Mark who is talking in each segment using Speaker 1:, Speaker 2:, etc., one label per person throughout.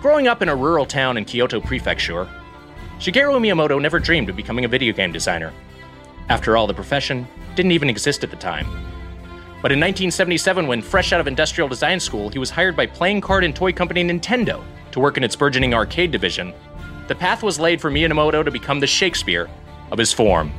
Speaker 1: Growing up in a rural town in Kyoto Prefecture, Shigeru Miyamoto never dreamed of becoming a video game designer. After all, the profession didn't even exist at the time. But in 1977, when fresh out of industrial design school, he was hired by playing card and toy company Nintendo to work in its burgeoning arcade division, the path was laid for Miyamoto to become the Shakespeare of his form.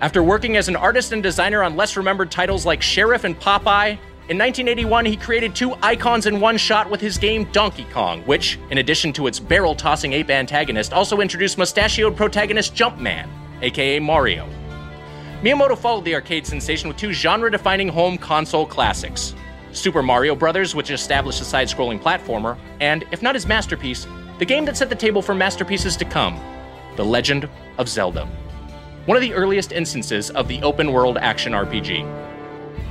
Speaker 1: After working as an artist and designer on less remembered titles like Sheriff and Popeye, in 1981 he created two icons in one shot with his game Donkey Kong, which, in addition to its barrel tossing ape antagonist, also introduced mustachioed protagonist Jumpman, aka Mario. Miyamoto followed the arcade sensation with two genre defining home console classics Super Mario Bros., which established the side scrolling platformer, and, if not his masterpiece, the game that set the table for masterpieces to come The Legend of Zelda one of the earliest instances of the open world action RPG.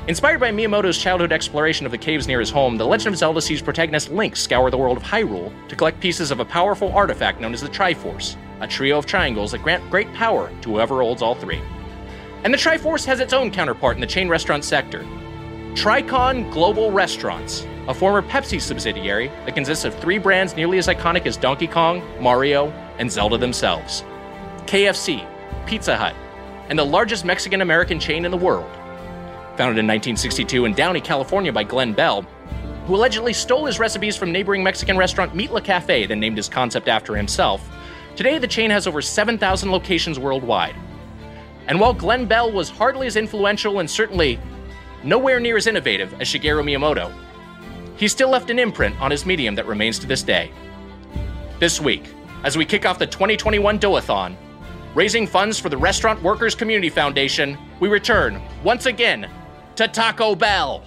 Speaker 1: Inspired by Miyamoto's childhood exploration of the caves near his home, The Legend of Zelda sees protagonist Link scour the world of Hyrule to collect pieces of a powerful artifact known as the Triforce, a trio of triangles that grant great power to whoever holds all three. And the Triforce has its own counterpart in the chain restaurant sector Tricon Global Restaurants, a former Pepsi subsidiary that consists of three brands nearly as iconic as Donkey Kong, Mario, and Zelda themselves. KFC, Pizza Hut, and the largest Mexican American chain in the world. Founded in 1962 in Downey, California by Glenn Bell, who allegedly stole his recipes from neighboring Mexican restaurant Meatla Cafe, then named his concept after himself, today the chain has over 7,000 locations worldwide. And while Glenn Bell was hardly as influential and certainly nowhere near as innovative as Shigeru Miyamoto, he still left an imprint on his medium that remains to this day. This week, as we kick off the 2021 Doathon, raising funds for the Restaurant Workers Community Foundation, we return once again to Taco Bell.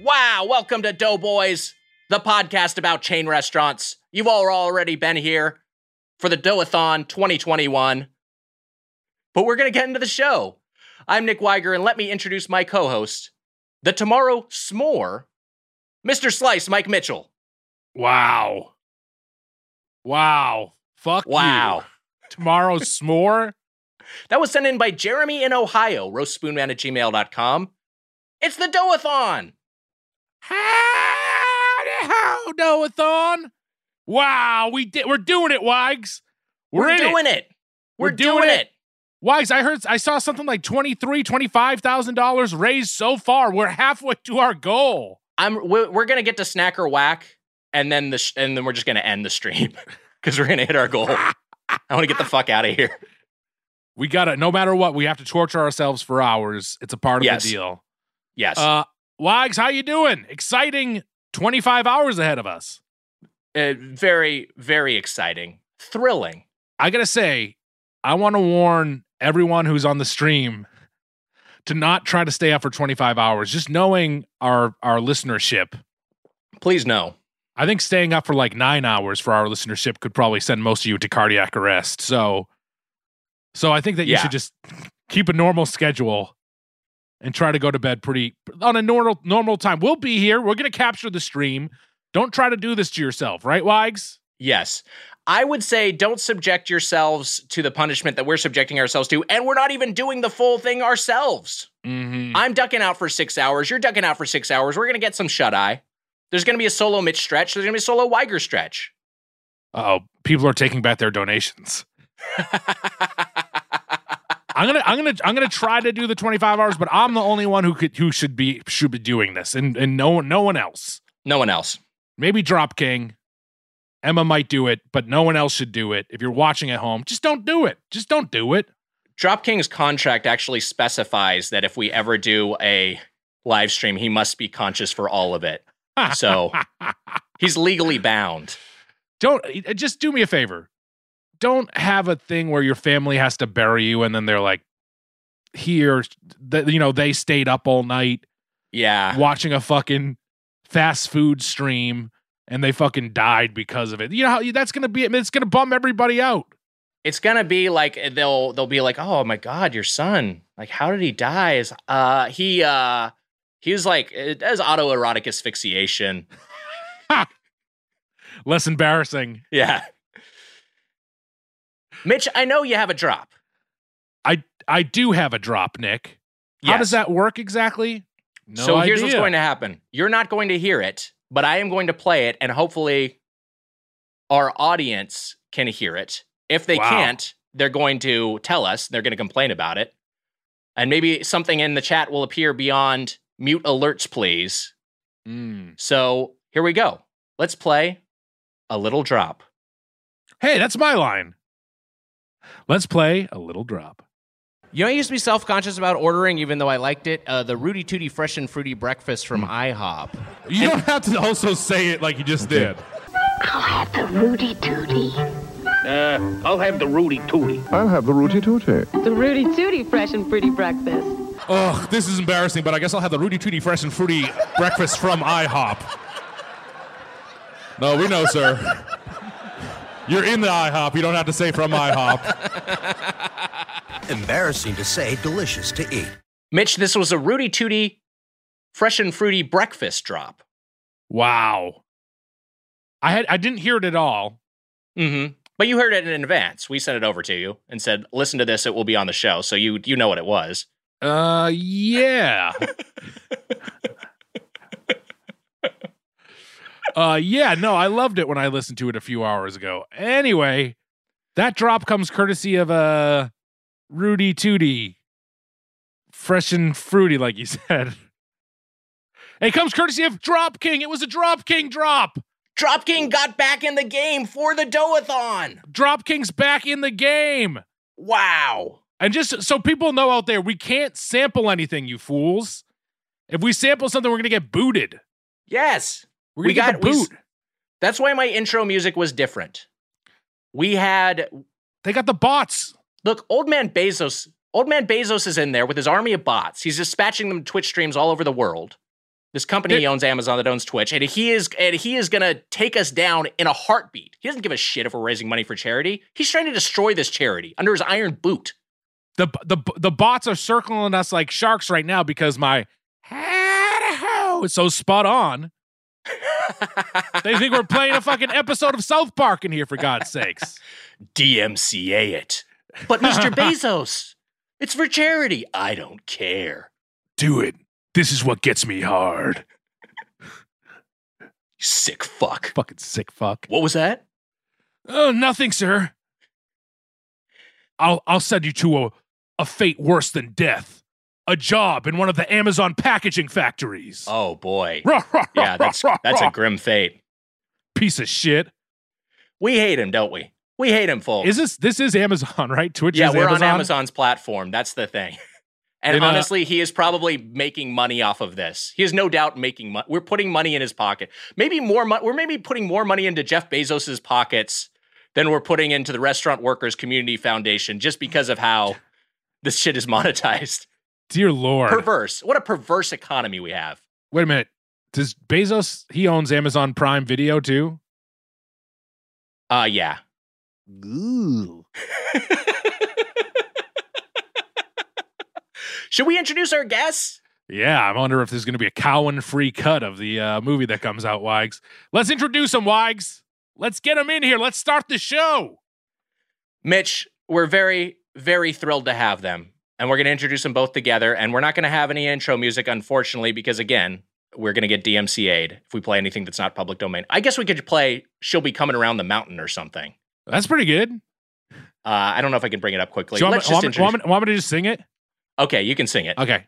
Speaker 1: Wow, welcome to Doughboys, the podcast about chain restaurants. You've all already been here for the Doathon 2021. But we're going to get into the show. I'm Nick Weiger, and let me introduce my co host, the Tomorrow S'more, Mr. Slice Mike Mitchell.
Speaker 2: Wow. Wow. Fuck you.
Speaker 1: Wow.
Speaker 2: Tomorrow's s'more.
Speaker 1: That was sent in by Jeremy in Ohio, roastspoonman at gmail.com. It's the Doathon.
Speaker 2: Howdy ho, Noathon. Wow, we did. We're doing it, Wags.
Speaker 1: We're,
Speaker 2: in
Speaker 1: doing it. We're, doing, it.
Speaker 2: Wags, I heard. I saw something like twenty three, twenty five thousand dollars raised so far. We're halfway to our goal.
Speaker 1: I'm we're, we're gonna get to snack or whack, and then the sh- and then we're just gonna end the stream because we're gonna hit our goal. I want to get the fuck out of here.
Speaker 2: We gotta. No matter what, we have to torture ourselves for hours. It's a part of
Speaker 1: Yes.
Speaker 2: the deal.
Speaker 1: Yes,
Speaker 2: Uh, Wags, how you doing? Exciting. Twenty five hours ahead of us.
Speaker 1: Uh, very very exciting, thrilling.
Speaker 2: I gotta say, I want to warn everyone who's on the stream to not try to stay up for 25 hours. Just knowing our our listenership,
Speaker 1: Please no.
Speaker 2: I think staying up for like nine hours for our listenership could probably send most of you to cardiac arrest. So, so I think that you
Speaker 1: Yeah.
Speaker 2: should just keep a normal schedule and try to go to bed pretty on a normal normal time. We'll be here. We're gonna capture the stream. Don't try to do this to yourself, right, Wags?
Speaker 1: Yes. I would say don't subject yourselves to the punishment that we're subjecting ourselves to, and we're not even doing the full thing ourselves.
Speaker 2: Mm-hmm.
Speaker 1: I'm ducking out for six hours. You're ducking out for six hours. We're going to get some shut eye. There's going to be a solo Mitch stretch. There's going to be a solo Weiger stretch.
Speaker 2: Oh, people are taking back their donations. I'm gonna I'm gonna I'm gonna try to do the 25 hours, but I'm the only one who could who should be should be doing this, and and no one no one else.
Speaker 1: No one else.
Speaker 2: Maybe Drop King, Emma might do it, but no one else should do it. If you're watching at home, just don't do it. Just don't do it.
Speaker 1: DropKing's contract actually specifies that if we ever do a live stream, he must be conscious for all of it. So he's legally bound.
Speaker 2: don't uh, just do me a favor. Don't have a thing where your family has to bury you, and then they're like, here, th- you know, they stayed up all night.
Speaker 1: Yeah.
Speaker 2: watching a fucking fast food stream and they fucking died because of it. You know how that's gonna be. It's gonna bum everybody out.
Speaker 1: It's gonna be like they'll they'll be like, oh my god, your son. Like, how did he die? Is uh he uh he was like it is autoerotic asphyxiation.
Speaker 2: Less embarrassing.
Speaker 1: Yeah. Mitch, I know you have a drop.
Speaker 2: I do have a drop, Nick. How does
Speaker 1: Yes.
Speaker 2: that work exactly? No
Speaker 1: so here's what's
Speaker 2: idea.
Speaker 1: going to happen. You're not going to hear it, but I am going to play it, and hopefully our audience can hear it. If they
Speaker 2: Wow.
Speaker 1: can't, they're going to tell us, they're going to complain about it. And maybe something in the chat will appear beyond mute alerts, please.
Speaker 2: Mm.
Speaker 1: So here we go. Let's play a little drop.
Speaker 2: Hey, that's my line. Let's play a little drop.
Speaker 3: You know, I used to be self conscious about ordering, even though I liked it. Uh, the Rudy Tooty Fresh and Fruity Breakfast from IHOP.
Speaker 4: You don't have to also say it like you just did.
Speaker 5: I'll have the Rudy Tooty.
Speaker 6: Uh, I'll have the Rudy Tooty.
Speaker 7: I'll have the Rooty Tooty.
Speaker 5: The Rudy Tooty fresh and fruity breakfast.
Speaker 4: Ugh, this is embarrassing, but I guess I'll have the Rudy Tooty Fresh and Fruity breakfast from IHOP. No, we know, sir. You're in the IHOP. You don't have to say from IHOP.
Speaker 6: Embarrassing to say, delicious to eat.
Speaker 1: Mitch, this was a Rudy Tooty fresh and fruity breakfast drop.
Speaker 2: Wow. I had I didn't hear it at all.
Speaker 1: Mm-hmm. But you heard it in advance. We sent it over to you and said, listen to this, it will be on the show. So you you know what it was.
Speaker 2: Uh, yeah. uh, yeah. No, I loved it when I listened to it a few hours ago. Anyway, that drop comes courtesy of uh, Rudy Tooty, fresh and fruity, like you said. It comes courtesy of Drop King. It was a Drop King drop.
Speaker 1: Drop King got back in the game for the Doathon.
Speaker 2: Drop King's back in the game.
Speaker 1: Wow.
Speaker 2: And just so people know out there, we can't sample anything, you fools. If we sample something, we're gonna get booted.
Speaker 1: Yes.
Speaker 2: We're gonna
Speaker 1: We
Speaker 2: get
Speaker 1: got-
Speaker 2: the
Speaker 1: we s-
Speaker 2: boot.
Speaker 1: That's why my intro music was different. We had
Speaker 2: they got the bots.
Speaker 1: look, old man Bezos, old man Bezos is in there with his army of bots. He's dispatching them to Twitch streams all over the world. This company
Speaker 2: They-
Speaker 1: owns Amazon that owns Twitch, and he is and he is gonna take us down in a heartbeat. He doesn't give a shit if we're raising money for charity. He's trying to destroy this charity under his iron boot.
Speaker 2: The the the bots are circling us like sharks right now because my ho is so spot on. They think we're playing a fucking episode of South Park in here for God's sakes.
Speaker 1: DMCA it. But Mr. Bezos, it's for charity. I don't care.
Speaker 2: Do it. This is what gets me hard.
Speaker 1: You sick fuck.
Speaker 2: Fucking sick fuck.
Speaker 1: What was that?
Speaker 2: Oh, nothing, sir. I'll I'll send you to a a fate worse than death. A job in one of the Amazon packaging factories.
Speaker 1: Oh boy.
Speaker 2: Rah, rah, rah,
Speaker 1: Yeah, that's
Speaker 2: rah,
Speaker 1: that's
Speaker 2: rah.
Speaker 1: a grim fate.
Speaker 2: piece of shit.
Speaker 1: We hate him, don't we? We hate him full.
Speaker 2: Is this this is Amazon, right? Twitch
Speaker 1: Oh. yeah,
Speaker 2: is
Speaker 1: we're
Speaker 2: Amazon.
Speaker 1: on Amazon's platform. That's the thing. And
Speaker 2: And, uh,
Speaker 1: honestly, he is probably making money off of this. He is no doubt making money. We're putting money in his pocket. Maybe more money. We're maybe putting more money into Jeff Bezos's pockets than we're putting into the Restaurant Workers Community Foundation just because of how this shit is monetized.
Speaker 2: Dear Lord.
Speaker 1: Perverse. What a perverse economy we have.
Speaker 2: Wait a minute. Does Bezos he owns Amazon Prime Video too?
Speaker 1: Uh yeah. Should we introduce our guests?
Speaker 2: Yeah, I wonder if there's going to be a Cowan free cut of the uh, movie that comes out, Wags. Let's introduce him, Wags. Let's get him in here. Let's start the show.
Speaker 1: Mitch, we're very, very thrilled to have them. And we're going to introduce them both together. And we're not going to have any intro music, unfortunately, because again, we're going to get DMCA'd if we play anything that's not public domain. I guess we could play She'll Be Coming Around the Mountain or something.
Speaker 2: That's pretty good.
Speaker 1: Uh, I don't know if I can bring it up quickly.
Speaker 2: Do you want,
Speaker 1: Let's
Speaker 2: me, want,
Speaker 1: just
Speaker 2: me- want,
Speaker 1: introduce-
Speaker 2: me, want me to just sing it?
Speaker 1: Okay, you can sing it.
Speaker 2: Okay.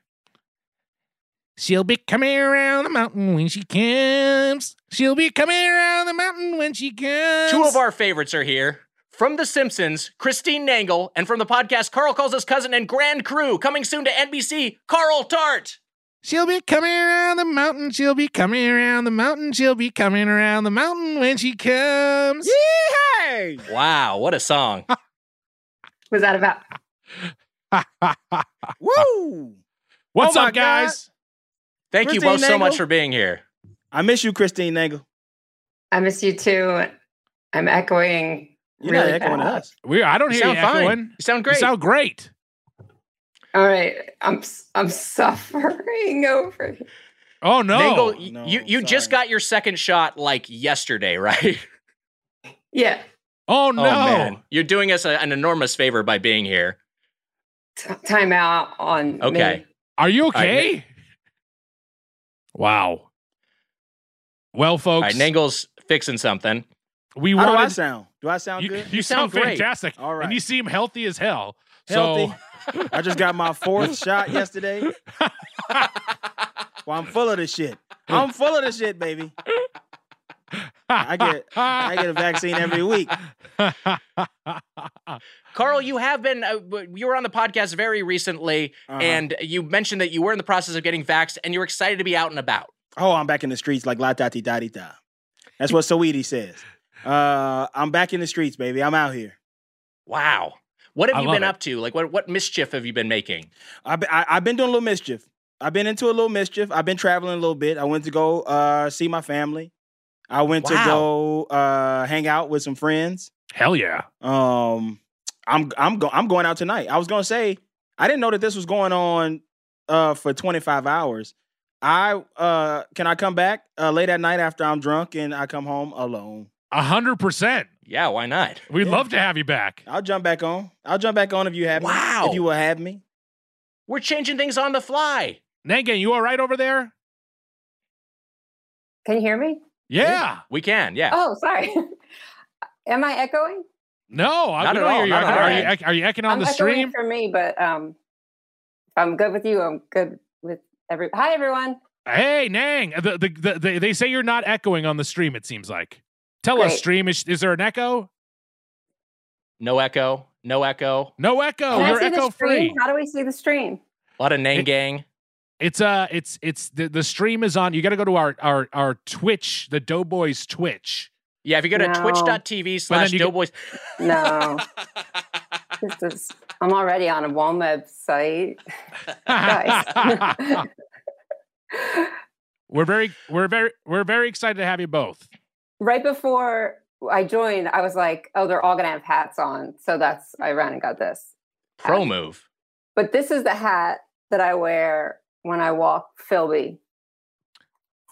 Speaker 2: She'll be coming around the mountain when she comes. She'll be coming around the mountain when she comes.
Speaker 1: Two of our favorites are here. From The Simpsons, Christine Nangle, and from the podcast Carl Calls His Cousin and Grand Crew, coming soon to NBC, Carl Tart.
Speaker 2: She'll be coming around the mountain. She'll be coming around the mountain. She'll be coming around the mountain when she comes.
Speaker 1: Wow, what a song.
Speaker 7: Was that about?
Speaker 8: Woo!
Speaker 2: What's
Speaker 8: Oh my
Speaker 2: up, guys?
Speaker 1: Thank you both
Speaker 8: Christine
Speaker 1: so much
Speaker 8: Nangle.
Speaker 1: for being here.
Speaker 8: I miss you, Christine Nangle.
Speaker 7: I miss you too. I'm echoing.
Speaker 8: You're
Speaker 7: really
Speaker 8: not echoing
Speaker 7: bad.
Speaker 8: us.
Speaker 2: We I don't
Speaker 1: You
Speaker 2: hear you
Speaker 1: sound fine.
Speaker 2: echoing.
Speaker 1: You sound great.
Speaker 2: You sound great.
Speaker 7: All right, I'm s- I'm suffering over. here.
Speaker 2: Oh no.
Speaker 1: Nangle, y-
Speaker 8: no,
Speaker 1: you, you
Speaker 8: sorry.
Speaker 1: just got your second shot like yesterday, right?
Speaker 7: Yeah,
Speaker 2: oh no.
Speaker 1: Oh, man. You're doing us a- an enormous favor by being here.
Speaker 7: t- time out on. me.
Speaker 1: Okay.
Speaker 2: Are you
Speaker 1: right,
Speaker 2: okay? wow. Well,
Speaker 1: All
Speaker 2: folks,
Speaker 1: right, Nangle's fixing something.
Speaker 2: we
Speaker 8: How do I
Speaker 2: wanted.
Speaker 8: sound? Do I sound
Speaker 2: you,
Speaker 8: good?
Speaker 2: you sound
Speaker 1: sound great.
Speaker 2: fantastic.
Speaker 8: All
Speaker 2: And
Speaker 8: right.
Speaker 2: you seem healthy as hell.
Speaker 8: Healthy.
Speaker 2: So
Speaker 8: I just got my fourth shot yesterday. well, I'm full of this shit. I'm full of this shit, baby. I get I get a vaccine every week.
Speaker 1: Carl, you have been, uh, w- you were on the podcast very recently,
Speaker 8: Uh-huh.
Speaker 1: and you mentioned that you were in the process of getting vaxxed and you're excited to be out and about.
Speaker 8: Oh, I'm back in the streets like la da di da di da. That's what Saweetie says. Uh, I'm back in the streets, baby. I'm out here.
Speaker 1: Wow. What have
Speaker 2: I
Speaker 1: you
Speaker 2: love
Speaker 1: been
Speaker 2: it.
Speaker 1: up to? Like, what, what mischief have you been making?
Speaker 8: I've been, I, I've been doing a little mischief. I've been into a little mischief. I've been traveling a little bit. I went to go uh, see my family. I went to
Speaker 1: Wow.
Speaker 8: go uh, hang out with some friends.
Speaker 2: hell yeah.
Speaker 8: Um, I'm I'm go- I'm going out tonight. I was gonna say I didn't know that this was going on uh, for 25 hours. I uh, can I come back uh, late at night after I'm drunk and I come home alone.
Speaker 2: A hundred percent.
Speaker 1: Yeah, why not?
Speaker 2: We'd love to have you back.
Speaker 8: I'll jump back on. I'll jump back on if you have me.
Speaker 1: Wow.
Speaker 8: If you will have me.
Speaker 1: We're changing things on the fly.
Speaker 2: Nangan, you all right over there?
Speaker 7: Can you hear me?
Speaker 2: Yeah.
Speaker 1: We can, yeah.
Speaker 7: Oh, sorry. Am I echoing?
Speaker 2: No,
Speaker 1: Not
Speaker 2: I we
Speaker 1: at
Speaker 2: don't
Speaker 1: all,
Speaker 2: hear you.
Speaker 1: not
Speaker 2: Are,
Speaker 1: at
Speaker 2: are
Speaker 1: all.
Speaker 2: you ec- are you ecking on
Speaker 7: I'm
Speaker 2: the
Speaker 7: echoing
Speaker 2: stream?
Speaker 7: for me, but um, if I'm good with you. I'm good with every. Hi, everyone.
Speaker 2: Hey, Nang. The, the, the, they, they say you're not echoing on the stream, it seems like. Tell us,
Speaker 7: Great.
Speaker 2: stream, is, is there an echo?
Speaker 1: No echo, no echo.
Speaker 2: No echo.
Speaker 7: Can I
Speaker 2: you're
Speaker 7: see the
Speaker 2: Oh, echo
Speaker 7: stream?
Speaker 2: free.
Speaker 7: How do we see the stream?
Speaker 1: A lot of name
Speaker 2: It-
Speaker 1: gang.
Speaker 2: It's uh it's it's the, the stream is on. You gotta go to our our our Twitch, the Doughboys Twitch.
Speaker 1: Yeah, if you go to
Speaker 7: No.
Speaker 1: twitch.tv slash
Speaker 2: you get-
Speaker 1: doughboys.
Speaker 7: No, this is. I'm already on a Walmart site. Guys.
Speaker 2: we're very we're very we're very excited to have you both.
Speaker 7: right before I joined, I was like, "Oh, they're all gonna have hats on," so that's I ran and got this.
Speaker 1: Pro move.
Speaker 7: But this is the hat that I wear when I walk Philby.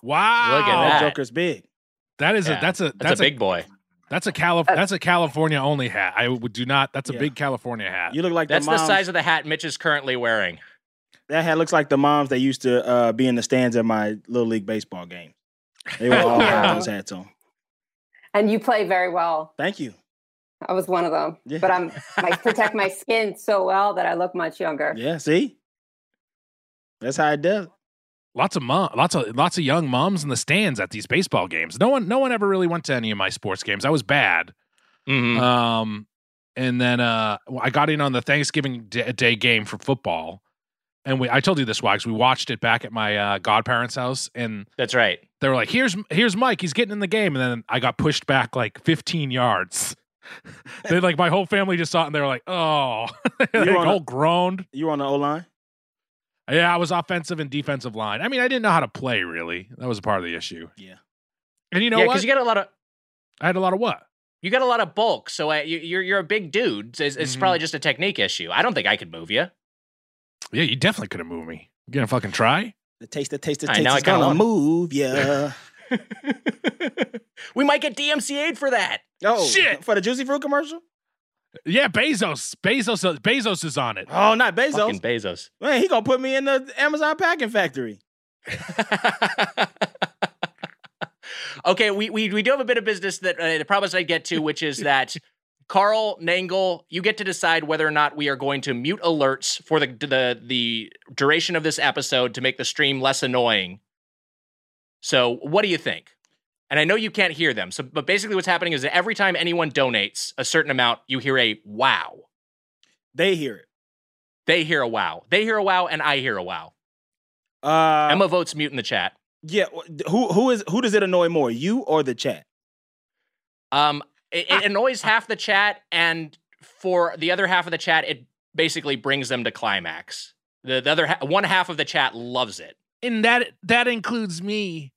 Speaker 2: Wow.
Speaker 1: Look at
Speaker 8: Oh,
Speaker 1: that.
Speaker 8: Joker's big.
Speaker 2: That is
Speaker 1: Yeah.
Speaker 2: a that's a
Speaker 1: That's, a big boy.
Speaker 2: That's a Calif-
Speaker 7: That's-
Speaker 2: that's a California only hat. I would do not. That's a
Speaker 8: Yeah.
Speaker 2: big California hat.
Speaker 8: You look like
Speaker 1: uh, That's
Speaker 8: the
Speaker 1: the
Speaker 8: moms,
Speaker 1: size of the hat Mitch is currently wearing.
Speaker 8: that hat looks like the moms that used to uh, be in the stands at my little league baseball game. They were all have those hats on.
Speaker 7: And you play very well.
Speaker 8: Thank you.
Speaker 7: I was one of them,
Speaker 8: Yeah.
Speaker 7: but I'm I protect my skin so well that I look much younger.
Speaker 8: Yeah, see? That's how it does.
Speaker 2: lots of mom, lots of lots of young moms in the stands at these baseball games. No one, no one ever really went to any of my sports games. I was bad.
Speaker 1: Mhm.
Speaker 2: Um, and then uh, I got in on the Thanksgiving d- Day game for football, and we I told you this Wags. We watched it back at my uh, godparents' house, and
Speaker 1: That's right.
Speaker 2: they were like, "Here's here's Mike. He's getting in the game." And then I got pushed back like 15 yards. they like my whole family just saw it and they were like, "Oh,"
Speaker 8: You
Speaker 2: they
Speaker 8: wanna-
Speaker 2: all groaned.
Speaker 8: You on the O line?
Speaker 2: Yeah, I was offensive and defensive line. I mean, I didn't know how to play really. That was a part of the issue.
Speaker 8: Yeah.
Speaker 2: And you know
Speaker 1: yeah,
Speaker 2: what?
Speaker 1: because you got a lot of
Speaker 2: I had a lot of what?
Speaker 1: you got a lot of bulk, so uh, you, you're you're a big dude. So It's, it's
Speaker 2: Mhm.
Speaker 1: probably just a technique issue. I don't think I could move you.
Speaker 2: Yeah, you definitely could have moved me. You gonna fucking try?
Speaker 8: The taste, the taste, the
Speaker 1: All right,
Speaker 8: taste.
Speaker 1: now
Speaker 8: is
Speaker 1: I kinda
Speaker 8: gonna
Speaker 1: want-
Speaker 8: move, yeah.
Speaker 1: we might get DMCA'd for that.
Speaker 8: oh,
Speaker 2: Shit.
Speaker 8: For the Juicy Fruit commercial?
Speaker 2: Yeah, Bezos. Bezos. uh, Bezos is on it.
Speaker 8: Oh, not Bezos.
Speaker 1: Fucking Bezos.
Speaker 8: Man, he gonna put me in the Amazon packing factory.
Speaker 1: okay, we, we we do have a bit of business that uh, I promised I'd get to, which is that Carl Nangle, you get to decide whether or not we are going to mute alerts for the the the duration of this episode to make the stream less annoying. So, what do you think? And I know you can't hear them. So, but basically, what's happening is that every time anyone donates a certain amount, you hear a wow.
Speaker 8: They hear it.
Speaker 1: They hear a wow. They hear a wow, and I hear a wow.
Speaker 8: Uh,
Speaker 1: Emma votes mute in the chat.
Speaker 8: Yeah. wh- Who who is who does it annoy more, you or the chat?
Speaker 1: Um, it, it annoys half the chat, and for the other half of the chat, it basically brings them to climax. The, the other ha- one half of the chat loves it.
Speaker 2: And that that includes me.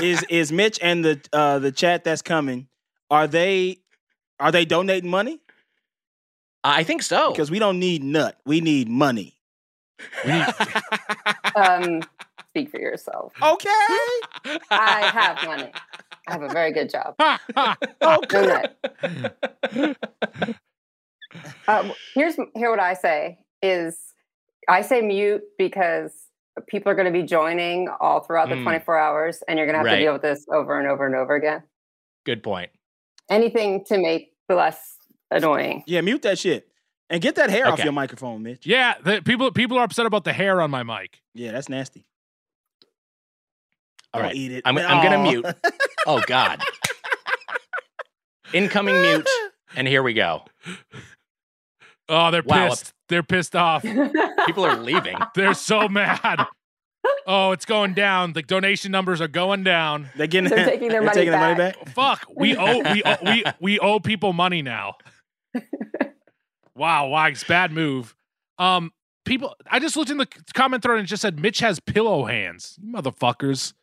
Speaker 8: Is is Mitch and the uh, the chat that's coming? Are they are they donating money?
Speaker 1: I think so.
Speaker 8: Because we don't need nut, we need money.
Speaker 7: Um, speak for yourself.
Speaker 8: Okay.
Speaker 7: I have money. I have a very good job.
Speaker 8: okay.
Speaker 7: Uh, here's here what I say is I say mute because people are going to be joining all throughout the
Speaker 1: Mm.
Speaker 7: 24 hours, and you're going to have
Speaker 1: Right.
Speaker 7: to deal with this over and over and over again.
Speaker 1: Good point.
Speaker 7: Anything to make the less annoying.
Speaker 8: Yeah, mute that shit and get that hair off
Speaker 1: Okay.
Speaker 8: your microphone, Mitch.
Speaker 2: Yeah, the, people people are upset about the hair on my mic.
Speaker 8: Yeah, that's nasty.
Speaker 1: All
Speaker 8: Don't
Speaker 1: right.
Speaker 8: eat it.
Speaker 1: I'm, I'm gonna
Speaker 8: Aw.
Speaker 1: mute. Oh God. Incoming mute, and here we go.
Speaker 2: Oh, they're
Speaker 1: Wow.
Speaker 2: pissed. They're pissed off.
Speaker 1: People are leaving.
Speaker 2: They're so mad. Oh, it's going down. The donation numbers are going down.
Speaker 8: They're getting
Speaker 7: They're taking their money back.
Speaker 2: Fuck, we owe we owe, we we owe people money now. Wow, Wags, bad move. Um, people, I just looked in the comment thread and it just said Mitch has pillow hands. You motherfuckers.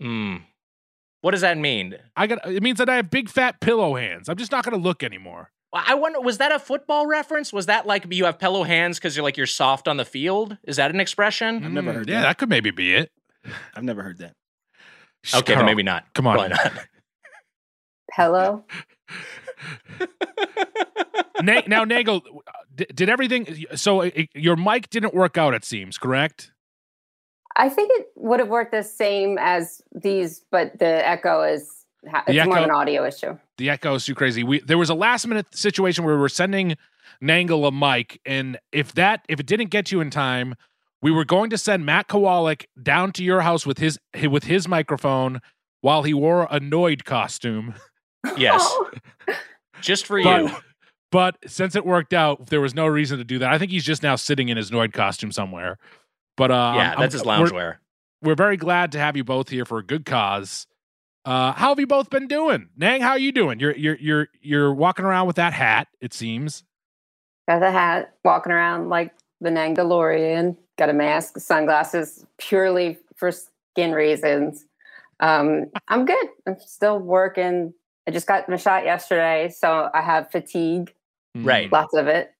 Speaker 1: Hmm. What does that mean?
Speaker 2: I got it means that I have big fat pillow hands. I'm just not gonna look anymore.
Speaker 1: Well, I wonder. Was that a football reference? Was that like you have pillow hands because you're like you're soft on the field? Is that an expression?
Speaker 8: I've never heard
Speaker 2: Mm, Yeah,
Speaker 8: that.
Speaker 2: that could maybe be it.
Speaker 8: I've never heard that.
Speaker 1: Okay,
Speaker 2: Carl,
Speaker 1: but maybe not.
Speaker 2: Come on.
Speaker 1: Probably not.
Speaker 7: Hello.
Speaker 2: Na- now Nagel, uh, d- did everything? So it, your mic didn't work out. It seems correct.
Speaker 7: I think it would have worked the same as these, but the echo is ha-
Speaker 2: The
Speaker 7: it's more of
Speaker 2: echo-
Speaker 7: an audio issue.
Speaker 2: The echo is too crazy. We there was a last minute situation where we were sending Nangle a mic, and if that if it didn't get you in time, we were going to send Matt Kowalik down to your house with his with his microphone while he wore a Noid costume.
Speaker 1: Yes, just for you.
Speaker 2: But, but since it worked out, there was no reason to do that. I think he's just now sitting in his Noid costume somewhere. But uh,
Speaker 1: yeah,
Speaker 2: I'm-
Speaker 1: that's his
Speaker 2: I'm- we're-
Speaker 1: loungewear.
Speaker 2: we're very glad to have you both here for a good cause. Uh, how have you both been doing? Nang, how you doing? You're you're you're you're walking around with that hat, it seems.
Speaker 7: Got the hat, walking around like the Nangdalorian. Got a mask, sunglasses, purely for skin reasons. Um, I'm good. I'm still working. I just got my shot yesterday, so I have fatigue,
Speaker 2: Mm.
Speaker 1: Right.
Speaker 7: lots of it,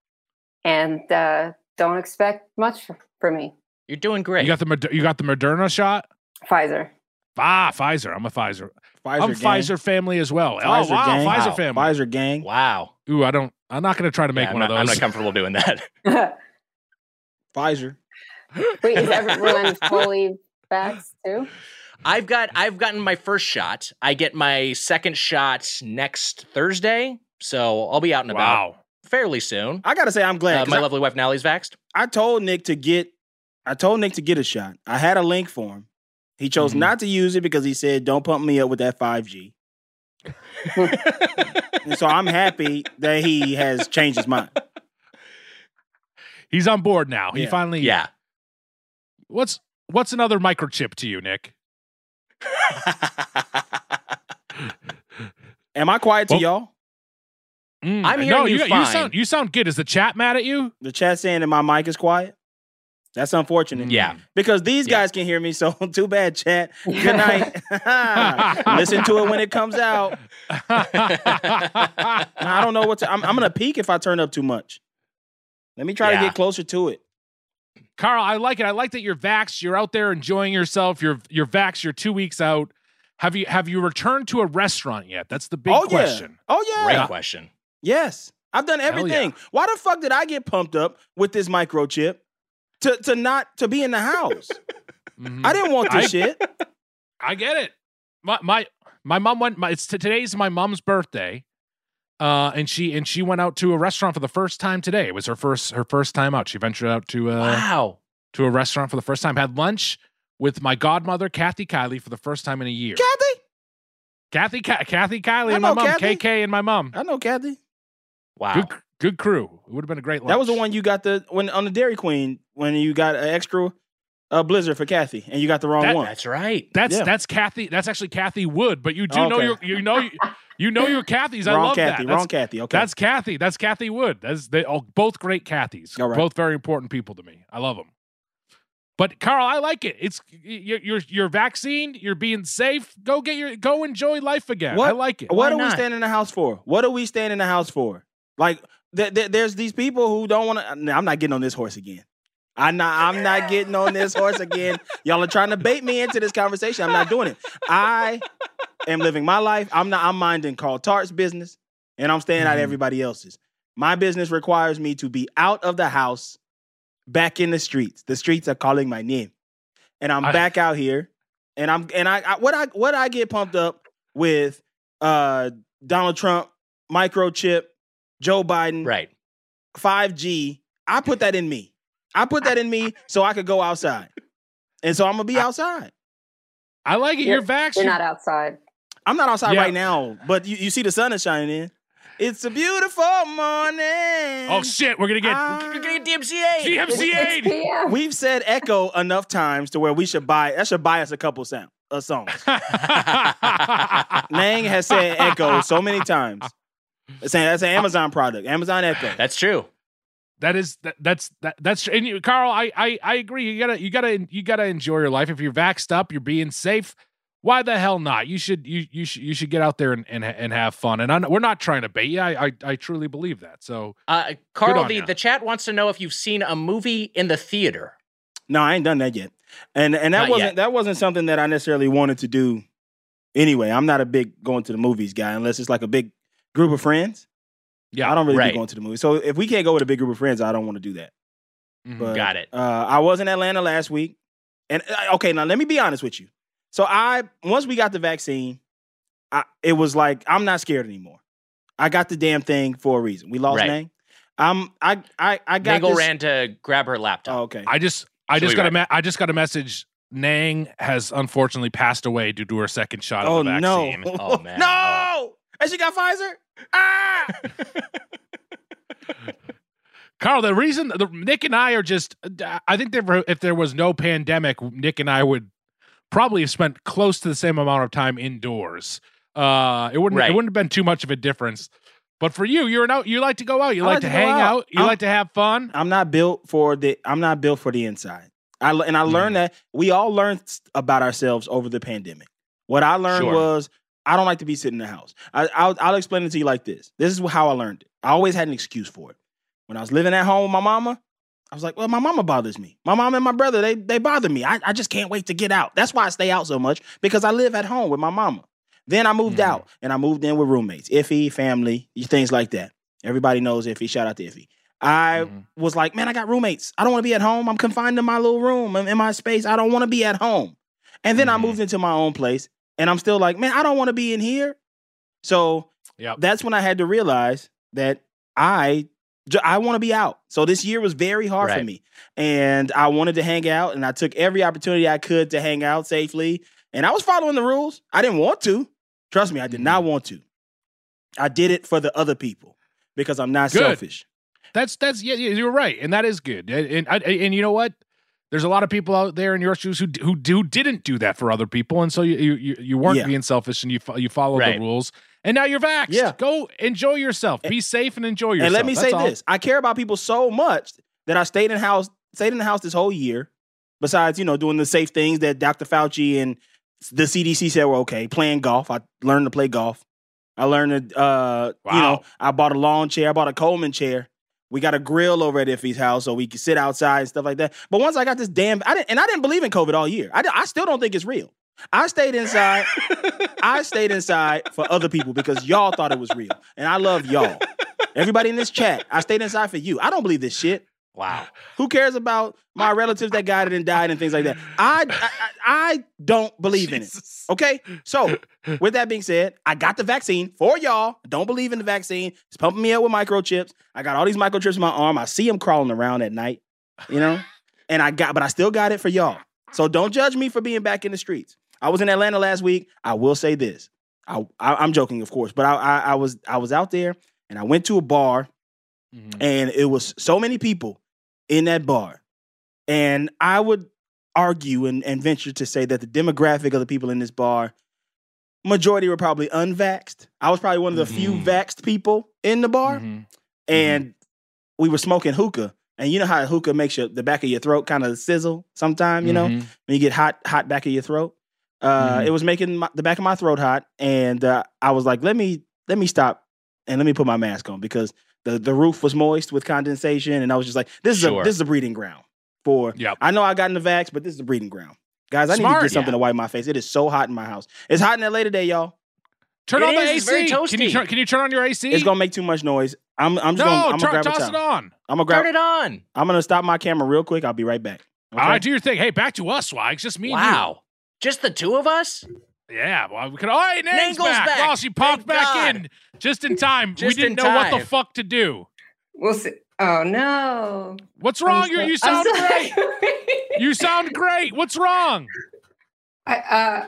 Speaker 7: and uh, don't expect much from me.
Speaker 1: You're doing great.
Speaker 2: You got the Mod- you got the Moderna shot.
Speaker 7: Pfizer.
Speaker 2: Ah, Pfizer. I'm a Pfizer.
Speaker 8: Pfizer
Speaker 2: I'm
Speaker 8: gang.
Speaker 2: Pfizer family as well.
Speaker 8: Pfizer
Speaker 2: oh wow,
Speaker 8: gang.
Speaker 2: Pfizer
Speaker 1: Wow.
Speaker 2: family.
Speaker 8: Pfizer gang.
Speaker 1: wow.
Speaker 2: Ooh, I don't. I'm not gonna try to make
Speaker 1: Yeah, I'm
Speaker 2: one
Speaker 1: not- I'm
Speaker 2: of
Speaker 1: not
Speaker 2: those.
Speaker 1: comfortable doing that.
Speaker 7: Wait,
Speaker 8: Pfizer.
Speaker 7: is everyone fully vaxxed too?
Speaker 1: I've got I've gotten my first shot. I get my second shot next Thursday, so I'll be out and about
Speaker 2: wow.
Speaker 1: fairly soon.
Speaker 8: I gotta say, I'm
Speaker 1: Uh,
Speaker 8: glad. Ah, 'cause
Speaker 1: my
Speaker 8: I,
Speaker 1: lovely wife Nally's vaxxed.
Speaker 8: I told Nick to get. I told Nick to get a shot. I had a link for him. He chose
Speaker 2: Mhm.
Speaker 8: not to use it because he said, "Don't pump me up with that 5G." and so I'm happy that he has changed his mind.
Speaker 2: He's on board now. He
Speaker 8: Yeah.
Speaker 2: finally.
Speaker 1: Yeah.
Speaker 2: What's what's another microchip to you, Nick?
Speaker 8: Am I quiet to
Speaker 2: Well-
Speaker 8: y'all?
Speaker 2: Mm,
Speaker 1: I'm hearing
Speaker 2: no,
Speaker 1: you
Speaker 2: you
Speaker 1: fine.
Speaker 2: sound you sound good. Is the chat mad at you?
Speaker 8: The chat saying that my mic is quiet. That's unfortunate.
Speaker 1: yeah.
Speaker 8: Because these
Speaker 1: Yeah.
Speaker 8: guys can hear me, so too bad, chat. Good night. Listen to it when it comes out. And I don't know what to. I'm, I'm gonna peak if I turn up too much. Let me try
Speaker 1: Yeah.
Speaker 8: to get closer to it.
Speaker 2: Carl, I like it. I like that you're vaxxed. You're out there enjoying yourself. You're you're vaxxed. You're two weeks out. Have you have you returned to a restaurant yet? That's the big
Speaker 8: oh
Speaker 2: question.
Speaker 8: yeah. Oh yeah.
Speaker 1: Great question.
Speaker 8: Yes. I've done
Speaker 2: yeah.
Speaker 8: everything. Why the fuck did I get pumped up with this microchip to to not to be in the house?
Speaker 2: Mhm.
Speaker 8: I didn't want this
Speaker 2: I-
Speaker 8: shit.
Speaker 2: I get it. My my my mom went. My, it's t- today's my mom's birthday, Uh, and she and she went out to a restaurant for the first time today. It was her first her first time out. She ventured out to uh,
Speaker 1: Wow.
Speaker 2: to a restaurant for the first time. Had lunch with my godmother Kathy Kylie for the first time in a year.
Speaker 8: Kathy?
Speaker 2: Kathy, Ka- Kathy Kylie,
Speaker 8: I
Speaker 2: and my
Speaker 8: know
Speaker 2: mom,
Speaker 8: Kathy.
Speaker 2: KK, and my mom.
Speaker 8: I know Kathy.
Speaker 1: Wow.
Speaker 2: Good, good crew. It would have been a great lunch.
Speaker 8: That was the one you got the when on the Dairy Queen when you got an extra uh, blizzard for Kathy and you got the wrong
Speaker 2: That-
Speaker 8: one.
Speaker 1: That's right.
Speaker 2: That's
Speaker 8: Yeah.
Speaker 2: that's Kathy. That's actually Kathy Wood. But you do know
Speaker 8: Okay.
Speaker 2: your you know you know your Kathys. I
Speaker 8: wrong
Speaker 2: love
Speaker 8: Kathy.
Speaker 2: that.
Speaker 8: Wrong
Speaker 2: That's,
Speaker 8: Kathy. Okay.
Speaker 2: that's Kathy. That's Kathy Wood. That's they all both great Kathys.
Speaker 8: All right.
Speaker 2: Both very important people to me. I love them. But Carl, I like it. It's y- y- your your vaccine. You're being safe. Go get your go enjoy life again.
Speaker 8: What-
Speaker 2: I like it.
Speaker 8: what
Speaker 1: Why
Speaker 8: are we
Speaker 1: not?
Speaker 8: staying in the house for? What are we staying in the house for? Like th- th- there's these people who don't want to. I'm not getting on this horse again. I'm not. I'm not getting on this horse again. Y'all are trying to bait me into this conversation. I'm not doing it. I am living my life. I'm not. I'm minding Carl Tart's business, and I'm staying out of everybody else's. My business requires me to be out of the house, back in the streets. The streets are calling my name, and I'm
Speaker 2: I-
Speaker 8: back out here. And I'm and I, I what I what I get pumped up with uh Donald Trump, microchip, Joe Biden,
Speaker 1: Right.
Speaker 8: 5G. I put that in me. I put that in me so I could go outside. And so I'm gonna be outside.
Speaker 2: I like it. Your vaccine.
Speaker 7: You're not outside.
Speaker 8: I'm not outside
Speaker 2: Yeah.
Speaker 8: right now, but you, you see the sun is shining in. It's a beautiful morning.
Speaker 2: oh shit! We're gonna get
Speaker 8: I-
Speaker 1: DMCA.
Speaker 7: It's
Speaker 2: DMCA.
Speaker 7: 6 p.m.
Speaker 8: We've said echo enough times to where we should buy that should buy us a couple sound uh, songs.
Speaker 7: Ah.
Speaker 8: Nang has said echo so many times. That's an, that's an Amazon product. Amazon Echo.
Speaker 1: That's true.
Speaker 2: That is that, that's that, that's and you, Carl, I, I I agree. You gotta you gotta you gotta enjoy your life. If you're vaxxed up, you're being safe. Why the hell not? You should you you should you should get out there and and, and have fun. And I, know- we're not trying to bait you. I I, I truly believe that. So
Speaker 1: Uh,
Speaker 2: Good
Speaker 1: Carl,
Speaker 2: on
Speaker 1: the,
Speaker 2: ya.
Speaker 1: the chat wants to know if you've seen a movie in the theater.
Speaker 8: No, I ain't done that yet. And and that
Speaker 1: Not
Speaker 8: wasn't
Speaker 1: yet.
Speaker 8: that wasn't something that I necessarily wanted to do anyway. I'm not a big going to the movies guy unless it's like a big group of friends.
Speaker 2: yeah,
Speaker 8: I don't really
Speaker 1: right.
Speaker 8: be going to the movies. So if we can't go with a big group of friends, I don't want to do that.
Speaker 2: Mhm.
Speaker 8: But,
Speaker 1: Mm, Got it.
Speaker 8: Uh, I was in Atlanta last week, and uh, okay, now let me be honest with you. So I once we got the vaccine, I, it was like I'm not scared anymore. I got the damn thing for a reason. We lost
Speaker 1: Right.
Speaker 8: Nang. I'm I I I got
Speaker 1: Mangle
Speaker 8: this.
Speaker 1: ran to grab her laptop.
Speaker 8: Oh, okay.
Speaker 2: I just I
Speaker 1: She'll
Speaker 2: just
Speaker 1: be
Speaker 2: got a me- I just got a message. Nang has unfortunately passed away due to her second shot
Speaker 8: oh
Speaker 2: of the
Speaker 8: no!
Speaker 2: vaccine.
Speaker 1: Oh, man.
Speaker 8: No!
Speaker 1: Oh.
Speaker 8: And she got Pfizer. Ah!
Speaker 2: Carl, the reason the, Nick and I are just, I think there, if there was no pandemic, Nick and I would probably have spent close to the same amount of time indoors. Uh, it wouldn't,
Speaker 1: Right.
Speaker 2: it wouldn't have been too much of a difference. But for you, you're an out, you like to go out, you
Speaker 8: I
Speaker 2: like, to,
Speaker 8: go
Speaker 2: hang out,
Speaker 8: out.
Speaker 2: you
Speaker 8: I'm-
Speaker 2: like to have fun.
Speaker 8: I'm not built for the. I'm not built for the inside. I le- and I learned that we all learned s- about ourselves over the pandemic. What I learned
Speaker 1: Sure.
Speaker 8: was I don't like to be sitting in the house. I, I'll, I'll explain it to you like this. This is how I learned it. I always had an excuse for it. When I was living at home with my mama, I was like, well, my mama bothers me. My mom and my brother, they they bother me. I, I just can't wait to get out. That's why I stay out so much because I live at home with my mama. Then I moved
Speaker 2: Mhm.
Speaker 8: out and I moved in with roommates, Iffy, family, things like that. Everybody knows Iffy. Shout out to Iffy. I
Speaker 2: Mhm.
Speaker 8: was like, man, I got roommates. I don't want to be at home. I'm confined to my little room. I'm in my space. I don't want to be at home. And then
Speaker 2: Mhm.
Speaker 8: I moved into my own place and I'm still like, man, I don't want to be in here. So
Speaker 2: Yep.
Speaker 8: that's when I had to realize that I j- I want to be out. So this year was very hard for
Speaker 1: Right.
Speaker 8: me. And I wanted to hang out and I took every opportunity I could to hang out safely. And I was following the rules. I didn't want to. Trust me, I did
Speaker 2: Mm.
Speaker 8: not want to. I did it for the other people because I'm not
Speaker 2: Good.
Speaker 8: selfish.
Speaker 2: That's that's yeah, yeah, you're right, and that is good. And and, I- and you know what? There's a lot of people out there in your shoes who d- who do didn't do that for other people, and so you you you- you weren't
Speaker 8: Yeah.
Speaker 2: being selfish, and you fo- you followed
Speaker 1: Right.
Speaker 2: the rules, and now you're vaxxed.
Speaker 8: Yeah.
Speaker 2: go enjoy yourself, be safe, and enjoy yourself.
Speaker 8: And let me
Speaker 2: That's
Speaker 8: say
Speaker 2: all.
Speaker 8: this: I care about people so much that I stayed in house, stayed in the house this whole year. Besides, you know, doing the safe things that Dr. Fauci and the CDC said were okay. Playing golf, I learned to play golf. I learned to, uh, you
Speaker 2: Wow.
Speaker 8: know, I bought a lawn chair. I bought a Coleman chair. We got a grill over at Iffy's house, so we could sit outside and stuff like that. But once I got this damn, I didn't, and I didn't believe in COVID all year. I, di- I still don't think it's real. I stayed inside. I stayed inside for other people because y'all thought it was real, and I love y'all. Everybody in this chat, I stayed inside for you. I don't believe this shit.
Speaker 1: Wow.
Speaker 8: Who cares about my relatives that got it and died and things like that? I I, I don't believe in it. Okay. So with that being said, I got the vaccine for y'all. I don't believe in the vaccine. It's pumping me up with microchips. I got all these microchips in my arm. I see them crawling around at night, you know? And I got, but I still got it for y'all. So don't judge me for being back in the streets. I was in Atlanta last week. I will say this. I, I am joking, of course, but I, I I was I was out there and I went to a bar and it was so many people in that bar. And I would argue and, and venture to say that the demographic of the people in this bar, majority were probably unvaxxed. I was probably one of the few vaxxed people in the
Speaker 2: Mm-hmm.
Speaker 8: bar. And we were smoking hookah. And you know how hookah makes your the back of your throat kind of sizzle sometime, you
Speaker 2: Mm-hmm.
Speaker 8: know,
Speaker 4: Mhm.
Speaker 8: when you get hot, hot back of your throat. Uh,
Speaker 4: Mhm.
Speaker 8: It was making my, the back of my throat hot, and uh, I was like, "Let me, let me stop, and let me put my mask on because the, the roof was moist with condensation, and I was just like, this is
Speaker 4: Sure.
Speaker 8: a this is a breeding ground for.
Speaker 4: Yep.
Speaker 8: I know I got in the vax, but this is a breeding ground, guys. I need
Speaker 2: Smart.
Speaker 8: to get something to wipe my face. It is so hot in my house. It's hot in LA today, y'all.
Speaker 2: Turn
Speaker 1: It
Speaker 2: on
Speaker 1: is,
Speaker 2: the
Speaker 1: it's
Speaker 2: AC.
Speaker 1: very
Speaker 2: Can you
Speaker 1: toasty.
Speaker 2: turn? Can you turn on your AC?
Speaker 8: It's gonna make too much noise. I'm I'm
Speaker 2: no,
Speaker 8: just gonna I'm
Speaker 2: tur-
Speaker 8: gonna grab a
Speaker 2: toss
Speaker 8: towel.
Speaker 2: it on.
Speaker 8: I'm gonna grab.
Speaker 1: Turn it on.
Speaker 8: I'm gonna stop my camera real quick. I'll be right back. Okay?
Speaker 2: All right, do your thing. Hey, back to us, Wags. Just me. and you.
Speaker 1: Wow. Just the two of us?
Speaker 2: Yeah, well, we could. All right, Nang's
Speaker 1: Nangle's
Speaker 2: back.
Speaker 1: back.
Speaker 2: Wow, she popped
Speaker 1: Thank
Speaker 2: back
Speaker 1: God.
Speaker 2: in just in time.
Speaker 1: Just
Speaker 2: we didn't
Speaker 1: in
Speaker 2: know what the
Speaker 1: time.
Speaker 2: fuck to do.
Speaker 7: We'll see. Oh no.
Speaker 2: What's wrong?
Speaker 7: I'm
Speaker 2: You,
Speaker 7: so-
Speaker 2: you
Speaker 7: I'm
Speaker 2: sound great.
Speaker 7: sorry.
Speaker 2: You sound great. What's wrong?
Speaker 7: I,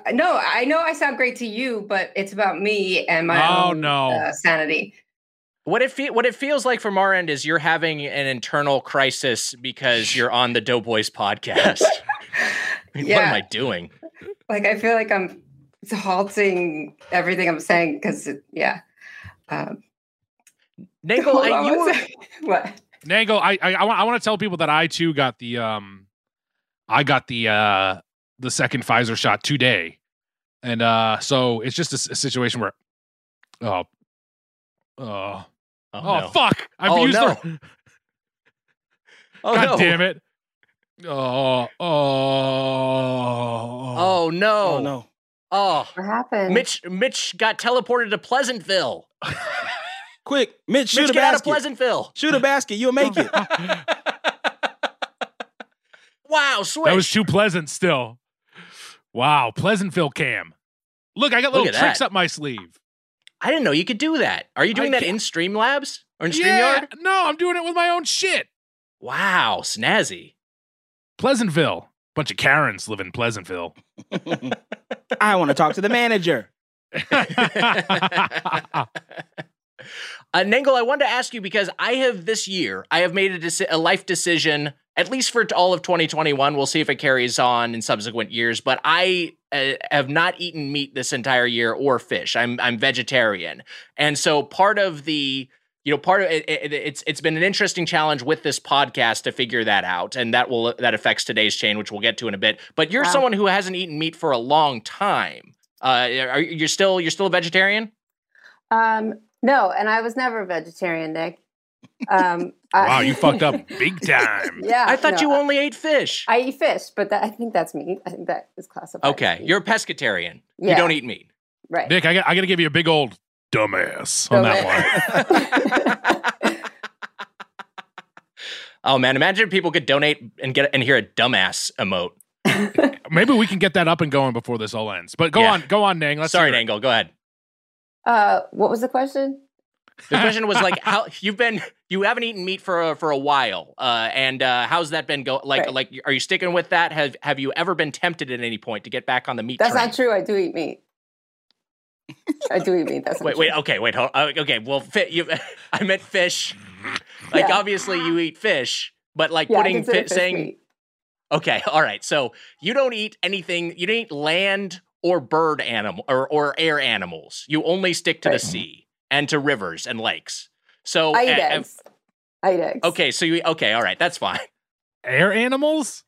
Speaker 7: uh, no, I know I sound great to you, but it's about me and my
Speaker 2: Oh,
Speaker 7: own
Speaker 2: no.
Speaker 7: uh, sanity.
Speaker 1: What it fe- what it feels like from our end is you're having an internal crisis because you're on the Doughboys podcast. I mean, What am
Speaker 7: Yeah.
Speaker 1: I doing?
Speaker 7: Like I feel like I'm it's halting everything I'm saying because yeah. Um,
Speaker 1: Nagel,
Speaker 7: hold
Speaker 1: and
Speaker 7: on
Speaker 1: you
Speaker 7: one
Speaker 1: were
Speaker 7: second. what?
Speaker 2: Nangle, I I, I, want, I want to tell people that I too got the um, I got the uh the second Pfizer shot today, and uh, so it's just a, s- a situation where, oh, oh,
Speaker 1: Oh,
Speaker 2: oh,
Speaker 1: no.
Speaker 2: fuck! I've
Speaker 1: Oh,
Speaker 2: used
Speaker 1: no.
Speaker 2: her.
Speaker 1: Oh,
Speaker 2: God
Speaker 1: no.
Speaker 2: damn it! Oh, oh, oh,
Speaker 1: Oh no.
Speaker 8: Oh no.
Speaker 1: Oh.
Speaker 7: What happened?
Speaker 1: Mitch Mitch got teleported to Pleasantville.
Speaker 8: Quick, Mitch, shoot
Speaker 1: Mitch,
Speaker 8: a
Speaker 1: get out of
Speaker 8: basket.
Speaker 1: Pleasantville.
Speaker 8: shoot a basket. You'll make it.
Speaker 1: Wow, switch.
Speaker 2: that was too pleasant. Still, wow, Pleasantville cam. Look, I got
Speaker 1: Look
Speaker 2: little
Speaker 1: at
Speaker 2: tricks
Speaker 1: that.
Speaker 2: up my sleeve.
Speaker 1: I didn't know you could do that. Are you doing
Speaker 2: I
Speaker 1: that in Streamlabs or in
Speaker 2: Yeah,
Speaker 1: StreamYard?
Speaker 2: no, I'm doing it with my own shit.
Speaker 1: Wow, snazzy.
Speaker 2: Pleasantville. Bunch of Karens live in Pleasantville.
Speaker 8: I want to talk to the manager.
Speaker 1: uh, Nangle, Uh, I wanted to ask you because I have this year, I have made a, deci- a life decision, at least for all of 2021. We'll see if it carries on in subsequent years, but I uh, have not eaten meat this entire year or fish. I'm I'm vegetarian, and so part of the you know part of it, it, it's it's been an interesting challenge with this podcast to figure that out and that will that affects today's chain which we'll get to in a bit but you're
Speaker 7: Wow.
Speaker 1: someone who hasn't eaten meat for a long time uh are you you're still you're still a vegetarian
Speaker 7: Um, no, and I was never a vegetarian, Nick. Um, I-
Speaker 2: wow, you fucked up big time.
Speaker 7: yeah,
Speaker 1: I thought
Speaker 7: no, uh
Speaker 1: you only ate fish.
Speaker 7: I eat fish, but that, I think that's meat. I think that is classified. as
Speaker 1: okay,
Speaker 7: meat.
Speaker 1: you're a pescatarian. You
Speaker 7: Yeah.
Speaker 1: don't eat meat.
Speaker 7: right.
Speaker 2: Nick, I got, I got to give you a big old dumbass on that one.
Speaker 1: Oh man, imagine if people could donate and get and hear a dumbass emote.
Speaker 2: Maybe we can get that up and going before this all ends. But go
Speaker 1: Yeah.
Speaker 2: on, go on, Nang. Let's
Speaker 1: Sorry,
Speaker 2: hear it.
Speaker 1: Dangle. Go ahead.
Speaker 7: uh, what was the question?
Speaker 1: The question was like, how you've been? You haven't eaten meat for a, for a while, uh, and uh, how's that been going? Like,
Speaker 7: Right.
Speaker 1: like, are you sticking with that? Have Have you ever been tempted at any point to get back on the meat?
Speaker 7: That's
Speaker 1: train?
Speaker 7: not true. I do eat meat. I do eat meat. That's not
Speaker 1: Wait,
Speaker 7: true.
Speaker 1: wait. Okay, wait. Hold, uh, okay, well, fi- you, I meant fish. Like,
Speaker 7: Yeah.
Speaker 1: obviously, you eat fish, but like
Speaker 7: Yeah, I
Speaker 1: putting
Speaker 7: consider
Speaker 1: fi-
Speaker 7: fish
Speaker 1: saying
Speaker 7: meat.
Speaker 1: Okay, all right. So you don't eat anything. You don't eat land or bird animal or, or air animals. You only stick to the
Speaker 7: Right.
Speaker 1: sea and to rivers and lakes. So
Speaker 7: I eat
Speaker 1: a- a-
Speaker 7: eggs. I eat eggs.
Speaker 1: oh, eh, Okay, so you okay? All right, that's fine.
Speaker 2: Air animals?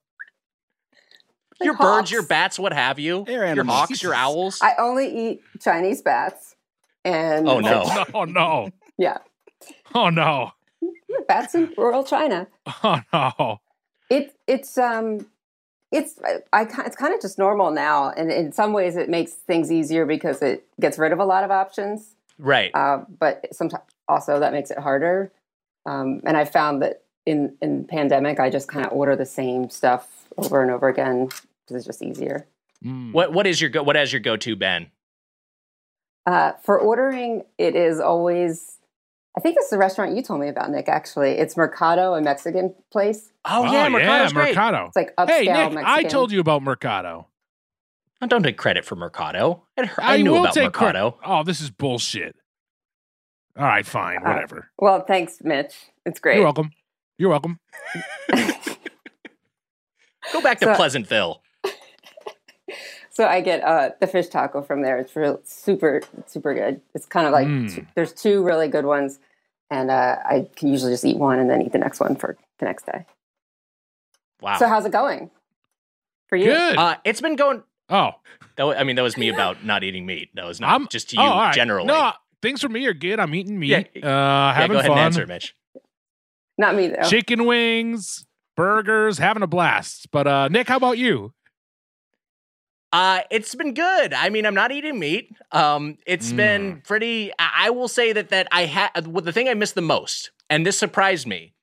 Speaker 7: Like
Speaker 1: your birds, your
Speaker 7: hawks.
Speaker 1: bats, what have you?
Speaker 8: Air
Speaker 1: your
Speaker 8: animals.
Speaker 1: hawks, your owls.
Speaker 7: I only eat Chinese bats. And
Speaker 1: Oh, no.
Speaker 2: Oh, no.
Speaker 7: Yeah.
Speaker 2: Oh, no.
Speaker 7: bats in rural China.
Speaker 2: Oh, no.
Speaker 7: It it's um it's I, ki- it's kind of just normal now, and in some ways it makes things easier because it gets rid of a lot of options.
Speaker 1: right.
Speaker 7: Uh, but sometimes also that makes it harder. Um, and I found that in in pandemic, I just kind of order the same stuff over and over again because it's just easier.
Speaker 2: Hmm.
Speaker 1: What what is your go- what is your go to Ben?
Speaker 7: Uh, for ordering, it is always. I think it's the restaurant you told me about, Nick. Actually, it's Mercado, a Mexican place.
Speaker 1: Oh, yeah, Mercado's great.
Speaker 2: Mercado.
Speaker 7: It's like upscale
Speaker 2: hey, Nick, I
Speaker 7: Mexican.
Speaker 2: told you about Mercado.
Speaker 1: Oh, don't take credit for Mercado. I, heard- I knew about
Speaker 2: credit.
Speaker 1: Mercado.
Speaker 2: Oh, this is bullshit. All right, fine,
Speaker 7: Uh,
Speaker 2: whatever.
Speaker 7: Well, thanks, Mitch. It's great.
Speaker 2: You're welcome. You're welcome.
Speaker 1: Go back to
Speaker 7: So-
Speaker 1: Pleasantville.
Speaker 7: So I get uh, the fish taco from there. It's real super super good. It's kind of like
Speaker 2: Mm.
Speaker 7: two, there's two really good ones, and uh, I can usually just eat one and then eat the next one for the next day.
Speaker 1: Wow.
Speaker 7: So how's it going for you?
Speaker 2: Good.
Speaker 1: uh, it's been going.
Speaker 2: oh,
Speaker 1: That was, I mean, that was me about not eating meat. That was not
Speaker 2: I'm-
Speaker 1: just to
Speaker 2: oh,
Speaker 1: you
Speaker 2: all right.
Speaker 1: generally.
Speaker 2: No, things for me are good. I'm eating meat.
Speaker 1: Yeah.
Speaker 2: Uh,
Speaker 1: yeah,
Speaker 2: having
Speaker 1: go ahead
Speaker 2: fun.
Speaker 1: and answer, Mitch.
Speaker 7: Not me though.
Speaker 2: Chicken wings, burgers, having a blast. But uh, Nick, how about you?
Speaker 1: Uh, it's been good. I mean, I'm not eating meat. Um,
Speaker 2: Mm.
Speaker 1: it's been pretty. I, I will say that that I had well, the thing I missed the most, and this surprised me,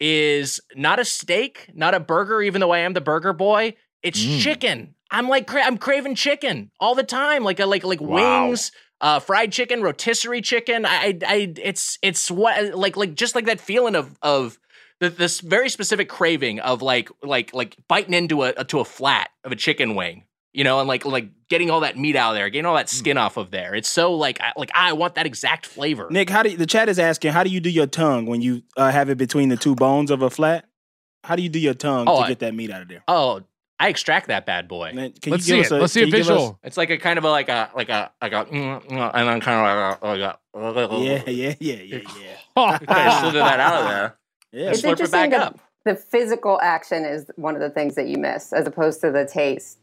Speaker 1: is not a steak, not a burger. Even though I am the burger boy, it's
Speaker 2: Mm.
Speaker 1: chicken. I'm like cra- I'm craving chicken all the time. Like I like like
Speaker 2: Wow.
Speaker 1: wings, uh, fried chicken, rotisserie chicken. I, I I it's it's what like like just like that feeling of of the, this very specific craving of like like like biting into a to a flat of a chicken wing you know, and like like getting all that meat out of there, getting all that
Speaker 8: Mm.
Speaker 1: skin off of there. It's so like I, like I want that exact flavor.
Speaker 8: Nick, how do you, the chat is asking? How do you do your tongue when you uh, have it between the two bones of a flat? How do you do your tongue
Speaker 1: Oh,
Speaker 8: to
Speaker 1: I-
Speaker 8: get that meat out of there?
Speaker 1: oh, I extract that bad boy.
Speaker 8: Man, can
Speaker 2: Let's
Speaker 8: you
Speaker 2: see it.
Speaker 8: give us a-
Speaker 2: Let's see a
Speaker 8: can you give
Speaker 2: visual.
Speaker 1: It's like a kind of a, like a like a like a mm, mm, and then kind of like a, like a
Speaker 8: us- yeah, yeah, yeah, yeah, yeah.
Speaker 2: Oh,
Speaker 1: kind of slither that out of there.
Speaker 8: Yeah,
Speaker 1: It's- slurp it back
Speaker 7: that
Speaker 1: up.
Speaker 7: the physical action is one of the things that you miss, as opposed to the taste.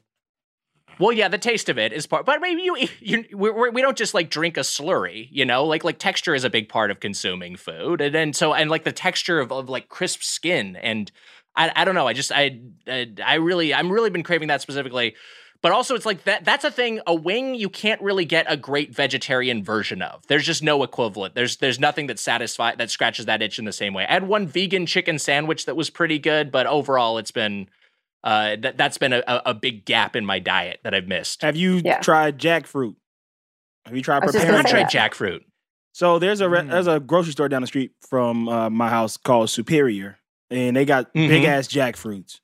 Speaker 1: Well, yeah, the taste of it is part, but maybe you you we're, we're, we don't just like drink a slurry, you know, like like texture is a big part of consuming food, and then so and like the texture of, of like crisp skin, and I I don't know, I just I, I I really I'm really been craving that specifically, but also it's like that that's a thing a wing you can't really get a great vegetarian version of. There's just no equivalent. There's there's nothing that satisfies that scratches that itch in the same way. I had one vegan chicken sandwich that was pretty good, but overall it's been uh, that that's been a, a, a big gap in my diet that I've missed.
Speaker 8: Have you
Speaker 7: Yeah.
Speaker 8: tried jackfruit? Have you tried
Speaker 7: I was just
Speaker 1: I've
Speaker 8: preparing
Speaker 1: not
Speaker 7: gonna say
Speaker 1: tried
Speaker 8: jackfruit?
Speaker 7: that.
Speaker 1: jackfruit.
Speaker 8: So there's a re- there's
Speaker 1: Mm.
Speaker 8: a grocery store down the street from uh, my house called Superior, and they got
Speaker 1: Mhm.
Speaker 8: big ass jackfruits.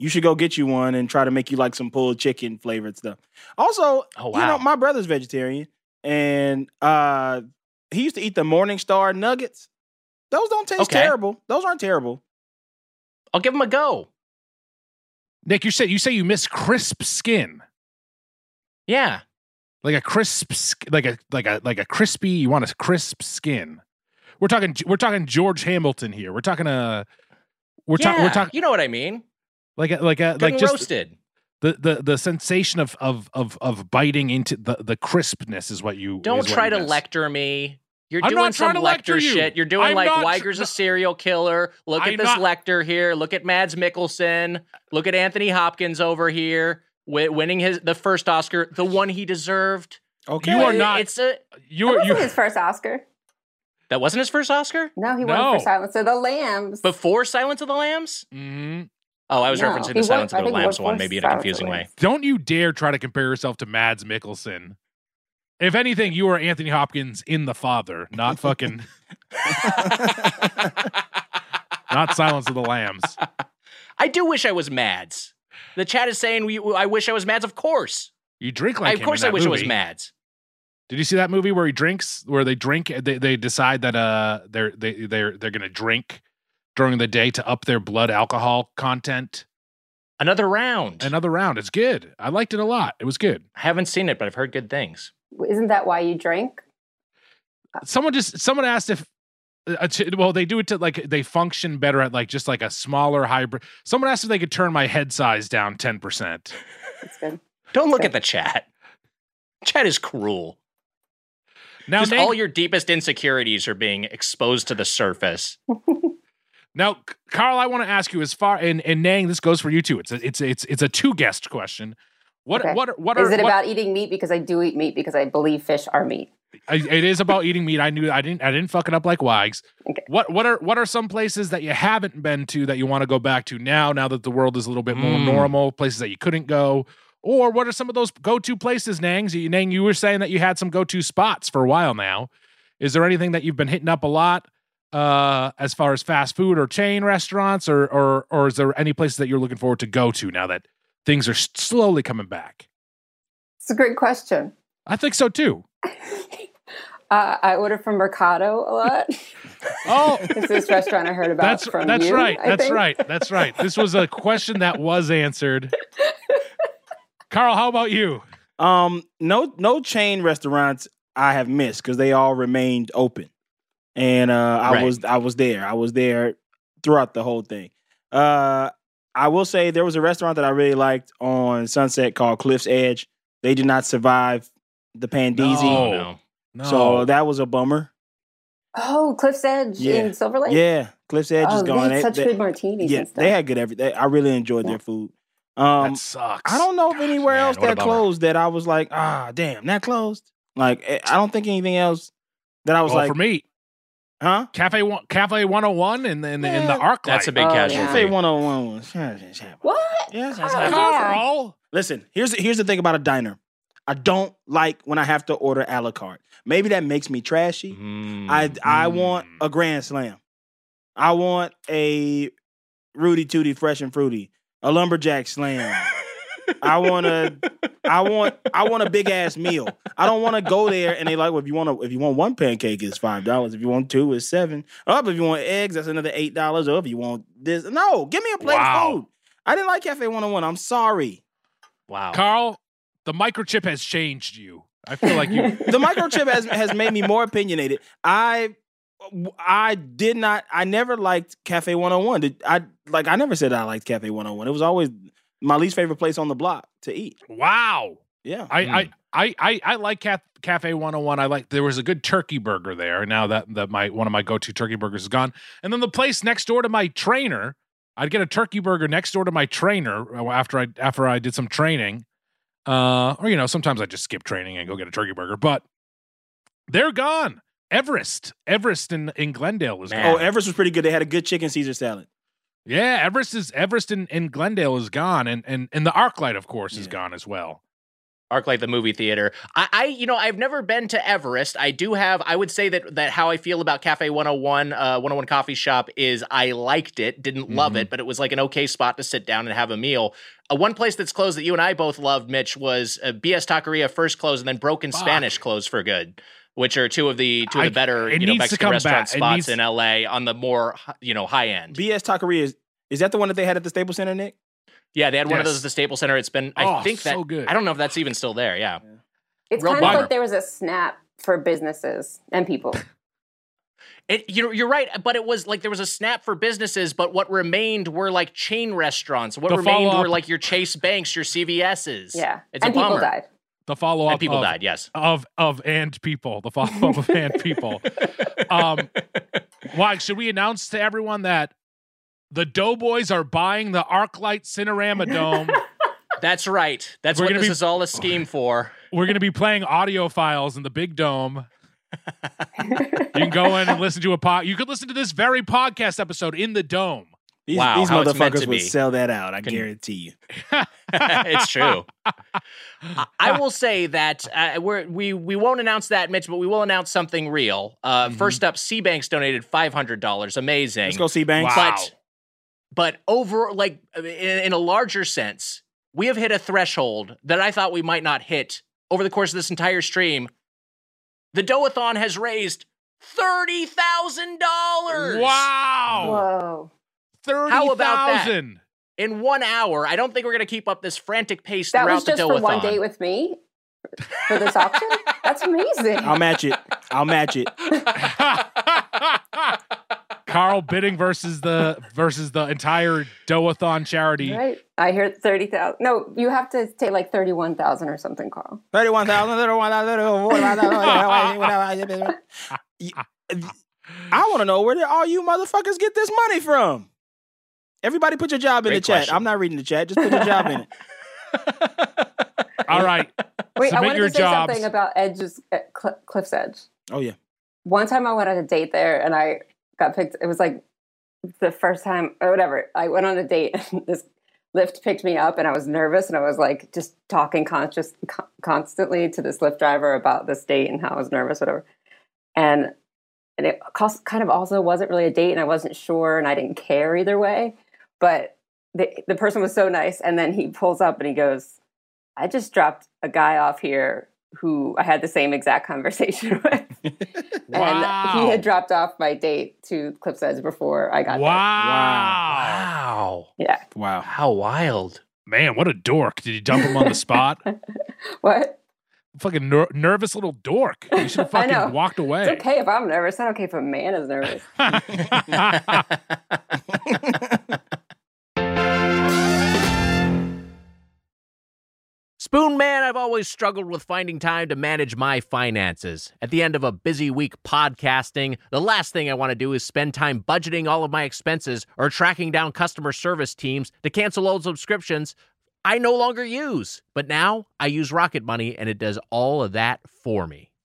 Speaker 8: You should go get you one and try to make you like some pulled chicken flavored stuff. Also,
Speaker 1: Oh
Speaker 8: you
Speaker 1: wow!
Speaker 8: know my brother's vegetarian, and uh, he used to eat the Morningstar nuggets. Those don't taste
Speaker 1: Okay.
Speaker 8: terrible. Those aren't terrible.
Speaker 1: I'll give them a go.
Speaker 2: Nick, you said you say you miss crisp skin,
Speaker 1: Yeah,
Speaker 2: like a crisp, sk- like a like a like a crispy. You want a crisp skin. We're talking. We're talking George Hamilton here. We're talking uh We're talking. We're
Speaker 1: Yeah,
Speaker 2: talking
Speaker 1: You know what I mean?
Speaker 2: like a, like a
Speaker 1: Good
Speaker 2: like
Speaker 1: and
Speaker 2: just
Speaker 1: roasted.
Speaker 2: the the the sensation of of of of biting into the the crispness is what you
Speaker 1: Don't
Speaker 2: is what
Speaker 1: try
Speaker 2: you
Speaker 1: to
Speaker 2: miss.
Speaker 1: lecture me. You're
Speaker 2: I'm
Speaker 1: doing
Speaker 2: not trying
Speaker 1: some
Speaker 2: to lecture
Speaker 1: lector
Speaker 2: you.
Speaker 1: shit. You're doing
Speaker 2: I'm
Speaker 1: like
Speaker 2: not tr-
Speaker 1: Weiger's a serial killer. Look at
Speaker 2: I'm
Speaker 1: this
Speaker 2: not-
Speaker 1: lector here. Look at Mads Mikkelsen. Look at Anthony Hopkins over here, wi- winning his the first Oscar, the one he deserved.
Speaker 8: Okay,
Speaker 2: You are not-
Speaker 1: It's a
Speaker 2: Uh, You
Speaker 7: That
Speaker 2: are
Speaker 7: wasn't
Speaker 2: you
Speaker 7: his first Oscar.
Speaker 1: that wasn't his first Oscar
Speaker 7: No, he
Speaker 2: No.
Speaker 7: won it for Silence of the Lambs.
Speaker 1: before Silence of the Lambs.
Speaker 2: Mhm.
Speaker 1: Oh, I was
Speaker 7: No,
Speaker 1: referencing
Speaker 7: he
Speaker 1: the
Speaker 7: won-
Speaker 1: Silence
Speaker 7: I
Speaker 1: of the
Speaker 7: think he won
Speaker 1: Lambs
Speaker 7: for
Speaker 1: one, maybe in a
Speaker 7: Silence of the
Speaker 1: confusing way.
Speaker 7: Lambs.
Speaker 2: Don't you dare try to compare yourself to Mads Mikkelsen. If anything, you are Anthony Hopkins in The Father, not fucking not Silence of the Lambs.
Speaker 1: I do wish I was Mads. The chat is saying we, I wish I was Mads. Of course,
Speaker 2: You drink like
Speaker 1: I,
Speaker 2: him
Speaker 1: of
Speaker 2: in
Speaker 1: course, I
Speaker 2: that
Speaker 1: wish I was
Speaker 2: movie.
Speaker 1: Mads.
Speaker 2: Did you see that movie where he drinks? Where they drink? They they decide that uh they're they they're they're gonna drink during the day to up their blood alcohol content.
Speaker 1: Another round.
Speaker 2: Another round. It's good. I liked it a lot. It was good.
Speaker 1: I haven't seen it, but I've heard good things.
Speaker 7: Isn't that why you drink?
Speaker 2: someone just someone asked if uh, to, well they do it to like they function better at like just like a smaller hybrid someone asked if they could turn my head size down 10%
Speaker 7: That's good.
Speaker 1: Don't look at the chat. Chat is cruel.
Speaker 2: now
Speaker 1: Just
Speaker 2: name,
Speaker 1: all your deepest insecurities are being exposed to the surface.
Speaker 2: now C- carl i want to ask you as far and and nang this goes for you too it's a, it's a, it's it's a two guest question what
Speaker 7: Okay.
Speaker 2: what what are
Speaker 7: Is it
Speaker 2: what-
Speaker 7: about eating meat? Because I do eat meat because I believe fish are meat.
Speaker 2: I, it is about eating meat. I knew I didn't. I didn't fuck it up like Wags. What what are what are some places that you haven't been to that you want to go back to now? Now that the world is a little bit more
Speaker 4: Mm.
Speaker 2: normal, places that you couldn't go, or what are some of those go to places? Nangs, you, Nang, you were saying that you had some go to spots for a while now. Is there anything that you've been hitting up a lot uh, as far as fast food or chain restaurants, or or or is there any places that you're looking forward to go to now that things are s- slowly coming back?
Speaker 7: It's a great question.
Speaker 2: I think so too.
Speaker 7: Uh, I order from Mercado a lot.
Speaker 2: Oh,
Speaker 7: it's this restaurant I heard about
Speaker 2: That's
Speaker 7: from
Speaker 2: that's
Speaker 7: you,
Speaker 2: right.
Speaker 7: I
Speaker 2: that's
Speaker 7: think.
Speaker 2: right. That's right. This was a question that was answered. Carl, how about you?
Speaker 8: Um, no, no chain restaurants I have missed because they all remained open, and uh, I
Speaker 3: Right.
Speaker 8: was I was there. I was there throughout the whole thing. Uh, I will say there was a restaurant that I really liked on Sunset called Cliff's Edge. They did not survive the Pandeezy,
Speaker 1: Oh,
Speaker 2: No.
Speaker 3: No.
Speaker 2: No.
Speaker 8: so that was a bummer.
Speaker 7: Oh, Cliff's Edge
Speaker 8: Yeah.
Speaker 7: in Silver Lake.
Speaker 8: Yeah, Cliff's Edge
Speaker 7: oh,
Speaker 8: is gone.
Speaker 7: They had
Speaker 8: They-
Speaker 7: such
Speaker 8: they-
Speaker 7: good martinis
Speaker 8: yeah,
Speaker 7: and stuff.
Speaker 8: they had good everything. I really enjoyed their food. Um,
Speaker 2: that sucks.
Speaker 8: I don't know of anywhere
Speaker 2: man,
Speaker 8: else
Speaker 2: what a
Speaker 8: that
Speaker 2: bummer.
Speaker 8: closed that I was like, ah, damn, that closed. Like, eh, I don't think anything else that I was
Speaker 2: Well,
Speaker 8: like,
Speaker 2: for me,
Speaker 8: huh?
Speaker 2: Cafe One, Cafe One Hundred One, and in, the in the
Speaker 8: Man,
Speaker 2: arc.
Speaker 1: That's a
Speaker 2: light.
Speaker 1: big
Speaker 7: Oh, yeah.
Speaker 1: casualty.
Speaker 8: Cafe 101 was. Yeah,
Speaker 7: what?
Speaker 8: that's
Speaker 7: Carl.
Speaker 8: how-
Speaker 2: Carl.
Speaker 8: Listen, here's the, here's the thing about a diner. I don't like when I have to order a la carte. Maybe that makes me
Speaker 2: Mm-hmm.
Speaker 8: trashy.
Speaker 1: Mm-hmm.
Speaker 8: I I want a grand slam. I want a Rudy Tooty fresh and fruity, a lumberjack slam. I want a I want I want a big ass meal. I don't want to go there and they like, well, if you want to, if you want one pancake, it's five dollars. If you want two, it's seven. Up if you want eggs, that's another eight dollars. Or if you want this, no, give me a plate
Speaker 2: Wow.
Speaker 8: of food. I didn't like Cafe One Hundred One. I'm sorry.
Speaker 3: Wow.
Speaker 2: Carl, the microchip has changed you. I feel like you.
Speaker 8: the microchip has has made me more opinionated. I I did not I never liked Cafe 101. Did I like I never said I liked Cafe 101. It was always my least favorite place on the block to eat.
Speaker 2: wow.
Speaker 8: Yeah.
Speaker 2: I,
Speaker 3: Hmm.
Speaker 2: I, I, I, I like Caf- Cafe 101. I like there was a good turkey burger there. Now that that my one of my go-to turkey burgers is gone, and then the place next door to my trainer, I'd get a turkey burger next door to my trainer uh, after I after I did some training, uh, or you know sometimes I just skip training and go get a turkey burger. But they're gone. Everest, Everest in in Glendale was
Speaker 8: oh,
Speaker 2: gone.
Speaker 8: Everest was pretty good. They had a good chicken Caesar salad.
Speaker 2: yeah, Everest is Everest in, in Glendale is gone, and and and the ArcLight of course is
Speaker 8: Yeah.
Speaker 2: gone as well.
Speaker 1: ArcLight the movie theater. I, I, you know, I've never been to Everest. I do have. I would say that that how I feel about Cafe 101, uh, 101 Coffee Shop is I liked it, didn't love
Speaker 2: Mm-hmm.
Speaker 1: it, but it was like an okay spot to sit down and have a meal. Uh, one place that's closed that you and I both loved, Mitch, was uh, BS Taqueria first closed, and then Broken
Speaker 2: Fuck.
Speaker 1: Spanish closed for good. Which are two of the two of
Speaker 2: I-
Speaker 1: the better
Speaker 2: it
Speaker 1: you know
Speaker 2: needs to
Speaker 1: Mexican
Speaker 2: come
Speaker 1: restaurant
Speaker 2: back. It
Speaker 1: spots
Speaker 2: needs-
Speaker 1: in LA on the more you know high end.
Speaker 8: BS Taqueria is is that the one that they had at the Staples Center, Nick?
Speaker 1: yeah, they had one of those
Speaker 2: Yes.
Speaker 1: at the Staples Center. It's been
Speaker 2: oh,
Speaker 1: I think that
Speaker 2: so good.
Speaker 1: I don't know if that's even still there. Yeah,
Speaker 7: It's
Speaker 1: Real
Speaker 7: kind
Speaker 1: bummer.
Speaker 7: of like there was a snap for businesses and people.
Speaker 1: It, you're, you're right, but it was like there was a snap for businesses, but what remained were like chain restaurants. What
Speaker 2: The
Speaker 1: remained
Speaker 2: follow-up-
Speaker 1: were like your Chase Banks, your CVS's.
Speaker 7: Yeah,
Speaker 1: It's
Speaker 7: and
Speaker 1: a
Speaker 7: people
Speaker 1: bummer.
Speaker 7: died.
Speaker 2: the follow up
Speaker 1: And people
Speaker 2: of,
Speaker 1: died, yes.
Speaker 2: of of and people the follow-up of and people um why should we announce to everyone that the doughboys are buying the arclight cinerama dome
Speaker 1: That's right. That's
Speaker 2: We're
Speaker 1: what
Speaker 2: gonna
Speaker 1: this
Speaker 2: be-
Speaker 1: is all a scheme for.
Speaker 2: we're going to be playing audio files in the big dome you can go in and listen to a pod you could listen to this very podcast episode in the dome
Speaker 8: These,
Speaker 1: Wow,
Speaker 8: these
Speaker 1: how it's meant
Speaker 8: motherfuckers
Speaker 1: to
Speaker 8: would
Speaker 1: be.
Speaker 8: sell that out, I
Speaker 1: Can-
Speaker 8: guarantee you.
Speaker 1: it's true. I, I will say that uh, we're, we we won't announce that, Mitch, but we will announce something real. Uh,
Speaker 2: Mm-hmm.
Speaker 1: First up, Seabanks donated five hundred dollars. Amazing.
Speaker 8: Let's go see Banks.
Speaker 2: Wow.
Speaker 1: But but over like in, in a larger sense, we have hit a threshold that I thought we might not hit over the course of this entire stream. The Doathon has raised thirty thousand dollars.
Speaker 2: wow
Speaker 7: Whoa.
Speaker 2: 30000
Speaker 1: In one hour, I don't think we're gonna keep up this frantic pace
Speaker 7: That
Speaker 1: throughout
Speaker 7: was just
Speaker 1: the
Speaker 7: for
Speaker 1: Doathon.
Speaker 7: one date with me for this auction? That's amazing.
Speaker 8: I'll match it. I'll match it.
Speaker 2: carl bidding versus the versus the entire doathon charity
Speaker 7: Right. I hear 30,000. No, you have to say like 31,000 or something, Carl.
Speaker 8: 31,000, 31,000, 31,000. I want to know where did all you motherfuckers get this money from? Everybody put your job in
Speaker 1: Great
Speaker 8: the chat.
Speaker 1: question.
Speaker 8: I'm not reading the chat. Just put your job in it.
Speaker 9: All right.
Speaker 7: Wait, I
Speaker 9: Submit
Speaker 7: wanted
Speaker 9: your
Speaker 7: to say
Speaker 9: jobs.
Speaker 7: something about Edge's uh, Cl- Cliff's Edge.
Speaker 8: Oh yeah.
Speaker 7: One time I went on a date there and I got picked. It was like the first time or whatever. I went on a date and this lift picked me up and I was nervous and I was like just talking conscious con- constantly to this lift driver about this date and how I was nervous, whatever. And and it cost, kind of also wasn't really a date and I wasn't sure and I didn't care either way. But the, the person was so nice. And then he pulls up and he goes, I just dropped a guy off here who I had the same exact conversation with. And he had dropped off my date to Clips Edge before I got
Speaker 9: Wow. Wow.
Speaker 7: Yeah.
Speaker 8: Wow.
Speaker 10: How wild.
Speaker 9: Man, what a dork. Did you dump him on the spot?
Speaker 7: there. What?
Speaker 9: fucking ner- nervous little dork. You should have
Speaker 7: I know.
Speaker 9: fucking walked away.
Speaker 7: It's okay if I'm nervous. It's not okay if a man is nervous.
Speaker 1: Spoon Man, I've always struggled with finding time to manage my finances. At the end of a busy week podcasting, the last thing I want to do is spend time budgeting all of my expenses or tracking down customer service teams to cancel old subscriptions I no longer use. But now I use Rocket Money and it does all of that for me.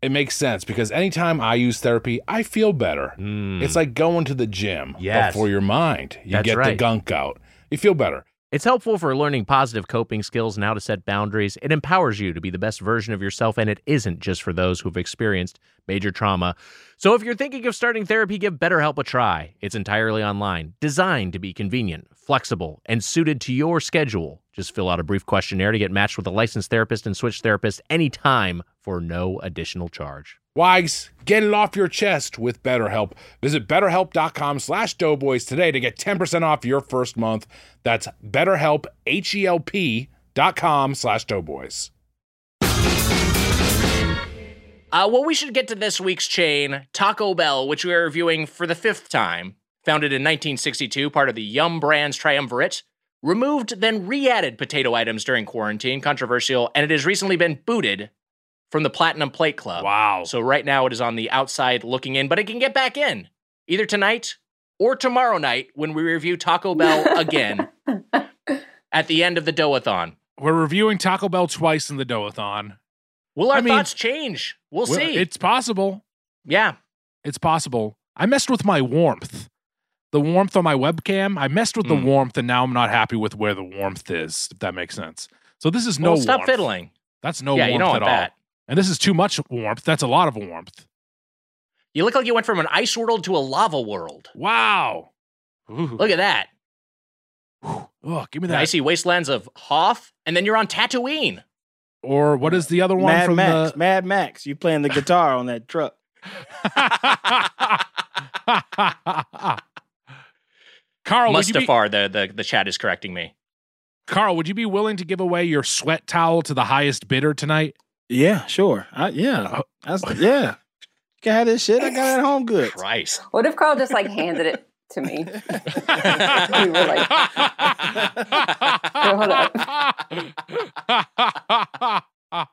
Speaker 2: It makes sense because anytime I use therapy, I feel better.
Speaker 1: Mm.
Speaker 2: It's like going to the gym but
Speaker 1: Yes.
Speaker 2: for your mind. You
Speaker 1: That's
Speaker 2: get the
Speaker 1: right.
Speaker 2: gunk out. You feel better.
Speaker 1: it's helpful for learning positive coping skills and how to set boundaries it empowers you to be the best version of yourself and it isn't just for those who've experienced major trauma so if you're thinking of starting therapy give betterhelp a try it's entirely online designed to be convenient flexible and suited to your schedule just fill out a brief questionnaire to get matched with a licensed therapist and switch therapists anytime for no additional charge
Speaker 2: Wags, get it off your chest with BetterHelp. Visit betterhelp.com slash doughboys today to get 10% off your first month. That's betterhelp, H-E-L-P dot com slash doughboys.
Speaker 10: Uh, well, we should get to this week's chain, Taco Bell, which we are reviewing for the fifth time. Founded in 1962, part of the Yum Brands triumvirate, removed then re-added potato items during quarantine, controversial, and it has recently been booted from the Platinum Plate Club.
Speaker 9: Wow.
Speaker 10: So right now it is on the outside looking in, but it can get back in either tonight or tomorrow night when we review Taco Bell again at the end of the Doathon.
Speaker 9: We're reviewing Taco Bell twice in the Doathon.
Speaker 10: Will our
Speaker 9: I mean-
Speaker 10: thoughts change? We'll,
Speaker 9: Well,
Speaker 10: see.
Speaker 9: It's possible.
Speaker 10: yeah.
Speaker 9: It's possible. I messed with my warmth. The warmth on my webcam. I messed with the
Speaker 10: Mm.
Speaker 9: warmth and now I'm not happy with where the warmth is, if that makes sense. So this is no
Speaker 10: well, stop
Speaker 9: warmth.
Speaker 10: fiddling.
Speaker 9: That's no
Speaker 10: yeah,
Speaker 9: warmth
Speaker 10: you don't
Speaker 9: at
Speaker 10: want
Speaker 9: all.
Speaker 10: that.
Speaker 9: And this is too much warmth. That's a lot of warmth.
Speaker 10: You look like you went from an ice world to a lava world.
Speaker 9: Wow.
Speaker 10: Look at that.
Speaker 9: Oh, give me
Speaker 10: The
Speaker 9: that.
Speaker 10: icy wastelands of Hoth, and then you're on Tatooine.
Speaker 9: Or what is the other one
Speaker 8: Mad
Speaker 9: from
Speaker 8: Max.
Speaker 9: the
Speaker 8: Mad Max. You playing the guitar on that truck.
Speaker 2: Carl, would you be-
Speaker 1: Mustafar, the, the, the chat is correcting me.
Speaker 2: Carl, would you be willing to give away your sweat towel to the highest bidder tonight?
Speaker 8: Yeah, sure. I, yeah, That's, yeah. Can I have this shit. I got it at home. Good.
Speaker 1: Christ.
Speaker 7: What if Carl just like handed it to me?
Speaker 1: Oh
Speaker 7: we were like, hold up.
Speaker 1: Oh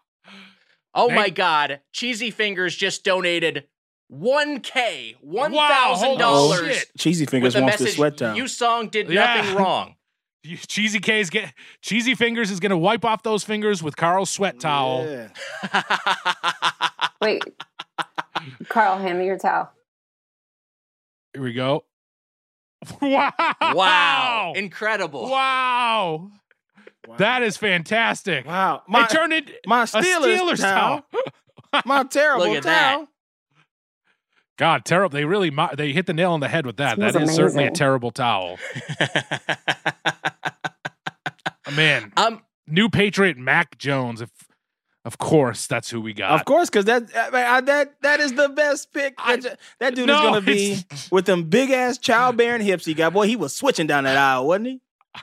Speaker 2: Thank-
Speaker 1: my God. Cheesy Fingers just donated 1K, $1,000
Speaker 2: holy shit.
Speaker 8: Cheesy fingers
Speaker 1: with a
Speaker 8: wants the
Speaker 1: message.
Speaker 8: sweat down.
Speaker 1: You song did
Speaker 2: Yeah.
Speaker 1: nothing wrong.
Speaker 2: You- Cheesy K's get Cheesy Fingers is gonna wipe off those fingers with Carl's sweat towel.
Speaker 8: Yeah.
Speaker 7: Wait, Carl, hand me your towel.
Speaker 2: Here we go. Wow!
Speaker 1: wow. Incredible.
Speaker 2: Wow! That is fantastic.
Speaker 8: wow.
Speaker 2: I
Speaker 8: My
Speaker 2: turned it
Speaker 8: my
Speaker 2: a
Speaker 8: Steelers,
Speaker 2: Steelers
Speaker 8: towel.
Speaker 2: towel.
Speaker 8: My terrible
Speaker 1: Look at that.
Speaker 8: towel.
Speaker 2: God, terrible! They really mo- they hit the nail on the head with that. That
Speaker 7: Smells
Speaker 2: is certainly a
Speaker 7: amazing.
Speaker 2: terrible towel. Oh, Man,
Speaker 1: um,
Speaker 2: new Patriot Mac Jones. If of course that's who we got.
Speaker 8: Of course, because that uh, I, I- that that is the best pick.
Speaker 2: I-
Speaker 8: that, that dude
Speaker 2: No,
Speaker 8: is gonna be
Speaker 2: it's-
Speaker 8: with them big ass childbearing hips he got. Boy, he was switching down that aisle, wasn't he?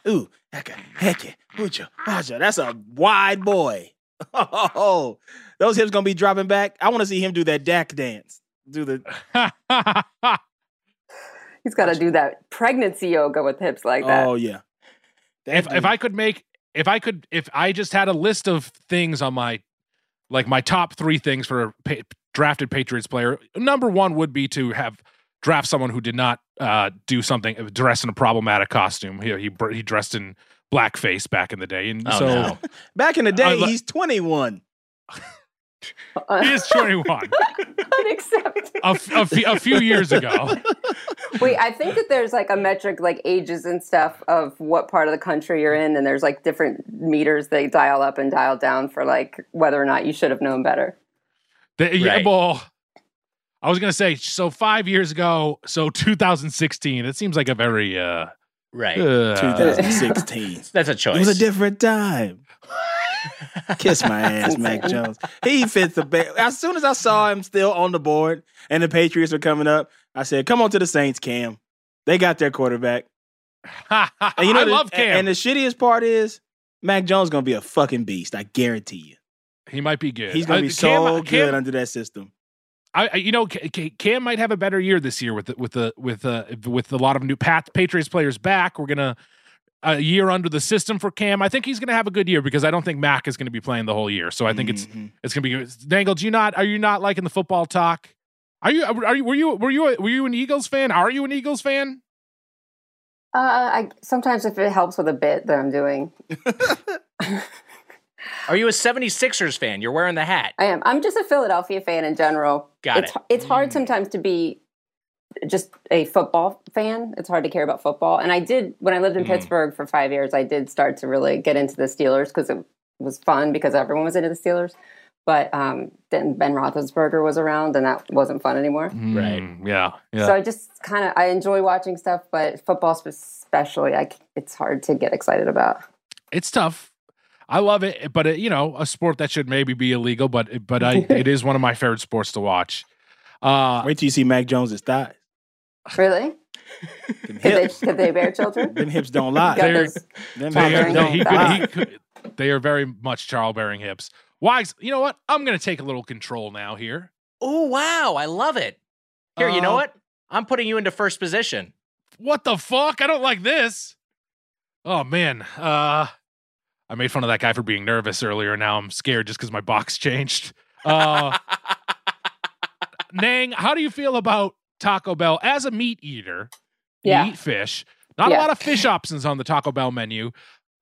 Speaker 8: Ooh, hecka, hecka, butcha, baja. That's a wide boy. Oh, those hips gonna be dropping back. I want to see him do that Dak dance. Do the
Speaker 7: He's got to do that pregnancy yoga with hips like that.
Speaker 8: oh yeah. That
Speaker 2: if if
Speaker 8: dude-
Speaker 2: I could make if I could if I just had a list of things on my like my top three things for a pa- drafted Patriots player, number one would be to have draft someone who did not uh, do something dress in a problematic costume. He he, br- he dressed in blackface back in the day, and
Speaker 1: Oh,
Speaker 2: so
Speaker 1: no.
Speaker 8: back in the day,
Speaker 2: Unle-
Speaker 8: he's twenty one.
Speaker 9: Oh,
Speaker 2: he is twenty one.
Speaker 7: Unacceptable.
Speaker 2: a, f- a fe- a few years ago.
Speaker 7: Wait, I think that there's like a metric, like ages and stuff, of what part of the country you're in, and there's like different meters they dial up and dial down for like whether or not you should have known better.
Speaker 2: The- yeah,
Speaker 1: Right.
Speaker 2: well, I was gonna say so five years ago, so 2016. It seems like a very uh,
Speaker 1: right.
Speaker 2: uh,
Speaker 8: 2016.
Speaker 1: That's a choice.
Speaker 8: It was a different time. Kiss my ass, Mac Jones. He fits the bill. As soon as I saw him still on the board and the Patriots were coming up, I said, "Come on to the Saints, Cam. They got their quarterback." And you know,
Speaker 2: uh, I
Speaker 8: the-
Speaker 2: love Cam.
Speaker 8: And the shittiest part is, Mac Jones gonna be a fucking beast. I guarantee
Speaker 2: he might be
Speaker 8: you.
Speaker 2: good.
Speaker 8: He's gonna
Speaker 2: Uh,
Speaker 8: be
Speaker 2: Cam-
Speaker 8: so
Speaker 2: Cam-
Speaker 8: good under that system.
Speaker 2: I, I- you know, Ca- Ca- Cam might have a better year this year with the, with the with uh, with a lot of new Pat Patriots players back. We're gonna a year under the system for Cam. I think he's gonna have a good year because I don't think Mac is gonna be playing the whole year. So I think it's
Speaker 8: Mhm.
Speaker 2: it's gonna be good. Dangle. Do you not? Are you not liking the football talk? Are you? Are you? Were you? Were you? Were you an Eagles fan? Are you an Eagles fan?
Speaker 7: Uh, I sometimes if it helps with a bit that I'm doing,
Speaker 1: Are you a 76ers fan? You're wearing the hat.
Speaker 7: I am. I'm just a Philadelphia fan in general.
Speaker 1: Got
Speaker 7: it's,
Speaker 1: it. Mm.
Speaker 7: It's hard sometimes to be just a football fan. It's hard to care about football. And I did when I lived
Speaker 1: Mm.
Speaker 7: in Pittsburgh for five years. I did start to really get into the Steelers because it was fun because everyone was into the Steelers. But um, then Ben Roethlisberger was around, and that wasn't fun anymore.
Speaker 1: Right.
Speaker 2: Mm, yeah. Yeah.
Speaker 7: So I just kind of I enjoy watching stuff, but football spe- especially, I c it's hard to get excited about.
Speaker 2: it's tough. I love it, but it, you know, a sport that should maybe be illegal, but uh, but I it is one of my favorite sports to watch. Uh,
Speaker 8: Wait till you see Mac Jones's thighs.
Speaker 7: Really?
Speaker 8: Them
Speaker 7: Could they,
Speaker 8: hips.
Speaker 7: could they bear children?
Speaker 8: Them hips don't
Speaker 7: You got
Speaker 8: lie.
Speaker 2: They're-
Speaker 7: those-
Speaker 8: Them
Speaker 2: they
Speaker 7: Childbearing
Speaker 2: are,
Speaker 8: hips
Speaker 2: no,
Speaker 8: don't
Speaker 2: he could, he
Speaker 8: lie.
Speaker 2: could, they are very much childbearing hips. Wags, you know what? I'm going to take a little control now here.
Speaker 1: Oh, wow. I love it. Here, you know
Speaker 2: Uh,
Speaker 1: what? I'm putting you into first position.
Speaker 2: What the fuck? I don't like this. Oh man, uh, I made fun of that guy for being nervous earlier. Now I'm scared just because my box changed. Uh, Nang, how do you feel about Taco Bell as a meat eater? You
Speaker 7: Yeah.
Speaker 2: eat fish. Not
Speaker 7: Yeah.
Speaker 2: a lot of fish options on the Taco Bell menu,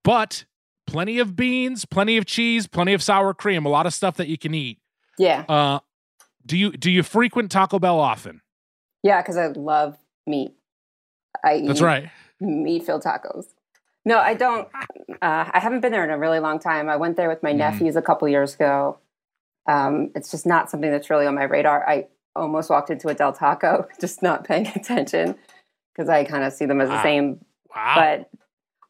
Speaker 2: but plenty of beans, plenty of cheese, plenty of sour cream, a lot of stuff that you can eat.
Speaker 7: Yeah.
Speaker 2: Uh, do you do you frequent Taco Bell often?
Speaker 7: Yeah, because I love meat. I
Speaker 2: That's
Speaker 7: eat
Speaker 2: right.
Speaker 7: meat filled tacos. No, I don't. Uh, I haven't been there in a really long time. I went there with my
Speaker 2: Mm.
Speaker 7: nephews a couple years ago. Um, it's just not something that's really on my radar. I almost walked into a Del Taco, just not paying attention because I kind of see them as the
Speaker 2: Wow.
Speaker 7: same.
Speaker 2: Wow.
Speaker 7: But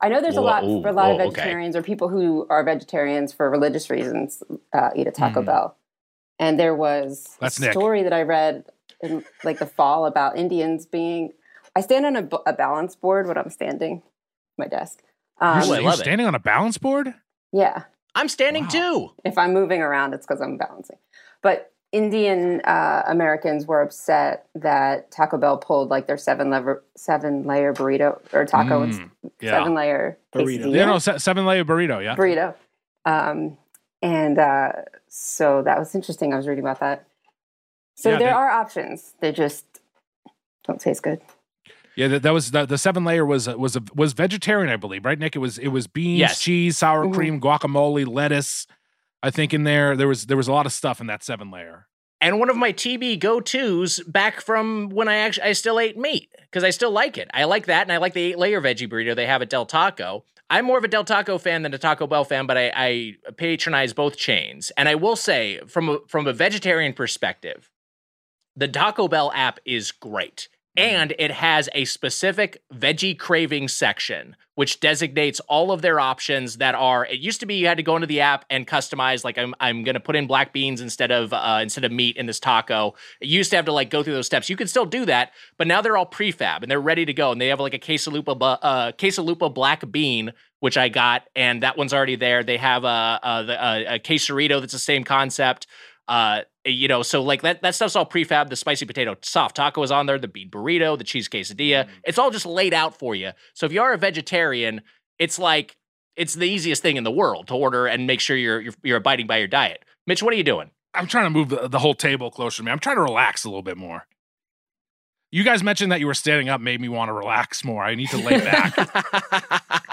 Speaker 7: I know there's a
Speaker 1: Whoa,
Speaker 7: lot
Speaker 1: ooh,
Speaker 7: for a lot
Speaker 1: whoa,
Speaker 7: of
Speaker 1: okay.
Speaker 7: vegetarians or people who are vegetarians for religious reasons uh, eat a Taco
Speaker 2: Mm.
Speaker 7: Bell. And there was
Speaker 2: That's
Speaker 7: a
Speaker 2: Nick.
Speaker 7: story that I read in like the fall about Indians being I stand on a, b- a balance board when I'm standing at my desk.
Speaker 2: You're,
Speaker 7: Um,
Speaker 2: you're
Speaker 1: I love it.
Speaker 2: standing on a balance board?
Speaker 7: yeah.
Speaker 1: I'm standing
Speaker 2: Wow.
Speaker 1: too.
Speaker 7: If I'm moving around, it's because I'm balancing. But Indian uh, Americans were upset that Taco Bell pulled like their seven lever seven layer burrito or taco and
Speaker 2: Mm, yeah.
Speaker 7: seven layer
Speaker 8: Burrito.
Speaker 7: quesadilla.
Speaker 2: Yeah, no, se- seven layer burrito. Yeah.
Speaker 7: burrito. Um, and uh, so that was interesting. I was reading about that. So
Speaker 2: Yeah,
Speaker 7: there
Speaker 2: they-
Speaker 7: are options. They just don't taste good.
Speaker 2: Yeah, that, that was the, the seven layer was was a, was vegetarian, I believe, right, Nick? It was it was beans,
Speaker 1: Yes.
Speaker 2: cheese, sour
Speaker 7: Mhm.
Speaker 2: cream, guacamole, lettuce. I think in there there was there was a lot of stuff in that seven layer.
Speaker 1: And one of my TB go tos back from when I actually I still ate meat because I still like it. I like that, and I like the eight layer veggie burrito they have at Del Taco. I'm more of a Del Taco fan than a Taco Bell fan, but I, I patronize both chains. And I will say, from a, from a vegetarian perspective, the Taco Bell app is great. And it has a specific veggie craving section, which designates all of their options that are. It used to be you had to go into the app and customize, like I'm I'm gonna put in black beans instead of uh, instead of meat in this taco. You used to have to like go through those steps. You can still do that, but now they're all prefab and they're ready to go. And they have like a quesalupa, bu- uh, quesalupa black bean, which I got, and that one's already there. They have a a, the- a, a quesarito that's the same concept. Uh, you know, so like that that stuff's all prefab. The spicy potato soft taco is on there. The bean burrito, the cheese quesadilla. It's all just laid out for you. So if you are a vegetarian, it's like it's the easiest thing in the world to order and make sure you're you're, you're abiding by your diet. Mitch, what are you doing?
Speaker 2: I'm trying to move the, the whole table closer to me. I'm trying to relax a little bit more. You guys mentioned that you were standing up made me want to relax more. I need to lay back.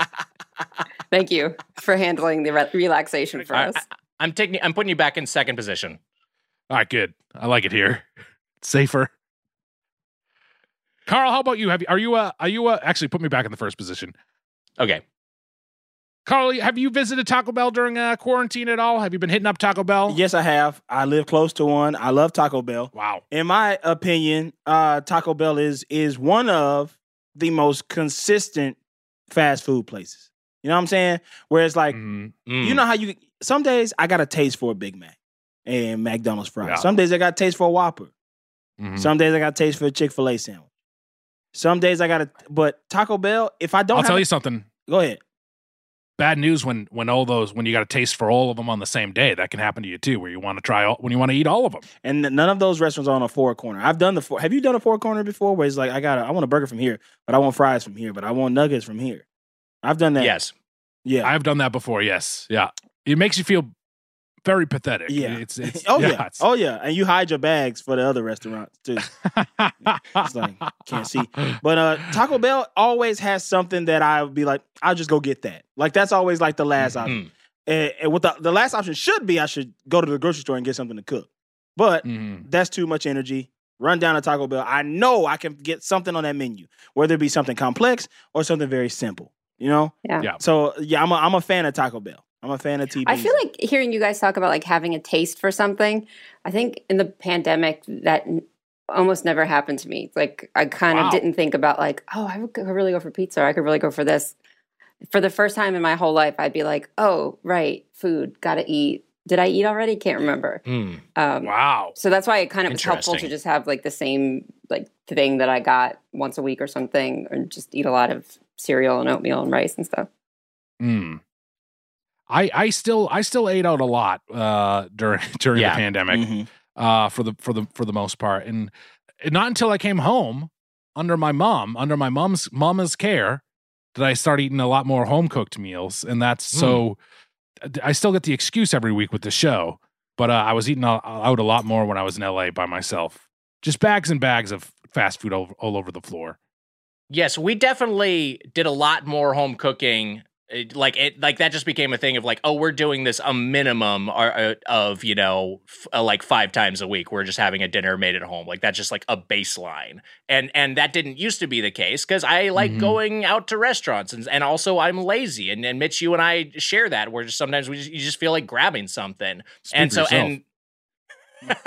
Speaker 7: Thank you for handling the re- relaxation for
Speaker 1: I-
Speaker 7: us.
Speaker 1: I'm taking I'm putting you back in second position.
Speaker 2: All right, good. I like it here. It's safer. Carl, how about you? Have you are you a are you a actually put me back in the first position?
Speaker 1: Okay.
Speaker 2: Carl, have you visited Taco Bell during uh, quarantine at all? Have you been hitting up Taco Bell?
Speaker 8: Yes, I have. I live close to one. I love Taco Bell.
Speaker 2: Wow.
Speaker 8: In my opinion, uh, Taco Bell is is one of the most consistent fast food places. You know what I'm saying? Where it's like
Speaker 2: Mhm.
Speaker 1: Mm.
Speaker 8: You know how you some days I got a taste for a Big Mac and McDonald's fries.
Speaker 2: Yeah.
Speaker 8: Some days I got a taste for a Whopper.
Speaker 2: Mhm.
Speaker 8: Some days I got a taste for a Chick Fil A sandwich. Some days I got a but Taco Bell. If I don't,
Speaker 2: I'll
Speaker 8: have
Speaker 2: tell
Speaker 8: a-
Speaker 2: you something.
Speaker 8: Go ahead.
Speaker 2: Bad news when when all those when you got a taste for all of them on the same day. That can happen to you too, where you want to try all when you want to eat all of them.
Speaker 8: And none of those restaurants are on a four corner. I've done the four. Have you done a four corner before? Where it's like I got a, I want a burger from here, but I want fries from here, but I want nuggets from here. I've done that.
Speaker 1: Yes.
Speaker 8: Yeah.
Speaker 2: I've done that before. Yes. Yeah. It makes you feel very pathetic.
Speaker 8: yeah.
Speaker 2: It's, it's
Speaker 8: oh yeah.
Speaker 2: it's-
Speaker 8: Oh yeah. And you hide your bags for the other restaurants too. It's like, can't see. But uh, Taco Bell always has something that I would be like, I'll just go get that. Like that's always like the last option.
Speaker 1: Mm.
Speaker 8: And, and what the, the last option should be, I should go to the grocery store and get something to cook. But
Speaker 2: Mhm.
Speaker 8: that's too much energy. Run down to Taco Bell. I know I can get something on that menu, whether it be something complex or something very simple. You know.
Speaker 7: Yeah.
Speaker 2: Yeah.
Speaker 8: So yeah, I'm a, I'm a fan of Taco Bell. I'm a fan of TB.
Speaker 7: I feel like hearing you guys talk about like having a taste for something. I think in the pandemic that n- almost never happened to me. Like I kind
Speaker 2: Wow.
Speaker 7: of didn't think about like, oh, I would- could really go for pizza. Or I could really go for this. For the first time in my whole life, I'd be like, oh, right, food, gotta eat. Did I eat already? Can't remember.
Speaker 1: Mm.
Speaker 7: Um,
Speaker 2: Wow.
Speaker 7: So that's why it kind of was helpful to
Speaker 1: Interesting.
Speaker 7: just have like the same like thing that I got once a week or something, and just eat a lot of cereal and oatmeal and rice and stuff.
Speaker 2: Mm. I I still I still ate out a lot uh during during
Speaker 1: Yeah.
Speaker 2: the pandemic.
Speaker 8: Mhm.
Speaker 2: uh, for the for the for the most part, and not until I came home under my mom, under my mom's mama's care, did I start eating a lot more home cooked meals, and that's so.
Speaker 1: Hmm.
Speaker 2: I still get the excuse every week with the show, but uh, I was eating out- out a lot more when I was in LA by myself. Just bags and bags of fast food all, all over the floor.
Speaker 1: Yes, we definitely did a lot more home cooking. It- like it, like that just became a thing of like, oh, we're doing this a minimum or, uh, of you know, f- uh, like five times a week. We're just having a dinner made at home. Like that's just like a baseline, and and that didn't used to be the case because I like
Speaker 2: Mhm.
Speaker 1: going out to restaurants, and and also I'm lazy, and and Mitch, you and I share that. Where just sometimes we just, you just feel like grabbing something,
Speaker 2: Speak
Speaker 1: and
Speaker 2: for
Speaker 1: so
Speaker 2: yourself.
Speaker 1: and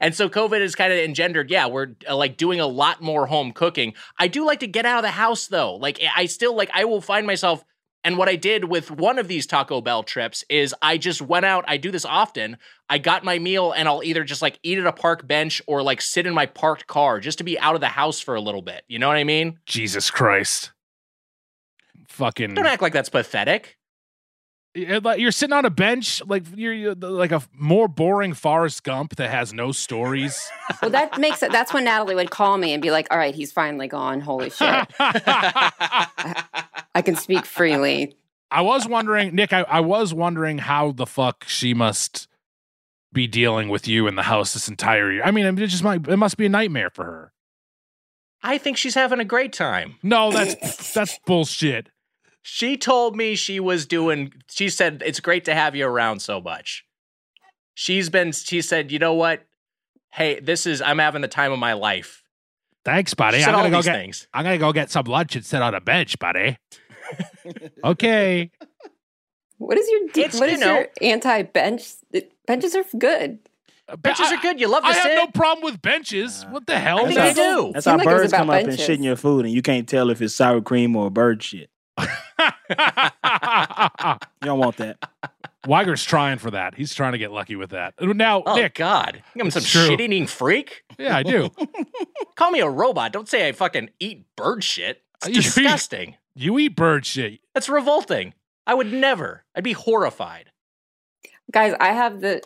Speaker 1: and so covid has kind of engendered yeah we're uh, like doing a lot more home cooking i do like to get out of the house though like I- i still like i will find myself And what I did with one of these Taco Bell trips is I just went out, I do this often. I got my meal and I'll either just like eat at a park bench or like sit in my parked car just to be out of the house for a little bit. You know what I mean?
Speaker 2: Jesus Christ. Fucking
Speaker 1: Don't act like that's pathetic.
Speaker 2: It- like, you're sitting on a bench like you're, you're like a f- more boring Forrest Gump that has no stories.
Speaker 7: Well, that makes it. That's when Natalie would call me and be like, "All right, he's finally gone. Holy shit! I can speak freely."
Speaker 2: I was wondering, Nick, I, I was wondering how the fuck she must be dealing with you in the house this entire year. I mean, it just might it must be a nightmare for her.
Speaker 1: I think she's having a great time.
Speaker 2: No, that's that's bullshit.
Speaker 1: She told me she was doing she said it's great to have you around so much. She's been she said, "You know what? Hey, this is I'm having the time of my life."
Speaker 2: Thanks, buddy.
Speaker 1: She
Speaker 2: I'm
Speaker 1: said all
Speaker 2: gonna go
Speaker 1: these
Speaker 2: get
Speaker 1: things.
Speaker 2: I'm gonna go get some lunch and sit on a bench, buddy. okay.
Speaker 7: What is your de-
Speaker 1: It's,
Speaker 7: what
Speaker 1: you
Speaker 7: is
Speaker 1: know-
Speaker 7: your anti bench? Benches are good.
Speaker 1: Benches
Speaker 2: I,
Speaker 1: are good. You love to
Speaker 2: I
Speaker 1: sit.
Speaker 2: have no problem with benches. what the hell?
Speaker 1: I think I
Speaker 7: That's
Speaker 1: do.
Speaker 7: It
Speaker 8: That's
Speaker 7: seemed like
Speaker 8: how
Speaker 7: it was
Speaker 8: birds
Speaker 7: about
Speaker 8: come up and
Speaker 7: benches.
Speaker 8: shit in your food, and you can't tell if it's sour cream or bird shit. You don't want that.
Speaker 2: Weiger's trying for that. He's trying to get lucky with that. Now,
Speaker 1: Oh
Speaker 2: Nick.
Speaker 1: God! Think I'm some
Speaker 2: It's true.
Speaker 1: shit eating freak.
Speaker 2: Yeah, I do.
Speaker 1: Call me a robot. Don't say I fucking eat bird shit. It's
Speaker 2: You eat-
Speaker 1: disgusting.
Speaker 2: you eat bird shit.
Speaker 1: That's revolting. I would never. I'd be horrified.
Speaker 7: Guys, I have the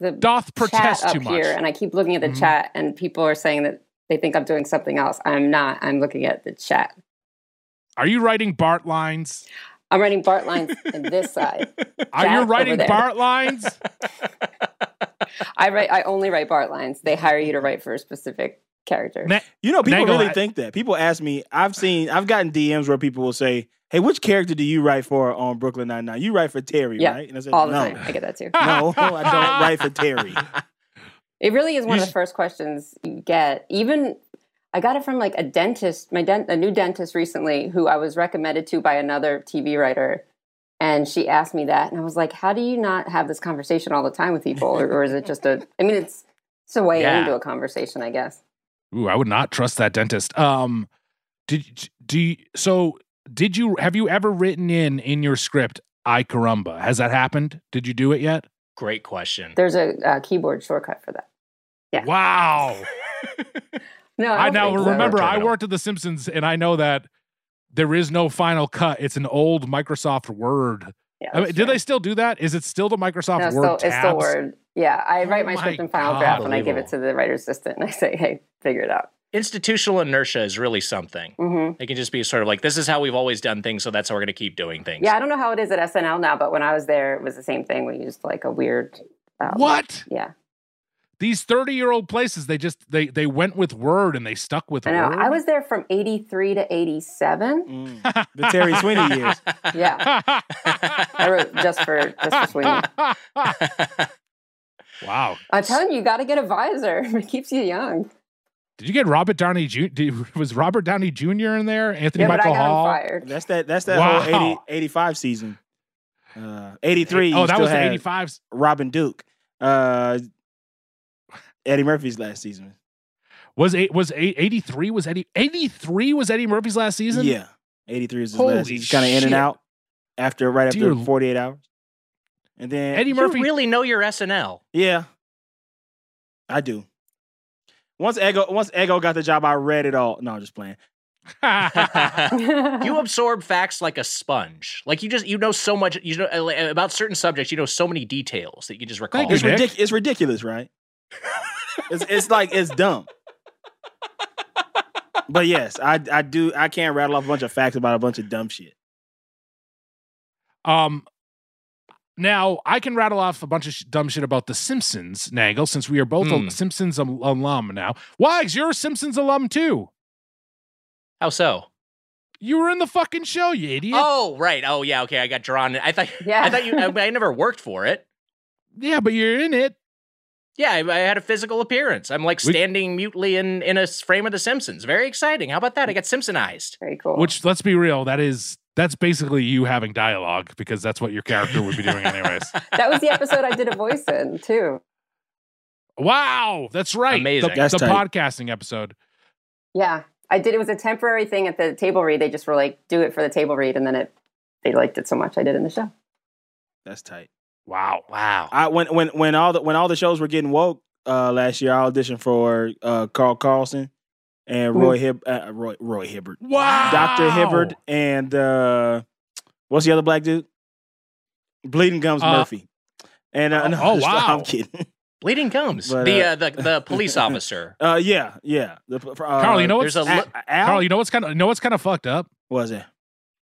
Speaker 7: the
Speaker 2: Doth
Speaker 7: chat
Speaker 2: protest
Speaker 7: up
Speaker 2: too much.
Speaker 7: here, and I keep looking at the
Speaker 8: Mm-hmm.
Speaker 2: Mhm.
Speaker 7: chat, and people are saying that they think I'm doing something else. I'm not. I'm looking at the chat.
Speaker 2: Are you writing Bart lines?
Speaker 7: I'm writing Bart lines in this side.
Speaker 2: Are
Speaker 7: That
Speaker 2: you
Speaker 7: over
Speaker 2: writing
Speaker 7: there.
Speaker 2: Bart lines?
Speaker 7: I write. I only write Bart lines. They hire you to write for a specific character.
Speaker 2: Ne-
Speaker 8: You know, people
Speaker 2: Dangle,
Speaker 8: really
Speaker 2: I-
Speaker 8: think that. People ask me. I've seen. I've gotten DMs where people will say, "Hey, which character do you write for on Brooklyn Nine Nine? You write for Terry,
Speaker 7: Yeah,
Speaker 8: right?" And I said,
Speaker 7: All the
Speaker 8: "No,
Speaker 7: time, I get that too.
Speaker 8: no, I don't write for Terry."
Speaker 7: It really is one
Speaker 2: You
Speaker 7: of the first questions you get. Even I got it from like a dentist, my dent, a new dentist recently, who I was recommended to by another TV writer, and she asked me that, and I was like, "How do you not have this conversation all the time with people, or, or is it just a? I mean, it's it's a way
Speaker 1: Yeah.
Speaker 7: into a conversation, I guess."
Speaker 2: Ooh, I would not trust that dentist. Um, did do you, so? Did you have you ever written in in your script "I caramba"? Has that happened? Did you do it yet?
Speaker 1: Great question.
Speaker 7: There's a, uh keyboard shortcut for that. Yeah. Oh,
Speaker 2: Wow!
Speaker 7: No,
Speaker 2: I
Speaker 7: I, don't
Speaker 2: now
Speaker 7: think so.
Speaker 2: remember. I
Speaker 1: Terminal.
Speaker 2: worked at The Simpsons, and I know that there is no Final Cut. It's an old Microsoft Word.
Speaker 7: Yeah,
Speaker 2: I mean,
Speaker 7: that's
Speaker 2: do
Speaker 7: true.
Speaker 2: they still do that? Is it still the Microsoft
Speaker 7: No, it's
Speaker 2: Word
Speaker 7: still, it's still
Speaker 2: tabs? Oh
Speaker 7: Word. Yeah, I write my
Speaker 2: my
Speaker 7: script in Final
Speaker 2: God.
Speaker 7: Draft, and I give it to
Speaker 2: Unbelievable.
Speaker 7: the writer's assistant, and I say, "Hey, figure it out."
Speaker 1: Institutional inertia is really something.
Speaker 7: hmm
Speaker 1: It can just be sort of like this is how we've always done things, so that's how we're gonna keep doing things.
Speaker 7: Yeah, I don't know how it is at SNL now, but when I was there, it was the same thing. We used like a weird. Um,
Speaker 2: What?
Speaker 7: Yeah,
Speaker 2: These thirty-year-old places, they just they they went with Word and they stuck with
Speaker 7: I know.
Speaker 2: Word.
Speaker 7: I was there from '83 to '87.
Speaker 8: Mm. The Terry Sweeney years.
Speaker 7: Yeah, I wrote just for just for Sweeney.
Speaker 2: wow.
Speaker 7: I'm telling you, you got to get a visor. It keeps you young.
Speaker 2: Did you get Robert Downey Jr.? Was Robert Downey Jr. in there? Anthony
Speaker 7: yeah, but I
Speaker 2: Michael
Speaker 7: got him
Speaker 2: Hall?
Speaker 7: fired.
Speaker 8: That's that. That's that
Speaker 2: Wow.
Speaker 8: whole 80, 85 season. Uh, eighty three.
Speaker 2: Oh, that was the
Speaker 8: had
Speaker 2: 85s.
Speaker 8: Robin Duke. Uh, Eddie Murphy's last season.
Speaker 2: Was eight was eight, 83 was Eddie 83 was Eddie Murphy's last season?
Speaker 8: Yeah, eighty three is his
Speaker 2: Holy
Speaker 8: last. He's kind of in
Speaker 2: shit.
Speaker 8: and out after right after
Speaker 2: Dear-
Speaker 8: forty eight hours, and then
Speaker 2: Eddie
Speaker 1: You
Speaker 2: Murphy.
Speaker 1: really know your SNL.
Speaker 8: Yeah, I do. Once Ego, once Ego got the job, I read it all. No, I'm just playing.
Speaker 1: you absorb facts like a sponge. Like you just you know so much. You know like, about certain subjects. You know so many details that you just recall.
Speaker 2: Thank
Speaker 8: It's
Speaker 2: Nick.
Speaker 8: ridiculous. It's ridiculous, right? it's, it's like it's dumb. But yes, I I do. I can't rattle off a bunch of facts about a bunch of dumb shit.
Speaker 2: Um now I can rattle off a bunch of sh- dumb shit about the Simpsons, Nangle, since we are both
Speaker 1: Hmm.
Speaker 2: a Simpsons al- alum now. Wags, you're a Simpsons alum too.
Speaker 1: How so?
Speaker 2: You were in the fucking show, you idiot.
Speaker 1: Oh right. Oh yeah. Okay. I got drawn. in. I thought.
Speaker 7: Yeah.
Speaker 1: I thought you. I, I never worked for it.
Speaker 2: Yeah, but you're in it.
Speaker 1: Yeah, I, I had a physical appearance. I'm like
Speaker 2: We-
Speaker 1: standing mutely in in a s- frame of The Simpsons. Very exciting. How about that? I got Simpsonized.
Speaker 7: Very
Speaker 8: Oh.
Speaker 7: cool.
Speaker 2: Which let's be real, that is that's basically you having dialogue because that's what your character would be doing anyways.
Speaker 7: that was the episode I did a voice in too.
Speaker 2: wow, that's right.
Speaker 1: Amazing.
Speaker 2: The,
Speaker 8: That's
Speaker 2: the
Speaker 8: tight.
Speaker 2: podcasting episode.
Speaker 7: Yeah, I did. It was a temporary thing at the table read. They just were like, "Do it for the table read," and then it they liked it so much I did it in the show.
Speaker 8: That's tight.
Speaker 2: Wow.
Speaker 1: Wow.
Speaker 8: I when when when all the when all the shows were getting woke uh, last year, I auditioned for uh, Carl Carlson and
Speaker 7: Ooh.
Speaker 8: Roy Hib uh, Roy Roy Hibbert,
Speaker 2: Wow.
Speaker 8: Doctor Hibbert, and uh, what's the other black dude? Bleeding Gums
Speaker 2: Uh,
Speaker 8: Murphy. And uh,
Speaker 2: oh,
Speaker 8: no,
Speaker 2: oh, wow.
Speaker 8: I'm kidding.
Speaker 1: Bleeding gums.
Speaker 8: But,
Speaker 1: the
Speaker 8: uh,
Speaker 1: uh, the the police officer.
Speaker 8: Uh, yeah, yeah. The, uh,
Speaker 2: Carl, you know what's
Speaker 1: There's a
Speaker 8: Al,
Speaker 1: li-
Speaker 8: Al?
Speaker 2: Carl, you know what's kind of you know what's kind of fucked up?
Speaker 8: was it?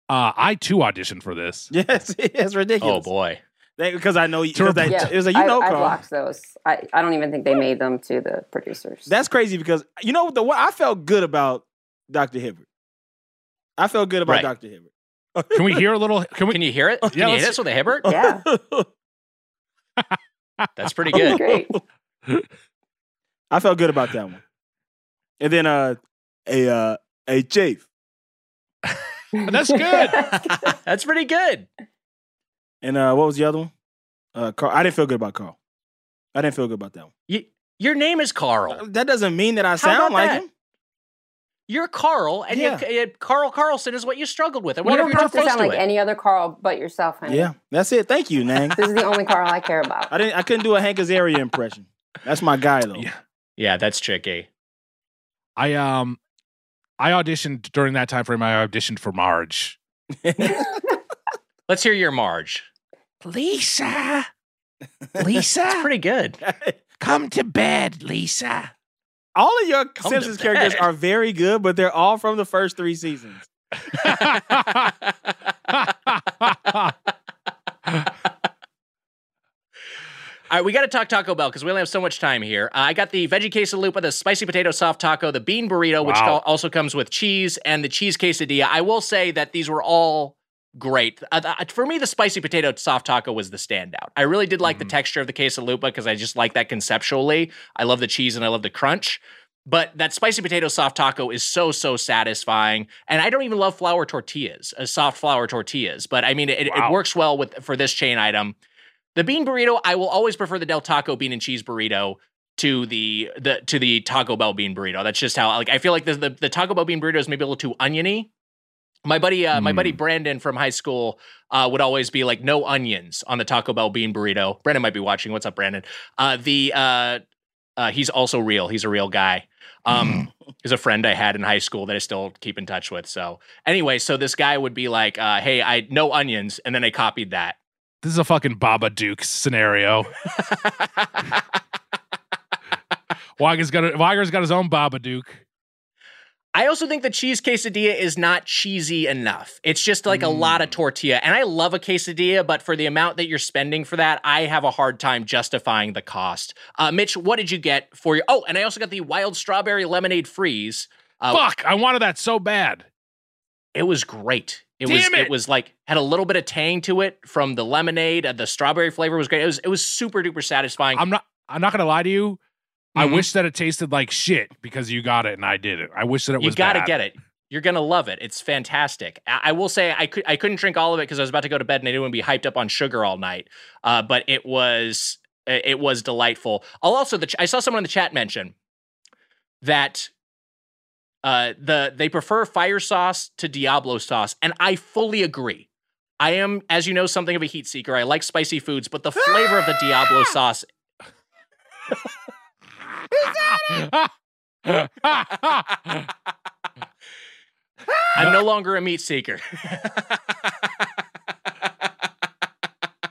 Speaker 2: Uh, I too auditioned for this.
Speaker 8: Yes, it's ridiculous.
Speaker 1: Oh boy.
Speaker 8: because I know you.
Speaker 2: Turbo-
Speaker 8: Because they-
Speaker 7: Yeah.
Speaker 8: it was like you
Speaker 7: I,
Speaker 8: know,
Speaker 7: I
Speaker 8: Carl.
Speaker 7: blocked those. I, I don't even think they made them to the producers.
Speaker 8: That's crazy because you know the what I felt good about Dr. Hibbert. I felt good about
Speaker 1: Right.
Speaker 8: Dr. Hibbert.
Speaker 2: Can we hear a little? Can we?
Speaker 1: Can you hear it? Can you
Speaker 2: let's-
Speaker 1: hit us with a Hibbert?
Speaker 7: yeah,
Speaker 1: That's pretty
Speaker 7: it
Speaker 1: good.
Speaker 7: was great.
Speaker 8: I felt good about that one. And then uh a uh a chief.
Speaker 2: That's good.
Speaker 1: That's pretty good.
Speaker 8: And uh what was the other one? Uh Carl. I didn't feel good about Carl. I didn't feel good about that one.
Speaker 1: You, your name is Carl.
Speaker 8: That doesn't mean that I sound
Speaker 1: about
Speaker 8: like
Speaker 1: that?
Speaker 8: him.
Speaker 1: You're Carl, and
Speaker 8: Yeah.
Speaker 1: you, uh, Carl Carlson is what you struggled with. And
Speaker 7: you
Speaker 1: whatever
Speaker 7: don't
Speaker 1: you're
Speaker 7: have to
Speaker 1: close
Speaker 7: sound
Speaker 1: to
Speaker 7: like
Speaker 1: it.
Speaker 7: any other Carl but yourself, honey.
Speaker 8: Yeah. That's it. Thank you, Nang.
Speaker 7: This is the only Carl I care
Speaker 8: I
Speaker 7: about.
Speaker 8: didn't I couldn't do a Hank Azaria impression. That's my guy though.
Speaker 2: Yeah.
Speaker 1: yeah, that's tricky.
Speaker 2: I um, I auditioned during that time frame. I auditioned for Marge.
Speaker 1: Let's hear your Marge.
Speaker 2: Lisa,
Speaker 1: That's
Speaker 2: Lisa,
Speaker 1: pretty good.
Speaker 2: come to bed, Lisa.
Speaker 8: all of your
Speaker 1: Come to
Speaker 8: Simpsons characters
Speaker 1: bed.
Speaker 8: are very good, but they're all from the first three seasons.
Speaker 1: All right, we got to talk Taco Bell because we only have so much time here. Uh, I got the veggie quesalupa, the spicy potato soft taco, the bean burrito, which
Speaker 2: Wow.
Speaker 1: al- also comes with cheese, and the cheese quesadilla. I will say that these were all great. Uh, th- for me, the spicy potato soft taco was the standout. I really did like
Speaker 2: Mhm.
Speaker 1: the texture of the quesalupa because I just like that conceptually. I love the cheese and I love the crunch. But that spicy potato soft taco is so, so satisfying. And I don't even love flour tortillas, uh, soft flour tortillas. But I mean, it,
Speaker 2: Wow.
Speaker 1: it works well with for this chain item. The bean burrito, I will always prefer the Del Taco bean and cheese burrito to the the to the Taco Bell bean burrito. That's just how like I feel like the the, the Taco Bell bean burrito is maybe a little too oniony. My buddy, uh, my buddy Brandon from high school uh, would always be like, "No onions on the Taco Bell bean burrito." Brandon might be watching. What's up, Brandon? Uh, the uh, uh, he's also real. He's a real guy. Um, he's a friend I had in high school that I still keep in touch with. So anyway, so this guy would be like, uh, "Hey, I no onions," and then I copied that.
Speaker 2: This is a fucking Baba Duke scenario. Weiger's got a, Weiger's got his own Baba Duke.
Speaker 1: I also think the cheese quesadilla is not cheesy enough. It's just like a lot of
Speaker 2: Mm.
Speaker 1: tortilla. And I love a quesadilla, but for the amount that you're spending for that, I have a hard time justifying the cost. Uh, Mitch, what did you get for your? Oh, and I also got the wild strawberry lemonade freeze. Oh.
Speaker 2: Fuck, I wanted that so bad.
Speaker 1: It was great. It
Speaker 2: Damn
Speaker 1: was
Speaker 2: it!
Speaker 1: it was like had a little bit of tang to it from the lemonade. Uh, the strawberry flavor was great. It was it was super duper satisfying.
Speaker 2: I'm not. I'm not gonna lie to you. I
Speaker 1: Mhm.
Speaker 2: wish that it tasted like shit because you got it and I didn't. I wish that it
Speaker 1: you
Speaker 2: was.
Speaker 1: gotta
Speaker 2: bad.
Speaker 1: get it. You're gonna love it. It's fantastic. I, I will say I could I couldn't drink all of it because I was about to go to bed and I didn't want to be hyped up on sugar all night. Uh, but it was it it was delightful. I'll also the ch- I saw someone in the chat mention that uh, the they prefer fire sauce to Diablo sauce, and I fully agree. I am, as you know, something of a heat seeker. I like spicy foods, but the flavor of the Diablo sauce I'm no longer a meat seeker.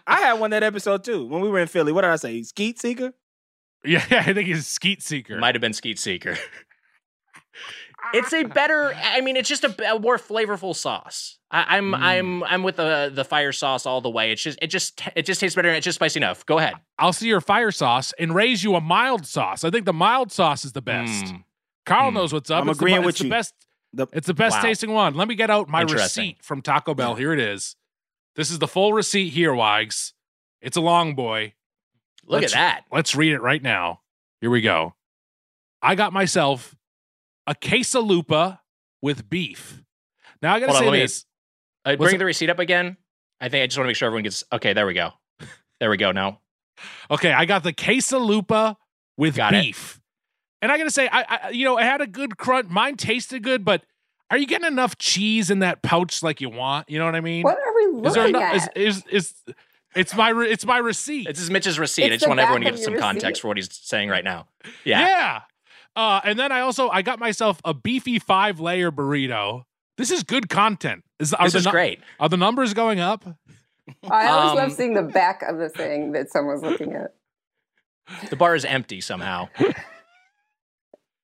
Speaker 8: I had one that episode too when we were in Philly. What did I say? Skeet Seeker?
Speaker 2: yeah, I think it's Skeet Seeker.
Speaker 1: Might have been Skeet Seeker. it's a better. I mean, it's just a, a more flavorful sauce. I, I'm I'm I'm with the the fire sauce all the way. It's just it just it just tastes better. and It's just spicy enough. Go ahead.
Speaker 2: I'll see your fire sauce and raise you a mild sauce. I think the mild sauce is the best.
Speaker 1: Mm.
Speaker 2: Carl
Speaker 1: Mm.
Speaker 2: knows what's up.
Speaker 8: I'm
Speaker 2: It's the
Speaker 8: agreeing
Speaker 2: bu-
Speaker 8: with
Speaker 2: it's the
Speaker 8: you.
Speaker 2: best.
Speaker 8: The-
Speaker 2: it's the best
Speaker 1: Wow.
Speaker 2: tasting one. Let me get out my
Speaker 1: Interesting.
Speaker 2: receipt from Taco Bell. Here it is. This is the full receipt here, Wags. It's a long boy.
Speaker 1: Look
Speaker 2: Let's-
Speaker 1: at that.
Speaker 2: Let's read it right now. Here we go. I got myself a quesalupa with beef. Now I gotta
Speaker 1: Hold on,
Speaker 2: say
Speaker 1: let me-
Speaker 2: this.
Speaker 1: Uh,
Speaker 2: Was
Speaker 1: bring
Speaker 2: it-
Speaker 1: the receipt up again. I think I just want to make sure everyone gets. Okay, there we go. There we go. Now
Speaker 2: Okay, I got the quesalupa with
Speaker 1: Got it.
Speaker 2: beef. And I gotta say, I, I you know, it had a good crunch. Mine tasted good, but are you getting enough cheese in that pouch like you want? You know what I mean?
Speaker 7: What are we
Speaker 2: Is there
Speaker 7: looking
Speaker 2: no,
Speaker 7: at?
Speaker 2: is, is is it's my re- it's my receipt.
Speaker 1: This is Mitch's receipt.
Speaker 7: It's
Speaker 1: I just
Speaker 7: the
Speaker 1: want everyone to
Speaker 7: back
Speaker 1: get
Speaker 7: of
Speaker 1: some
Speaker 7: your
Speaker 1: context
Speaker 7: receipt.
Speaker 1: for what he's saying right now.
Speaker 2: yeah.
Speaker 1: Yeah.
Speaker 2: Uh, and then I also I got myself a beefy five layer burrito. This is good content. Is, are
Speaker 1: This
Speaker 2: the
Speaker 1: is
Speaker 2: nu-
Speaker 1: great.
Speaker 2: Are the numbers going up?
Speaker 7: I always
Speaker 1: Um,
Speaker 7: love seeing the back of the thing that someone's looking at.
Speaker 1: The bar is empty somehow.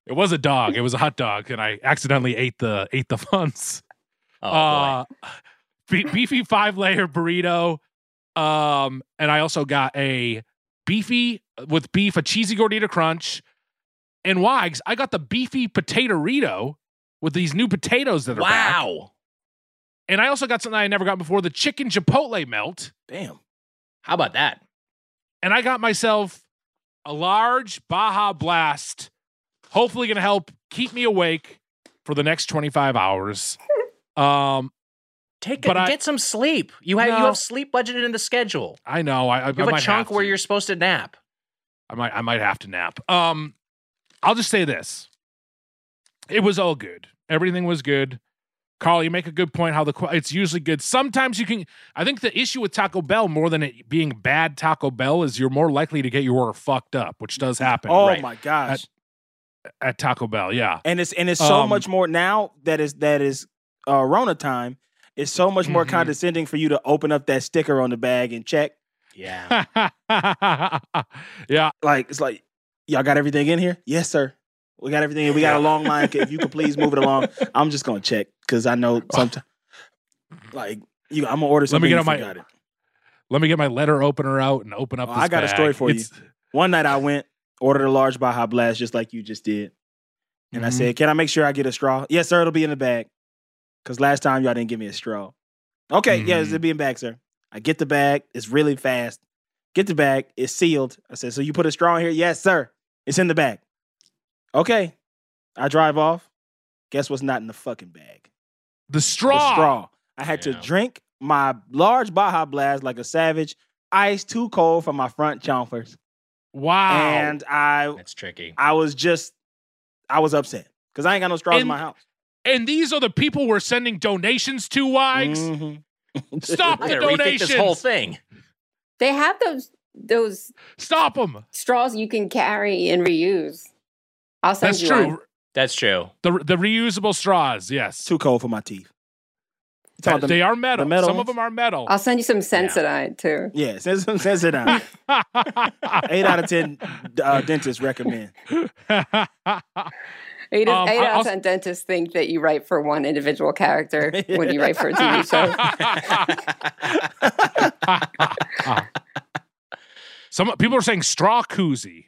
Speaker 2: It was a dog. It was a hot dog, and I accidentally ate the ate the funds.
Speaker 1: Oh, boy.
Speaker 2: uh, be- beefy five layer burrito. Um, and I also got a beefy with beef, a cheesy gordita crunch, and Wags. I got the beefy potato rito with these new potatoes that are back.
Speaker 1: Wow.
Speaker 2: And I also got something I never got before: the chicken chipotle melt.
Speaker 8: Damn.
Speaker 1: How about that?
Speaker 2: And I got myself a large Baja Blast. Hopefully, gonna help keep me awake for the next twenty five hours. Um,
Speaker 1: Take
Speaker 2: But
Speaker 1: a,
Speaker 2: I-
Speaker 1: get some sleep. You have
Speaker 2: No.
Speaker 1: you have sleep budgeted in the schedule.
Speaker 2: I know I, I,
Speaker 1: You
Speaker 2: I
Speaker 1: have a
Speaker 2: might
Speaker 1: chunk
Speaker 2: have
Speaker 1: where
Speaker 2: to.
Speaker 1: you're supposed to nap.
Speaker 2: I might I might have to nap. Um I'll just say this. It was all good. Everything was good. Carl, you make a good point how the qu- it's usually good. Sometimes you can I think the issue with Taco Bell more than it being bad Taco Bell is you're more likely to get your order fucked up, which does happen
Speaker 8: Oh
Speaker 2: right,
Speaker 8: my gosh.
Speaker 2: at Taco Bell. Yeah.
Speaker 8: and it's and it's so
Speaker 2: Um,
Speaker 8: much more now that is that is uh, Rona time. It's so much more
Speaker 2: Mhm.
Speaker 8: condescending for you to open up that sticker on the bag and check.
Speaker 1: Yeah.
Speaker 2: yeah.
Speaker 8: Like it's like y'all got everything in here. Yes, sir. We got everything. in. We got a long line. If you could please move it along, I'm just gonna check because I know sometimes like you. I'm gonna order
Speaker 2: Let me
Speaker 8: something.
Speaker 2: get
Speaker 8: you
Speaker 2: on my-
Speaker 8: forgot it.
Speaker 2: Let me get my letter opener out and open up
Speaker 8: Oh,
Speaker 2: this
Speaker 8: I got a story
Speaker 2: bag.
Speaker 8: for you.
Speaker 2: It's-
Speaker 8: One night I went ordered a large Baja Blast just like you just did, and I
Speaker 2: Mhm.
Speaker 8: said, "Can I make sure I get a straw?" Yes, sir. It'll be in the bag. Cause last time y'all didn't give me a straw. Okay, yes,
Speaker 2: Mhm.
Speaker 8: it'll be in bag, sir. I get the bag. It's really fast. Get the bag. It's sealed. I said, "So you put a straw in here?" Yes, sir. It's in the bag. Okay. I drive off. Guess what's not in the fucking bag?
Speaker 2: the
Speaker 8: The
Speaker 2: straw.
Speaker 8: straw. I had to
Speaker 1: Yeah.
Speaker 8: drink my large Baja Blast like a savage. Ice too cold for my front chompers
Speaker 2: Wow.
Speaker 8: and I
Speaker 1: That's tricky.
Speaker 8: I was just I was upset because I ain't got no straws in
Speaker 2: And
Speaker 8: my house.
Speaker 2: and these are the people we're sending donations to, Wags.
Speaker 8: Mhm.
Speaker 2: Stop
Speaker 1: I
Speaker 2: the
Speaker 1: gotta rethink this
Speaker 2: donations.
Speaker 1: whole thing.
Speaker 7: They have those those
Speaker 2: Stop them.
Speaker 7: straws you can carry and reuse. I'll send
Speaker 2: That's
Speaker 7: you
Speaker 2: true.
Speaker 7: one.
Speaker 1: That's true.
Speaker 2: The the reusable straws, yes.
Speaker 8: Too cold for my teeth. You talking
Speaker 2: That-
Speaker 8: about the-
Speaker 2: they are metal.
Speaker 8: metal
Speaker 2: Some of
Speaker 8: ones?
Speaker 2: them are metal.
Speaker 7: I'll send you some Sensodyne too.
Speaker 8: yeah, says says it down. Eight out of ten uh, dentists recommend.
Speaker 7: Eight,
Speaker 2: Um,
Speaker 7: eight
Speaker 2: I-
Speaker 7: out
Speaker 2: I'll-
Speaker 7: of ten dentists think that you write for one individual character when you write for a TV show.
Speaker 2: Some people are saying straw koozie.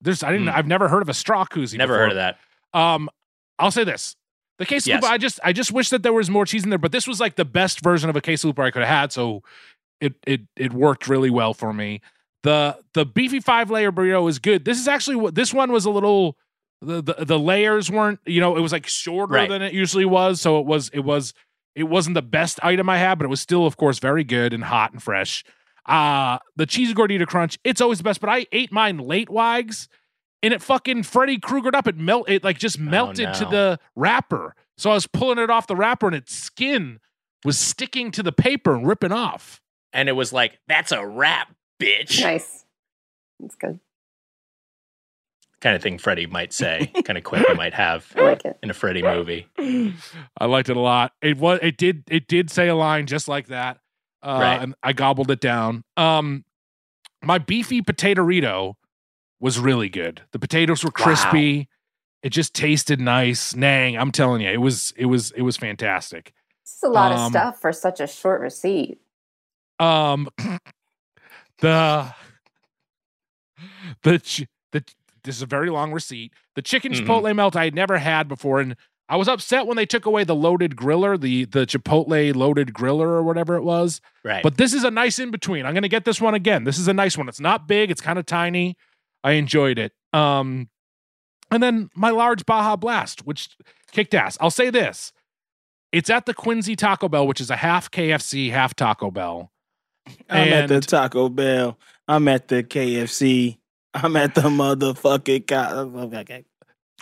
Speaker 2: There's I didn't
Speaker 1: Hmm.
Speaker 2: I've never heard of a straw koozie.
Speaker 1: Never
Speaker 2: before.
Speaker 1: heard of that.
Speaker 2: Um, I'll say this: the queso
Speaker 1: Yes.
Speaker 2: lupa. I just I just wish that there was more cheese in there, but this was like the best version of a queso lupa I could have had. So it it it worked really well for me. the The beefy five layer burrito is good. This is actually what this one was a little. The, the the layers weren't you know it was like shorter
Speaker 1: Right.
Speaker 2: than it usually was so it was it was it wasn't the best item I had but it was still of course very good and hot and fresh uh the cheese gordita crunch it's always the best but I ate mine late wags and it fucking Freddy Kruegered up. It melt. It like just melted to
Speaker 1: no.
Speaker 2: the wrapper. So I was pulling it off the wrapper, and its skin was sticking to the paper and ripping off.
Speaker 1: And it was like, that's a wrap, bitch.
Speaker 7: Nice. That's good.
Speaker 1: Kind of thing Freddy might say. kind of quip he might have
Speaker 7: I like it.
Speaker 1: in a Freddy movie.
Speaker 2: I liked it a lot. It was. It did. It did say a line just like that. Uh,
Speaker 1: Right.
Speaker 2: And I gobbled it down. Um, my beefy potatorito was really good. The potatoes were crispy. It just tasted nice. Nang, I'm telling you, it was. It was. It was fantastic.
Speaker 7: It's a lot
Speaker 2: Um,
Speaker 7: of stuff for such a short receipt.
Speaker 2: um the the ch- the this is a very long receipt the chicken
Speaker 1: Mhm.
Speaker 2: chipotle melt i had never had before and i was upset when they took away the loaded griller the the chipotle loaded griller or whatever it was
Speaker 1: Right.
Speaker 2: but this is a nice in between i'm gonna get this one again this is a nice one it's not big it's kind of tiny i enjoyed it um and then my large baja blast which kicked ass i'll say this it's at the quincy taco bell which is a half kfc half taco bell
Speaker 8: I'm at the
Speaker 2: And-
Speaker 8: Taco Bell. I'm at the KFC. I'm at the motherfucking. Co- okay, okay.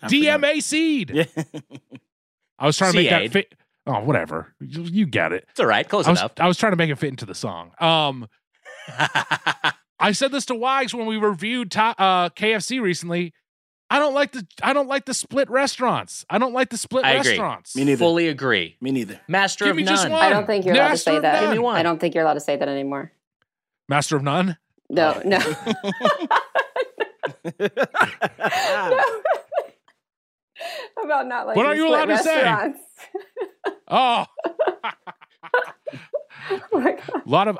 Speaker 8: I forgot.
Speaker 2: DMA seed.
Speaker 8: Yeah.
Speaker 2: I was trying to make that
Speaker 1: Seed.
Speaker 2: fa- Oh, whatever. You, you get it.
Speaker 1: It's all right. Close
Speaker 2: I was,
Speaker 1: enough.
Speaker 2: I was trying to make it fit into the song. Um, I said this to Wags when we reviewed to, uh, KFC recently. I don't like the I don't like the split restaurants. I don't like the split
Speaker 1: I agree.
Speaker 2: restaurants.
Speaker 8: Me neither.
Speaker 1: Fully agree.
Speaker 8: Me neither.
Speaker 1: Master
Speaker 2: Give
Speaker 1: of
Speaker 2: me
Speaker 1: none.
Speaker 2: just one.
Speaker 7: I don't think you're allowed to
Speaker 2: Master
Speaker 7: say
Speaker 2: of
Speaker 7: that.
Speaker 2: none.
Speaker 1: Give me one.
Speaker 7: I don't think you're allowed to say that anymore.
Speaker 2: Master of none.
Speaker 7: No, no. No. About not like
Speaker 2: What are you allowed to say? Oh,
Speaker 7: oh my God.
Speaker 2: a lot of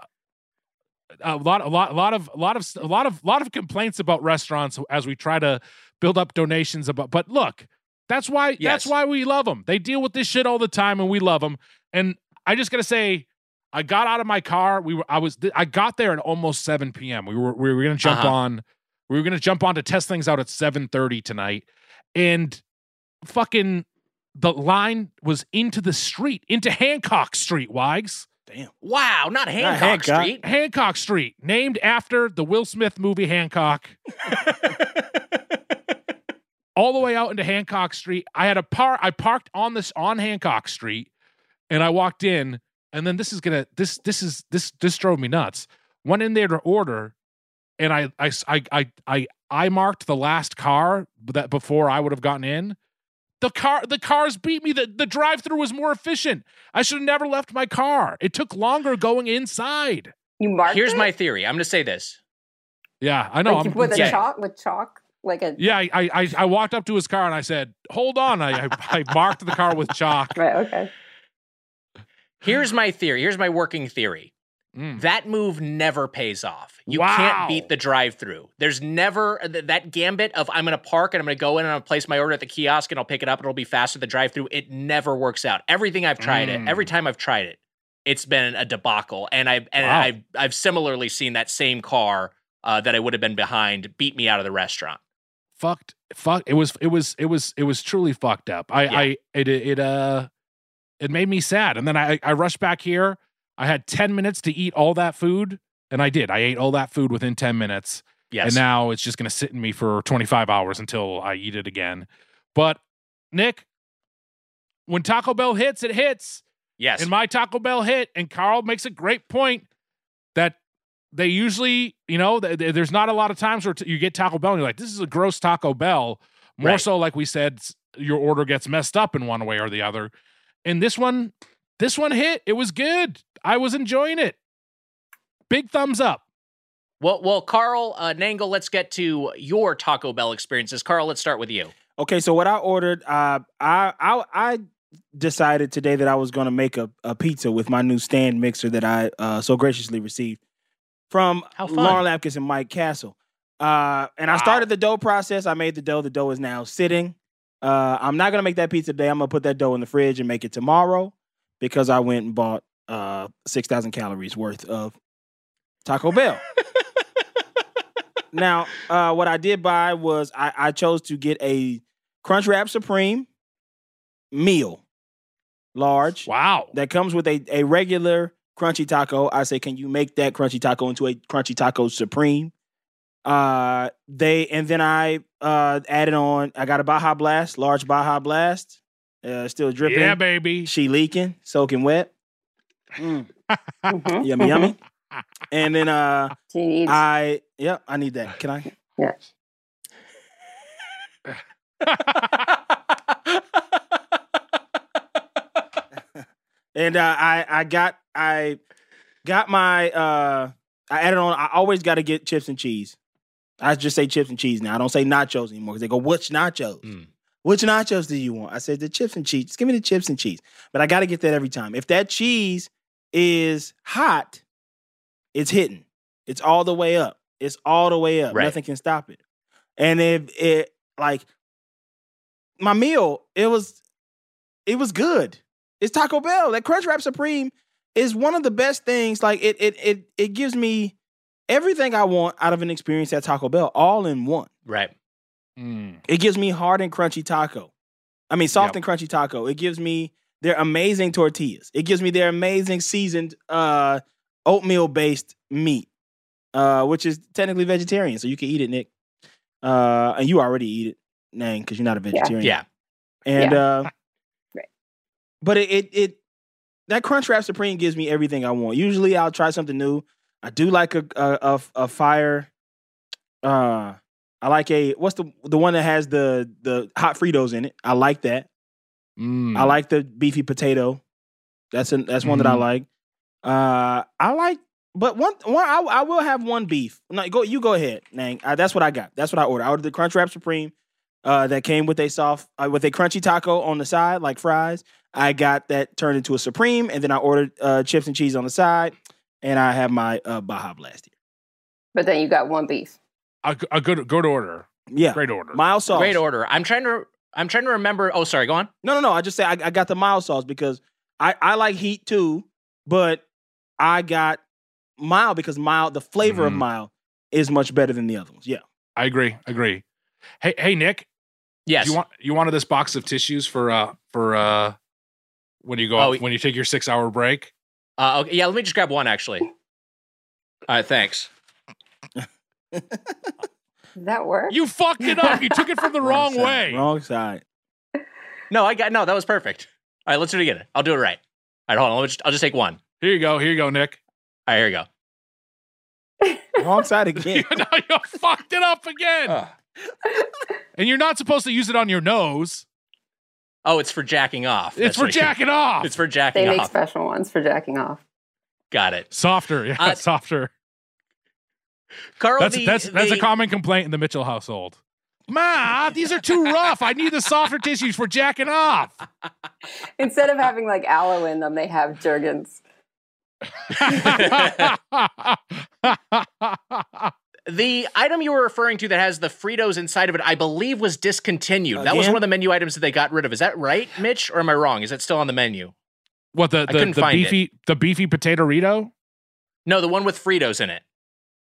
Speaker 2: a lot a lot a lot of a lot of a lot of lot of complaints about restaurants as we try to build up donations about but look that's why that's
Speaker 1: Yes.
Speaker 2: why we love them they deal with this shit all the time and we love them and i just gotta say i got out of my car we were i was i got there at almost 7 p.m we were we were gonna jump
Speaker 1: Uh-huh.
Speaker 2: on we were gonna jump on to test things out at 7.30 tonight and fucking the line was into the street into hancock street wags
Speaker 8: Damn.
Speaker 1: Wow, not Hancock
Speaker 8: Hancock.
Speaker 1: Street.
Speaker 2: Hancock Street, named after the Will Smith movie Hancock. All the way out into Hancock Street. I had a par I parked on this on Hancock Street and I walked in and then this is going to this this is this this drove me nuts. Went in there to order and I I s- I I I, I marked the last car that before I would have gotten in. The car the cars beat me. The the drive-through was more efficient. I should have never left my car. It took longer going inside.
Speaker 7: You marked
Speaker 1: Here's
Speaker 7: it?
Speaker 1: my theory. I'm going to say this.
Speaker 2: Yeah, I know.
Speaker 7: Like,
Speaker 2: I'm,
Speaker 7: with a
Speaker 2: yeah,
Speaker 7: chalk, with chalk, like a
Speaker 2: yeah I, I- I I walked up to his car and I said, "Hold on." I I, I marked the car with chalk.
Speaker 7: right. Okay.
Speaker 1: Here's my theory. Here's my working theory.
Speaker 2: Mm.
Speaker 1: That move never pays off. You
Speaker 2: Wow.
Speaker 1: can't beat the drive-through. There's never th- that gambit of I'm going to park and I'm going to go in and I'm going to place my order at the kiosk and I'll pick it up and it'll be faster the drive-through. It never works out. Everything I've tried
Speaker 2: Mm.
Speaker 1: it, every time I've tried it, it's been a debacle. And I and
Speaker 2: Wow.
Speaker 1: I've I've similarly seen that same car uh, that I would have been behind beat me out of the restaurant.
Speaker 2: Fucked. Fuck. It was. It was. It was. It was truly fucked up. I.
Speaker 1: Yeah.
Speaker 2: I. It. It. Uh. It made me sad. And then I. I rushed back here. I had ten minutes to eat all that food, and I did. I ate all that food within ten minutes.
Speaker 1: Yes.
Speaker 2: And now it's just going to sit in me for 25 hours until I eat it again. But Nick, when Taco Bell hits, it hits.
Speaker 1: yes.
Speaker 2: And my Taco Bell hit, and Carl makes a great point that they usually, you know, th- th- there's not a lot of times where t- you get Taco Bell and you're like, this is a gross Taco Bell. More
Speaker 1: Right.
Speaker 2: so, like we said, s- your order gets messed up in one way or the other. And this one, this one hit. It was good. I was enjoying it. Big thumbs up.
Speaker 1: Well, well, Carl uh, Nangle, let's get to your Taco Bell experiences. Carl, let's start with you.
Speaker 8: Okay, so what I ordered, uh, I I I decided today that I was going to make a, a pizza with my new stand mixer that I uh, so graciously received from
Speaker 1: How fun.
Speaker 8: Lauren Lapkus and Mike Castle. Uh, and I
Speaker 1: Wow.
Speaker 8: started the dough process. I made the dough. The dough is now sitting. Uh, I'm not going to make that pizza today. I'm going to put that dough in the fridge and make it tomorrow because I went and bought uh, 6,000 calories worth of Taco Bell. now, uh, what I did buy was I, I chose to get a Crunchwrap Supreme meal, large,
Speaker 2: Wow.
Speaker 8: that comes with a, a regular crunchy taco. I say, can you make that crunchy taco into a crunchy taco supreme? Uh, they and then I uh added on. I got a Baja Blast, large Baja Blast, uh, still dripping.
Speaker 2: Yeah, baby.
Speaker 8: She leaking, soaking wet. Mm,
Speaker 7: Mhm.
Speaker 8: yummy, yummy. And then uh,
Speaker 7: Do you need-
Speaker 8: I yeah, I need that. Can I? And uh, I I got I got my uh I added on. I always got to get chips and cheese. I just say chips and cheese now. I don't say nachos anymore because they go, "Which nachos?
Speaker 1: Mm.
Speaker 8: Which nachos do you want?" I said the chips and cheese. Just give me the chips and cheese. But I got to get that every time. If that cheese is hot, it's hitting. It's all the way up. It's all the way up.
Speaker 1: Right.
Speaker 8: Nothing can stop it. And if it like my meal, it was it was good. It's Taco Bell. That Crunchwrap Supreme is one of the best things. Like it it it it gives me everything I want out of an experience at Taco Bell all in one.
Speaker 1: right.
Speaker 2: Mm.
Speaker 8: It gives me hard and crunchy taco. I mean soft
Speaker 2: Yep.
Speaker 8: and crunchy taco. It gives me their amazing tortillas. It gives me their amazing seasoned uh oatmeal based meat. Uh which is technically vegetarian, so you can eat it, Nick. Uh and you already eat it, Nang, because you're not a vegetarian.
Speaker 1: Yeah.
Speaker 8: And uh but it, it it that Crunchwrap Supreme gives me everything I want. Usually I'll try something new. I do like a a, a, a fire. Uh, I like a what's the the one that has the the hot Fritos in it. I like that.
Speaker 2: Mm.
Speaker 8: I like the beefy potato. That's an, that's one that I
Speaker 2: Mhm.
Speaker 8: like. Uh, I like, but one one I, I will have one beef. No, go you go ahead, Nang. Uh, that's what I got. That's what I ordered. I ordered the Crunch Wrap Supreme, uh, that came with a soft uh, with a crunchy taco on the side, like fries. I got that turned into a supreme, and then I ordered uh, chips and cheese on the side, and I have my uh, Baja Blast
Speaker 7: But then you got one beef.
Speaker 2: A, a good good order.
Speaker 8: here. Yeah,
Speaker 2: Great order.
Speaker 8: mild sauce.
Speaker 1: Great order. I'm trying to. I'm trying to remember. Oh, sorry. Go on.
Speaker 8: No, no, no. I just say I, I got the mild sauce because I, I like heat too, but I got mild because mild the flavor of
Speaker 2: Mhm.
Speaker 8: mild is much better than the other ones. Yeah.
Speaker 2: I agree. Agree. Hey, hey, Nick.
Speaker 1: Yes.
Speaker 2: You want you wanted this box of tissues for uh for uh when you go
Speaker 1: Oh,
Speaker 2: out- when you take your six hour break.
Speaker 1: Uh, okay, yeah, let me just grab one actually. All right, thanks.
Speaker 7: Does that work?
Speaker 2: You fucked it up. You took it from the wrong
Speaker 8: side,
Speaker 2: way.
Speaker 8: Wrong side.
Speaker 1: No, I got no. That was perfect. All right, let's do it again. I'll do it right. All right, hold on. Let me just, I'll just take one.
Speaker 2: Here you go. Here you go, Nick.
Speaker 1: All right, here we go.
Speaker 8: Wrong side again.
Speaker 2: no, you fucked it up again.
Speaker 1: Ugh.
Speaker 2: and you're not supposed to use it on your nose.
Speaker 1: Oh, it's for jacking off.
Speaker 2: It's
Speaker 1: That's
Speaker 2: for
Speaker 1: right.
Speaker 2: jacking off.
Speaker 1: It's for
Speaker 7: They
Speaker 1: jacking
Speaker 7: make
Speaker 1: off.
Speaker 7: special ones for jacking off.
Speaker 1: got it.
Speaker 2: softer. Yeah,
Speaker 1: Uh,
Speaker 2: softer.
Speaker 1: Carl,
Speaker 2: That's
Speaker 1: the-
Speaker 2: that's that's a
Speaker 1: the-
Speaker 2: common complaint in the Mitchell household. Ma, these are too rough. I need the softer tissues for jacking off.
Speaker 7: Instead of having like aloe in them, they have Jergens.
Speaker 1: The item you were referring to that has the Fritos inside of it, I believe, was discontinued. That was
Speaker 8: Again?
Speaker 1: one of the menu items that they got rid of. Is that right, Mitch, or am I wrong? Is that still on the menu?
Speaker 2: what the
Speaker 1: I
Speaker 2: the,
Speaker 1: couldn't
Speaker 2: the
Speaker 1: find it.
Speaker 2: beefy the beefy potato rito?
Speaker 1: No, the one with Fritos in it.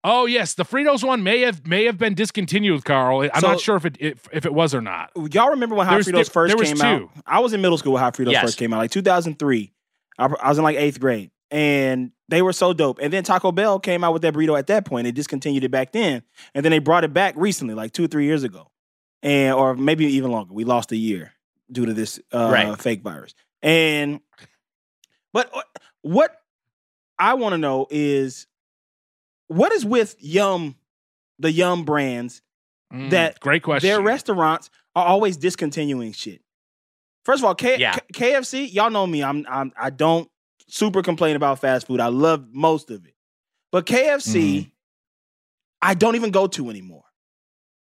Speaker 2: Oh yes, the Fritos one may have may have been discontinued, Carl. I'm
Speaker 8: So-
Speaker 2: not sure if it if, if it was or not.
Speaker 8: Y'all remember when Hot
Speaker 2: There's-
Speaker 8: Fritos
Speaker 2: there-
Speaker 8: first
Speaker 2: there was
Speaker 8: came
Speaker 2: two.
Speaker 8: out? I was in middle school when Hot Fritos
Speaker 1: Yes.
Speaker 8: first came out, like 2003. I, pr- I was in like eighth grade, and they were so dope. And then Taco Bell came out with that burrito at that point. They discontinued it back then, and then they brought it back recently, like two or three years ago, and or maybe even longer. We lost a year due to this uh,
Speaker 1: Right.
Speaker 8: fake virus. And but uh, what I want to know is what is with Yum, the Yum brands
Speaker 2: Mm,
Speaker 8: That-
Speaker 2: great question.
Speaker 8: their restaurants are always discontinuing shit. First of all, K-
Speaker 1: Yeah.
Speaker 8: K- KFC, y'all know me. I'm, I'm I don't super complain about fast food. I love most of it, but KFC, I don't even go to anymore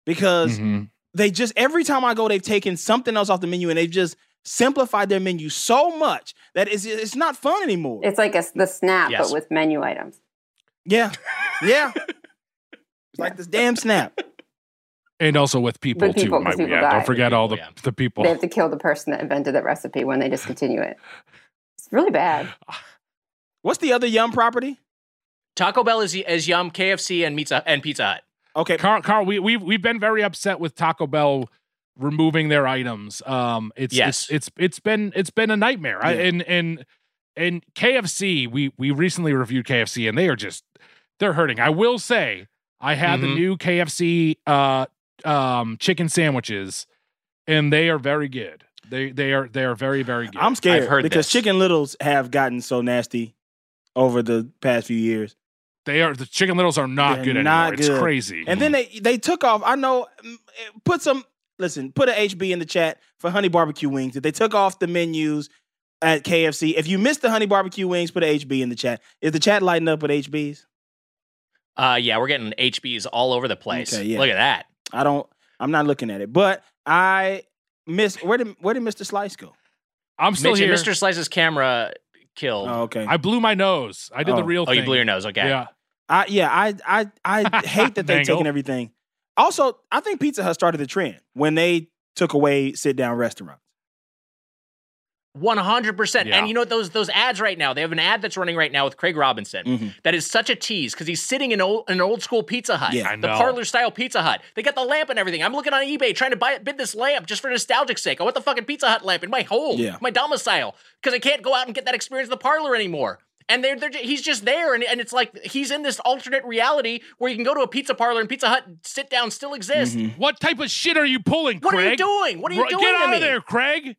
Speaker 8: because
Speaker 2: Mhm.
Speaker 8: they just every time I go, they've taken something else off the menu and they've just simplified their menu so much that it's it's not fun anymore.
Speaker 7: It's like a, the snap,
Speaker 1: Yes.
Speaker 7: but with menu items.
Speaker 8: yeah, yeah. It's like this damn snap.
Speaker 2: and also with people,
Speaker 7: With people,
Speaker 2: too. Might
Speaker 7: 'cause
Speaker 2: we
Speaker 7: people
Speaker 2: add.
Speaker 7: die.
Speaker 2: Don't forget all the
Speaker 1: People, yeah.
Speaker 2: the people.
Speaker 7: They have to kill the person that invented that recipe when they discontinue it. It's really bad.
Speaker 8: What's the other Yum property?
Speaker 1: Taco Bell is, is yum, KFC, and pizza and Pizza Hut.
Speaker 8: Okay,
Speaker 2: Carl, Carl, we we've we've been very upset with Taco Bell removing their items. Um, it's
Speaker 1: Yes.
Speaker 2: it's it's, it's been it's been a nightmare. I,
Speaker 8: Yeah.
Speaker 2: and and and KFC, we we recently reviewed KFC, and they are just they're hurting. I will say, I had
Speaker 8: Mm-hmm.
Speaker 1: Mhm.
Speaker 2: the new KFC uh um chicken sandwiches, and they are very good. They they are they are very very good.
Speaker 8: I'm scared
Speaker 1: I've heard
Speaker 8: because
Speaker 1: this.
Speaker 8: Chicken Littles have gotten so nasty over the past few years.
Speaker 2: they are the chicken littles are not
Speaker 8: They're
Speaker 2: good anymore.
Speaker 8: not
Speaker 2: It's
Speaker 8: good.
Speaker 2: crazy.
Speaker 8: And then they
Speaker 1: Mm-hmm.
Speaker 8: they took off. I know. mm, Put some listen. Put an HB in the chat for Honey Barbecue Wings. If they took off the menus at KFC, if you missed the Honey Barbecue Wings, put an HB in the chat. Is the chat lighting up with HBs?
Speaker 1: Uh, yeah, we're getting HBs all over the place.
Speaker 8: Okay, yeah.
Speaker 1: Look at that.
Speaker 8: I don't. I'm not looking at it. But I miss. Where did where did Mr. Slice go?
Speaker 2: I'm still
Speaker 1: Mitch,
Speaker 2: here.
Speaker 1: Mr. Slice's camera killed.
Speaker 8: Oh,
Speaker 1: Oh,
Speaker 8: okay.
Speaker 2: I blew my nose. I did the
Speaker 8: Oh.
Speaker 2: real thing.
Speaker 1: you blew your nose. Okay.
Speaker 2: Yeah.
Speaker 8: I yeah, I I I hate that they're
Speaker 2: Dangle.
Speaker 1: oh.
Speaker 8: taking everything. Also, I think Pizza Hut started the trend when they took away sit down restaurants.
Speaker 1: One hundred percent.
Speaker 2: Yeah.
Speaker 1: And you know what? Those those ads right now. They have an ad that's running right now with Craig Robinson.
Speaker 8: Mhm.
Speaker 1: That is such a tease because he's sitting in old, an old school Pizza Hut.
Speaker 8: Yeah.
Speaker 2: I
Speaker 1: the
Speaker 2: know.
Speaker 1: parlor style Pizza Hut. They got the lamp and everything. I'm looking on eBay trying to buy bid this lamp just for nostalgic sake. I want the fucking Pizza Hut lamp in my home,
Speaker 8: Yeah.
Speaker 1: my domicile, because I can't go out and get that experience in the parlor anymore. And they're, they're ju- he's just there, and, and it's like he's in this alternate reality where you can go to a pizza parlor and Pizza Hut sit down still exists.
Speaker 8: Mhm.
Speaker 2: What type of shit are you pulling,
Speaker 1: What
Speaker 2: Craig?
Speaker 1: are you doing? What are you
Speaker 2: Ru-
Speaker 1: doing
Speaker 2: Get
Speaker 1: to
Speaker 2: out
Speaker 1: me?
Speaker 2: of there, Craig.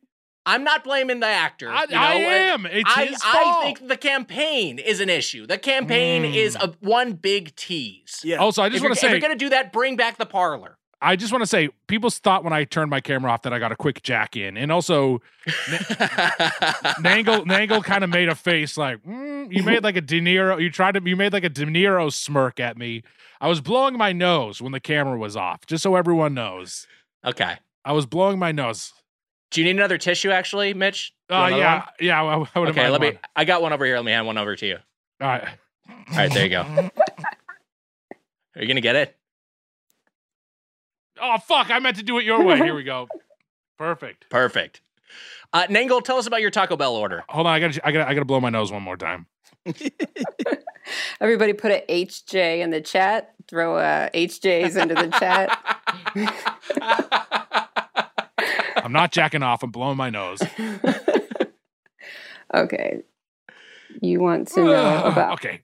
Speaker 1: I'm not blaming the actor.
Speaker 2: I-
Speaker 1: you know,
Speaker 2: I
Speaker 1: and
Speaker 2: am. It's
Speaker 1: I,
Speaker 2: his
Speaker 1: I
Speaker 2: fault.
Speaker 1: think the campaign is an issue. The campaign
Speaker 2: Mm.
Speaker 1: is a one big tease.
Speaker 8: Yeah.
Speaker 2: Also, I
Speaker 1: If
Speaker 2: just
Speaker 1: you're-
Speaker 2: want to
Speaker 1: if
Speaker 2: say,
Speaker 1: you're gonna do that, bring back the parlor.
Speaker 2: I just want to say, people thought when I turned my camera off that I got a quick jack in, and also Nangle Nangle kind of made a face like "Mm," you made like a De Niro. You tried to you made like a De Niro smirk at me. I was blowing my nose when the camera was off, just so everyone knows.
Speaker 1: okay.
Speaker 2: I was blowing my nose.
Speaker 1: Do you need another tissue, actually, Mitch? You
Speaker 2: Oh
Speaker 1: want another
Speaker 2: yeah,
Speaker 1: one?
Speaker 2: yeah. I, I would
Speaker 1: Okay, let me. I got one over here. Let me hand one over to you.
Speaker 2: All right.
Speaker 1: All right, there you go. Are you gonna get it?
Speaker 2: Oh fuck! I meant to do it your way. Here we go. Perfect.
Speaker 1: Perfect. Uh, Nangle, tell us about your Taco Bell order.
Speaker 2: Hold on. I got. to I got. to I got to blow my nose one more time.
Speaker 7: Everybody put a HJ in the chat. Throw uh, HJs into the chat.
Speaker 2: I'm not jacking off. I'm blowing my nose.
Speaker 7: Okay. You want to
Speaker 1: Ah,
Speaker 7: know about
Speaker 2: okay.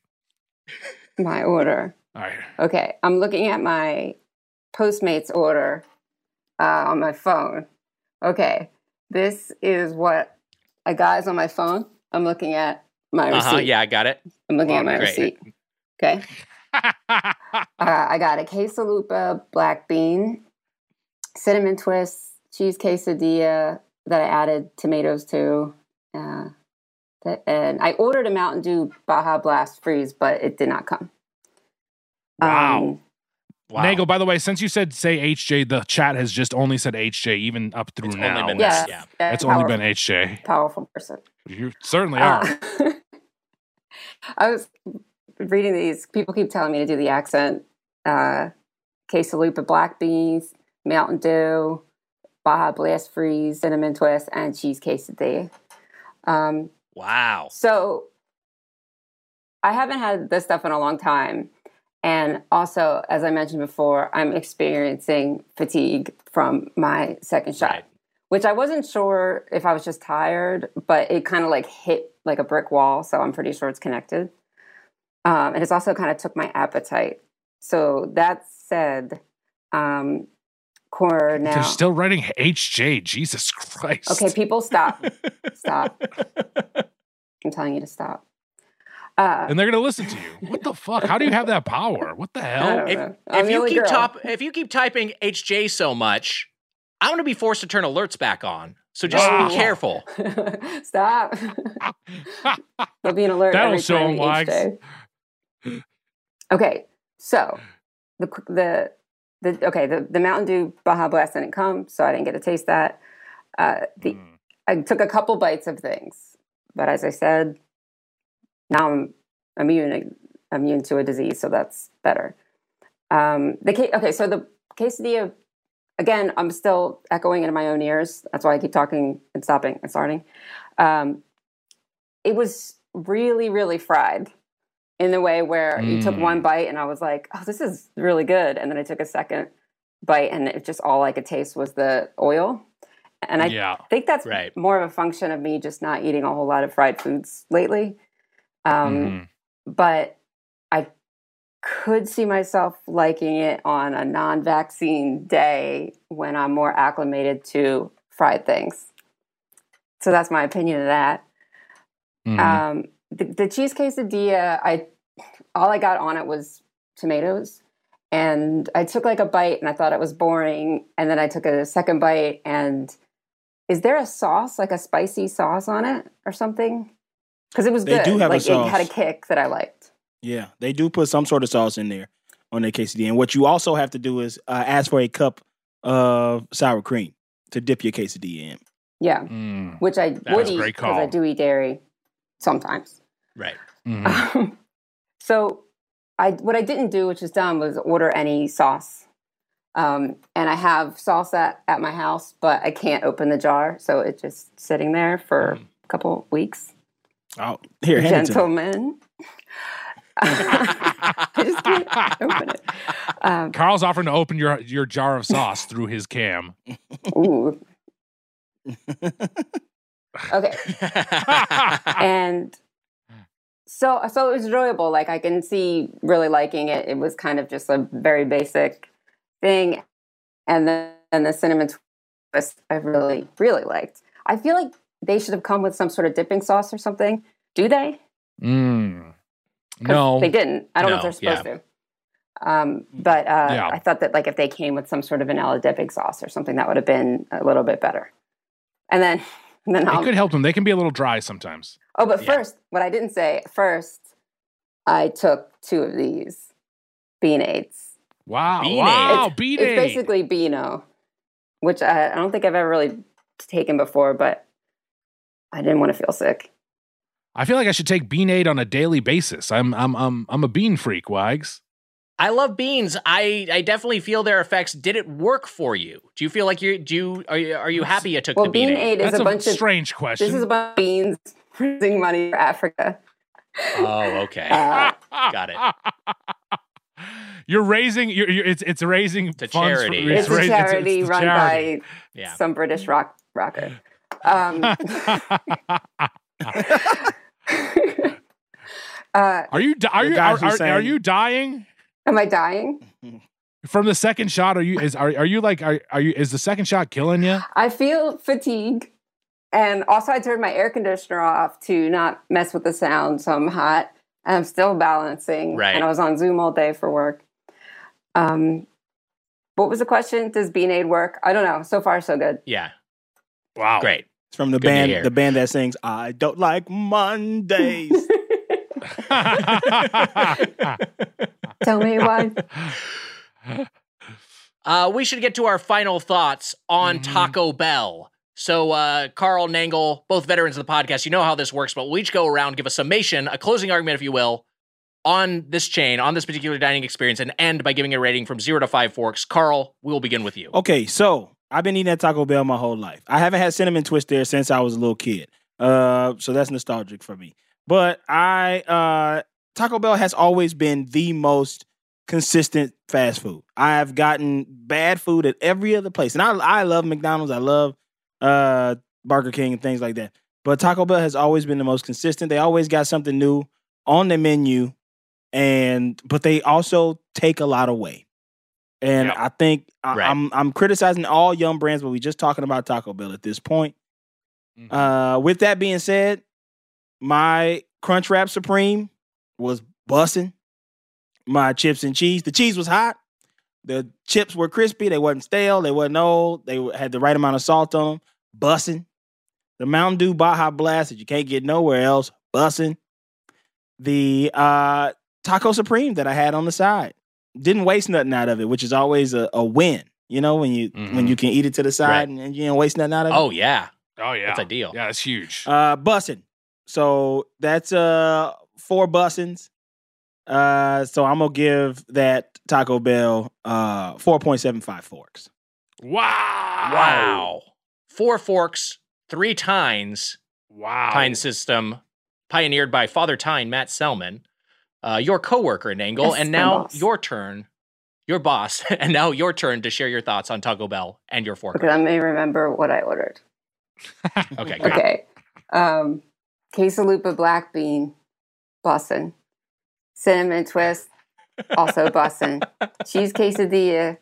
Speaker 7: my order.
Speaker 2: All right.
Speaker 7: Okay, I'm looking at my Postmates order uh, on my phone. Okay, this is what I got is on my phone. I'm looking at my
Speaker 1: Uh
Speaker 7: receipt.
Speaker 1: huh. Yeah, I got it.
Speaker 7: I'm looking at my
Speaker 1: Great.
Speaker 7: receipt. Okay, uh, I got a quesalupa, black bean, cinnamon twist, cheese quesadilla that I added tomatoes to. Uh, that- and I ordered a Mountain Dew Baja Blast freeze, but it did not come.
Speaker 2: Wow.
Speaker 7: Um,
Speaker 1: Wow.
Speaker 2: Nagel, by the way, since you said say HJ, the chat has just only said HJ, even up through
Speaker 1: It's only
Speaker 2: now.
Speaker 1: been
Speaker 7: yeah,
Speaker 1: Yeah.
Speaker 2: It's only been HJ.
Speaker 7: powerful person.
Speaker 2: You certainly are.
Speaker 7: Uh, I was reading these. People keep telling me to do the accent. Uh, quesalupa black beans, Mountain Dew, Baja Blast Freeze, cinnamon twist, and cheese quesadilla. Um,
Speaker 1: Wow.
Speaker 7: so I haven't had this stuff in a long time. And also, as I mentioned before, I'm experiencing fatigue from my second shot,
Speaker 1: Right.
Speaker 7: which I wasn't sure if I was just tired, but it kind of like hit like a brick wall. So I'm pretty sure it's connected. Um, and it's also kind of took my appetite. So that said, um, Cornell.
Speaker 2: They're still writing HJ. Jesus Christ.
Speaker 7: Okay, people, stop. stop. I'm telling you to stop. Uh,
Speaker 2: And they're gonna listen to you. What the fuck? How do you have that power? What the
Speaker 7: I
Speaker 2: hell?
Speaker 7: don't
Speaker 1: If,
Speaker 7: know. I'm
Speaker 1: if
Speaker 7: the
Speaker 1: you
Speaker 7: only
Speaker 1: keep
Speaker 7: girl.
Speaker 1: top, if you keep typing HJ so much, I'm gonna be forced to turn alerts back on. So just
Speaker 2: Wow.
Speaker 1: be careful.
Speaker 7: Stop. They'll be an alert.
Speaker 2: That'll
Speaker 7: every
Speaker 2: show
Speaker 7: time
Speaker 2: 'em
Speaker 7: each
Speaker 2: likes.
Speaker 7: day. Okay, so the qu- the the okay the, the Mountain Dew Baja Blast didn't come, so I didn't get to taste that. Uh, the
Speaker 2: Mm.
Speaker 7: I took a couple bites of things, but as I said, now I'm immune immune to a disease, so that's better. Um, the ca- okay, so the quesadilla again. I'm still echoing into my own ears. That's why I keep talking and stopping and starting. Um, it was really, really fried in the way where you took
Speaker 2: Mm.
Speaker 7: one bite and I was like, "Oh, this is really good," and then I took a second bite and it just all I could taste was the oil. And I
Speaker 2: yeah.
Speaker 7: I think that's
Speaker 1: Right.
Speaker 7: more of a function of me just not eating a whole lot of fried foods lately. Um,
Speaker 2: Mhm.
Speaker 7: But I could see myself liking it on a non vaccine day when I'm more acclimated to fried things. So that's my opinion of that.
Speaker 2: Mhm.
Speaker 8: Mm-hmm.
Speaker 7: Um, the, the cheese quesadilla, I all I got on it was tomatoes, and I took like a bite, and I thought it was boring, and then I took a second bite, and is there a sauce like a spicy sauce on it or something? Because it was
Speaker 8: They
Speaker 7: good.
Speaker 8: do have a
Speaker 7: like it had a
Speaker 8: sauce.
Speaker 7: kick that I liked.
Speaker 8: Yeah, they do put some sort of sauce in there on their quesadilla. And what you also have to do is uh, ask for a cup of sour cream to dip your quesadilla in.
Speaker 7: Yeah,
Speaker 2: Mm.
Speaker 7: which I
Speaker 1: That
Speaker 7: would
Speaker 1: is
Speaker 2: a
Speaker 7: eat
Speaker 2: great
Speaker 7: because I
Speaker 2: call.
Speaker 7: do eat dairy sometimes.
Speaker 1: Right.
Speaker 2: Mhm.
Speaker 7: Um, so I what I didn't do, which is dumb, was order any sauce. Um, and I have salsa at my house, but I can't open the jar, so it's just sitting there for
Speaker 2: Hmm.
Speaker 7: a couple weeks.
Speaker 8: Oh, here, hand it to me.
Speaker 7: Gentlemen, I just can't open it. Um,
Speaker 2: Mm-hmm. Carl's offering to open your your jar of sauce through his cam.
Speaker 7: ooh. okay, and so so it was enjoyable. Like I can see really liking it. It was kind of just a very basic thing, and then and the cinnamon twist I really really liked. I feel like they should have come with some sort of dipping sauce or something. Do they?
Speaker 2: Mm.
Speaker 7: 'Cause
Speaker 2: No.
Speaker 7: they didn't. I don't know
Speaker 1: No,
Speaker 7: if they're supposed to. Um, but uh,
Speaker 2: Yeah.
Speaker 7: I thought that like if they came with some sort of vanilla dipping sauce or something, that would have been a little bit better. And then, and then
Speaker 2: It
Speaker 7: I'll,
Speaker 2: could help them. They can be a little dry sometimes.
Speaker 7: oh, but
Speaker 1: yeah.
Speaker 7: first, what I didn't say first, I took two of these bean aids.
Speaker 2: Wow.
Speaker 1: Bean
Speaker 2: wow.
Speaker 1: Aid.
Speaker 2: Bean
Speaker 7: It's
Speaker 2: Aid.
Speaker 7: basically Beano, which I, I don't think I've ever really taken before, but I didn't want to feel sick.
Speaker 2: I feel like I should take bean aid on a daily basis. I'm I'm I'm I'm a bean freak, Wags.
Speaker 1: I love beans. I, I definitely feel their effects. Did it work for you? Do you feel like you're do you are you, are you happy you took
Speaker 7: Well,
Speaker 1: the bean,
Speaker 7: bean
Speaker 1: aid?
Speaker 7: aid is
Speaker 2: That's
Speaker 7: a
Speaker 2: a,
Speaker 7: bunch of
Speaker 2: strange question.
Speaker 7: this is a bunch of beans raising money for Africa.
Speaker 1: Oh, okay.
Speaker 7: Uh,
Speaker 1: Got it.
Speaker 2: You're raising. You're, you're, it's it's raising
Speaker 1: It's a
Speaker 2: funds
Speaker 1: charity.
Speaker 2: For,
Speaker 7: it's,
Speaker 1: It's
Speaker 7: a
Speaker 2: raising- it's-
Speaker 7: charity
Speaker 2: it's a
Speaker 7: run
Speaker 2: charity.
Speaker 7: by
Speaker 1: yeah.
Speaker 7: some British rock rocker. Um, uh,
Speaker 2: are you di- are
Speaker 8: The
Speaker 2: you
Speaker 8: guy
Speaker 2: are,
Speaker 8: who's
Speaker 2: are, are
Speaker 8: saying-
Speaker 2: you dying
Speaker 7: am I dying?
Speaker 2: from the second shot? Are you is are, are you like are, are you is the second shot killing you?
Speaker 7: I feel fatigue. And also, I turned my air conditioner off to not mess with the sound, so I'm hot and I'm still balancing.
Speaker 1: Right.
Speaker 7: And I was on Zoom all day for work. Um, what was the question? Does Bean Aid work? I don't know. So far, so good.
Speaker 1: Yeah.
Speaker 2: Wow,
Speaker 1: Great.
Speaker 8: It's from the
Speaker 1: Good to
Speaker 8: band,
Speaker 1: hear.
Speaker 8: the band that sings "I Don't Like Mondays."
Speaker 7: Tell me why.
Speaker 1: Uh, we should get to our final thoughts on
Speaker 2: Mhm.
Speaker 1: Taco Bell. So, uh, Carl Nangle, both veterans of the podcast, you know how this works, but we'll each go around, give a summation, a closing argument, if you will, on this chain, on this particular dining experience, and end by giving a rating from zero to five forks. Carl, we will begin with you.
Speaker 2: Oh,
Speaker 8: okay, so I've been eating at Taco Bell my whole life. I haven't had cinnamon twist there since I was a little kid, uh, so that's nostalgic for me. But I uh, Taco Bell has always been the most consistent fast food. I have gotten bad food at every other place, and I I love McDonald's. I love uh, Burger King and things like that. But Taco Bell has always been the most consistent. They always got something new on the menu, and but they also take a lot away. And
Speaker 2: Yep.
Speaker 8: I think I,
Speaker 1: Right.
Speaker 8: I'm I'm criticizing all young brands, but we're just talking about Taco Bell at this point.
Speaker 1: Mm-hmm.
Speaker 8: Uh, with that being said, my Crunchwrap Supreme was bussing. My chips and cheese, the cheese was hot. The chips were crispy. They wasn't stale. They wasn't old. They had the right amount of salt on them. Bussing. The Mountain Dew Baja Blast that you can't get nowhere else. Bussing. The uh, Taco Supreme that I had on the side didn't waste nothing out of it, which is always a, a win. You know when you when
Speaker 2: Mhm.
Speaker 8: you can eat it to the side
Speaker 1: Mm-hmm. Right.
Speaker 8: and, and you don't waste nothing out of it.
Speaker 1: Oh, yeah.
Speaker 2: oh yeah,
Speaker 1: That's ideal.
Speaker 2: yeah, it's huge.
Speaker 8: Uh, bussing. So that's uh four bussings. Uh, so I'm gonna give that Taco Bell uh four point seven five forks.
Speaker 2: wow,
Speaker 1: Wow. Four forks, three tines,
Speaker 2: wow.
Speaker 1: tine system pioneered by Father Tyne, Matt Selman, uh, your coworker in Angle,
Speaker 7: Yes,
Speaker 1: and
Speaker 7: my
Speaker 1: now
Speaker 7: boss.
Speaker 1: your turn, your boss, and now your turn to share your thoughts on Taco Bell and your fork.
Speaker 7: Okay, let me remember what I ordered.
Speaker 1: Okay, great.
Speaker 7: Okay. Um, quesalupa black bean, bussin. Cinnamon twist, also bussin. Cheese quesadilla,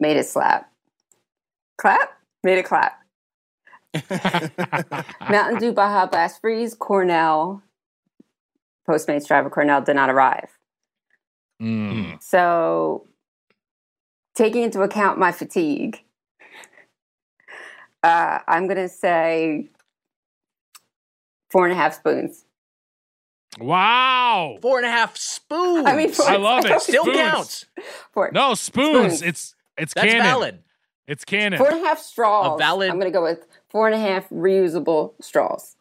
Speaker 7: made it slap. Clap, made it clap. Mountain Dew Baja Blast Freeze, Cornell. Postmates driver Cornell did not arrive.
Speaker 1: Hmm.
Speaker 2: Mm.
Speaker 7: So, taking into account my fatigue, uh, I'm going to say four and a half spoons.
Speaker 2: Wow.
Speaker 1: Four and a half spoons.
Speaker 7: I mean, four-
Speaker 2: I love it.
Speaker 1: still
Speaker 2: Spoons.
Speaker 1: counts.
Speaker 7: Four,
Speaker 2: No spoons.
Speaker 7: Spoons.
Speaker 2: It's it's
Speaker 1: That's
Speaker 2: canon.
Speaker 1: valid.
Speaker 2: It's canon.
Speaker 7: four and a half straws.
Speaker 1: A valid-
Speaker 7: I'm going to go with four and a half reusable straws.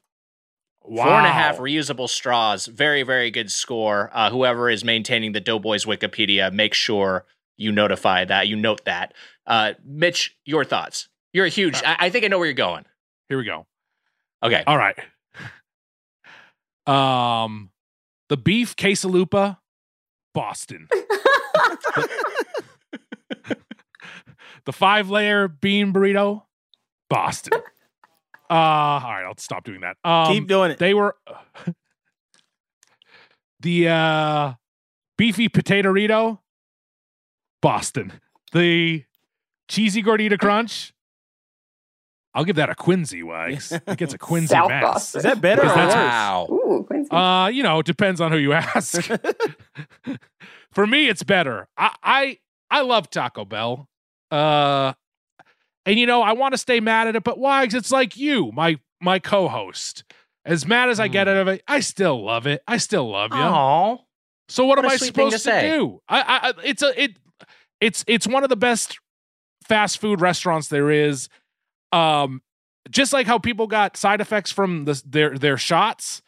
Speaker 2: wow.
Speaker 1: Four and a half reusable straws. Very, very good score. Uh, whoever is maintaining the Doughboys Wikipedia, make sure you notify that. You note that. Uh, Mitch, your thoughts. You're a huge. I, I think I know where you're going.
Speaker 2: Here we go.
Speaker 1: Okay.
Speaker 2: Uh, All right. Um, the beef quesalupa, Boston. the five layer bean burrito, Boston. Uh, all right, I'll stop doing that. Um,
Speaker 8: Keep doing it.
Speaker 2: they were the uh, beefy potato rito, Boston. The cheesy gordita crunch, I'll give that a Quincy wax. It gets a Quincy
Speaker 7: South
Speaker 2: mass.
Speaker 7: Boston.
Speaker 8: Is that better or
Speaker 2: Because
Speaker 8: worse?
Speaker 2: that's-
Speaker 1: Wow.
Speaker 7: Ooh, Quincy.
Speaker 2: Uh, you know, it depends on who you ask. For me, it's better. I I, I love Taco Bell. Uh, and you know, I want to stay mad at it, but why? 'Cause it's like you, my my co-host. As mad as I get out of it, I still love it. I still love you.
Speaker 1: Hmm. Aw.
Speaker 2: So what,
Speaker 1: What
Speaker 2: am
Speaker 1: a
Speaker 2: I
Speaker 1: sweet thing
Speaker 2: supposed
Speaker 1: to
Speaker 2: to,
Speaker 1: say.
Speaker 2: do? I, I, I- it's a, it, it's, it's one of the best fast food restaurants there is. Um, just like how people got side effects from the, their their shots,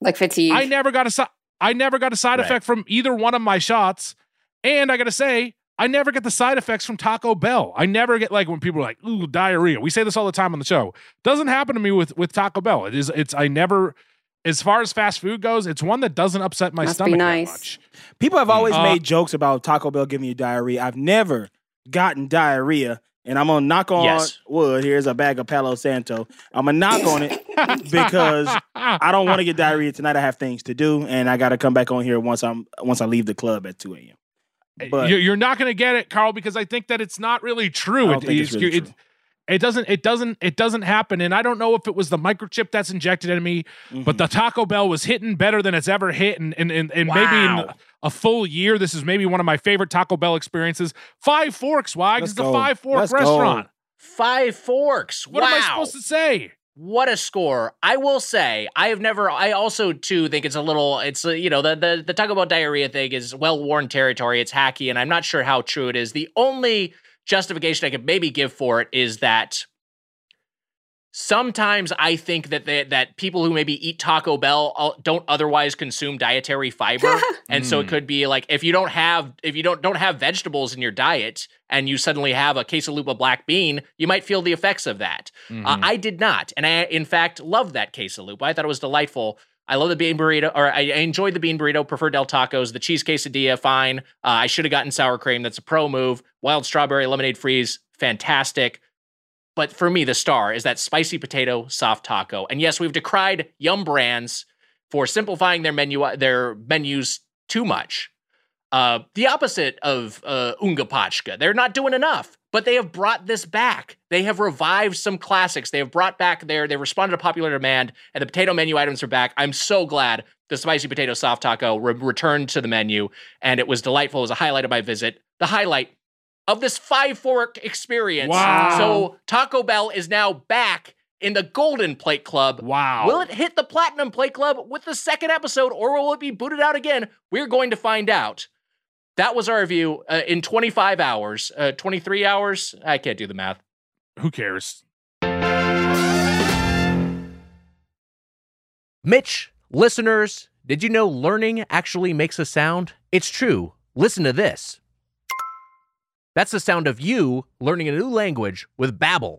Speaker 7: like fatigue.
Speaker 2: I never got a si- I never got a side
Speaker 3: Right.
Speaker 2: effect from either one of my shots, and I gotta say, I never get the side effects from Taco Bell. I never get like when people are like, "Ooh, diarrhea." We say this all the time on the show. Doesn't happen to me with with Taco Bell. It is, it's I never. As far as fast food goes, it's one that doesn't upset my
Speaker 7: Must be
Speaker 2: stomach that
Speaker 7: nice.
Speaker 2: much.
Speaker 8: People have always
Speaker 2: Uh,
Speaker 8: made jokes about Taco Bell giving you diarrhea. I've never gotten diarrhea, and I'm gonna knock on
Speaker 1: Yes.
Speaker 8: wood. Here's a bag of Palo Santo. I'm gonna knock on it because I don't want to get diarrhea tonight. I have things to do, and I gotta come back on here once I'm once I leave the club at 2 a.m. But
Speaker 2: you're, you're not going to get it, Carl, because I think that it's not really true.
Speaker 8: I don't think it's
Speaker 2: it's-
Speaker 8: really
Speaker 2: it-
Speaker 8: true.
Speaker 2: it doesn't. It doesn't. It doesn't happen. And I don't know if it was the microchip that's injected in me, but the Taco Bell was hitting better than it's ever hit, and and and, and maybe in
Speaker 1: Wow.
Speaker 2: a full year, this is maybe one of my favorite Taco Bell experiences. Five Forks, Wags,
Speaker 8: Mm-hmm. Let's
Speaker 2: it's a
Speaker 8: go.
Speaker 2: Five Fork
Speaker 8: Let's go.
Speaker 2: restaurant.
Speaker 1: Five forks.
Speaker 2: What
Speaker 1: wow.
Speaker 2: am I supposed to say?
Speaker 1: what a score i will say i have never i also too think it's a little it's uh, you know the the, the talk about diarrhea thing is well-worn territory it's hacky and i'm not sure how true it is the only justification i could maybe give for it is that sometimes i think that they, that people who maybe eat taco bell al- don't otherwise consume dietary fiber and so it
Speaker 3: Mm.
Speaker 1: could be like if you don't have if you don't don't have vegetables in your diet and you suddenly have a quesalupa black bean you might feel the effects of that uh, I did not, and I in fact loved that quesalupa. I thought it was delightful. I love the bean burrito, or I, I enjoyed the bean burrito. Preferred Del Tacos, the cheese quesadilla, fine. Uh, I should have gotten sour cream. That's a pro move. Wild strawberry lemonade freeze, fantastic. But for me, the star is that spicy potato soft taco. And yes, we've decried Yum Brands for simplifying their menu their menus too much. Uh, the opposite of uh, Unga Pachka. They're not doing enough, but they have brought this back. They have revived some classics. They have brought back their, they responded to popular demand, and the potato menu items are back. I'm so glad the spicy potato soft taco re- returned to the menu, and it was delightful. It was a highlight of my visit. The highlight of this five fork experience.
Speaker 2: Wow.
Speaker 1: So Taco Bell is now back in the Golden Plate Club.
Speaker 2: Wow.
Speaker 1: Will it hit the Platinum Play Club with the second episode, or will it be booted out again? We're going to find out. That was our review uh, in 25 hours, uh, 23 hours. I can't do the math.
Speaker 2: Who cares?
Speaker 3: Mitch, listeners, did you know learning actually makes a sound? It's true. Listen to this. That's the sound of you learning a new language with Babbel.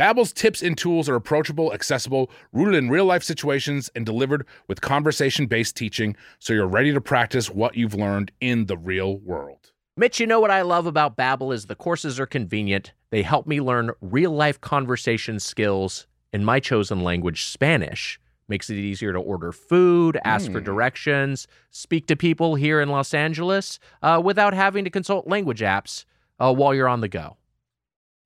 Speaker 4: Babbel's tips and tools are approachable, accessible, rooted in real-life situations and delivered with conversation-based teaching so you're ready to practice what you've learned in the real world.
Speaker 3: Mitch, you know what I love about Babbel is the courses are convenient. They help me learn real-life conversation skills in my chosen language, Spanish. Makes it easier to order food, ask for directions, speak to people here in Los Angeles uh, without having to consult language apps uh, while you're on the go.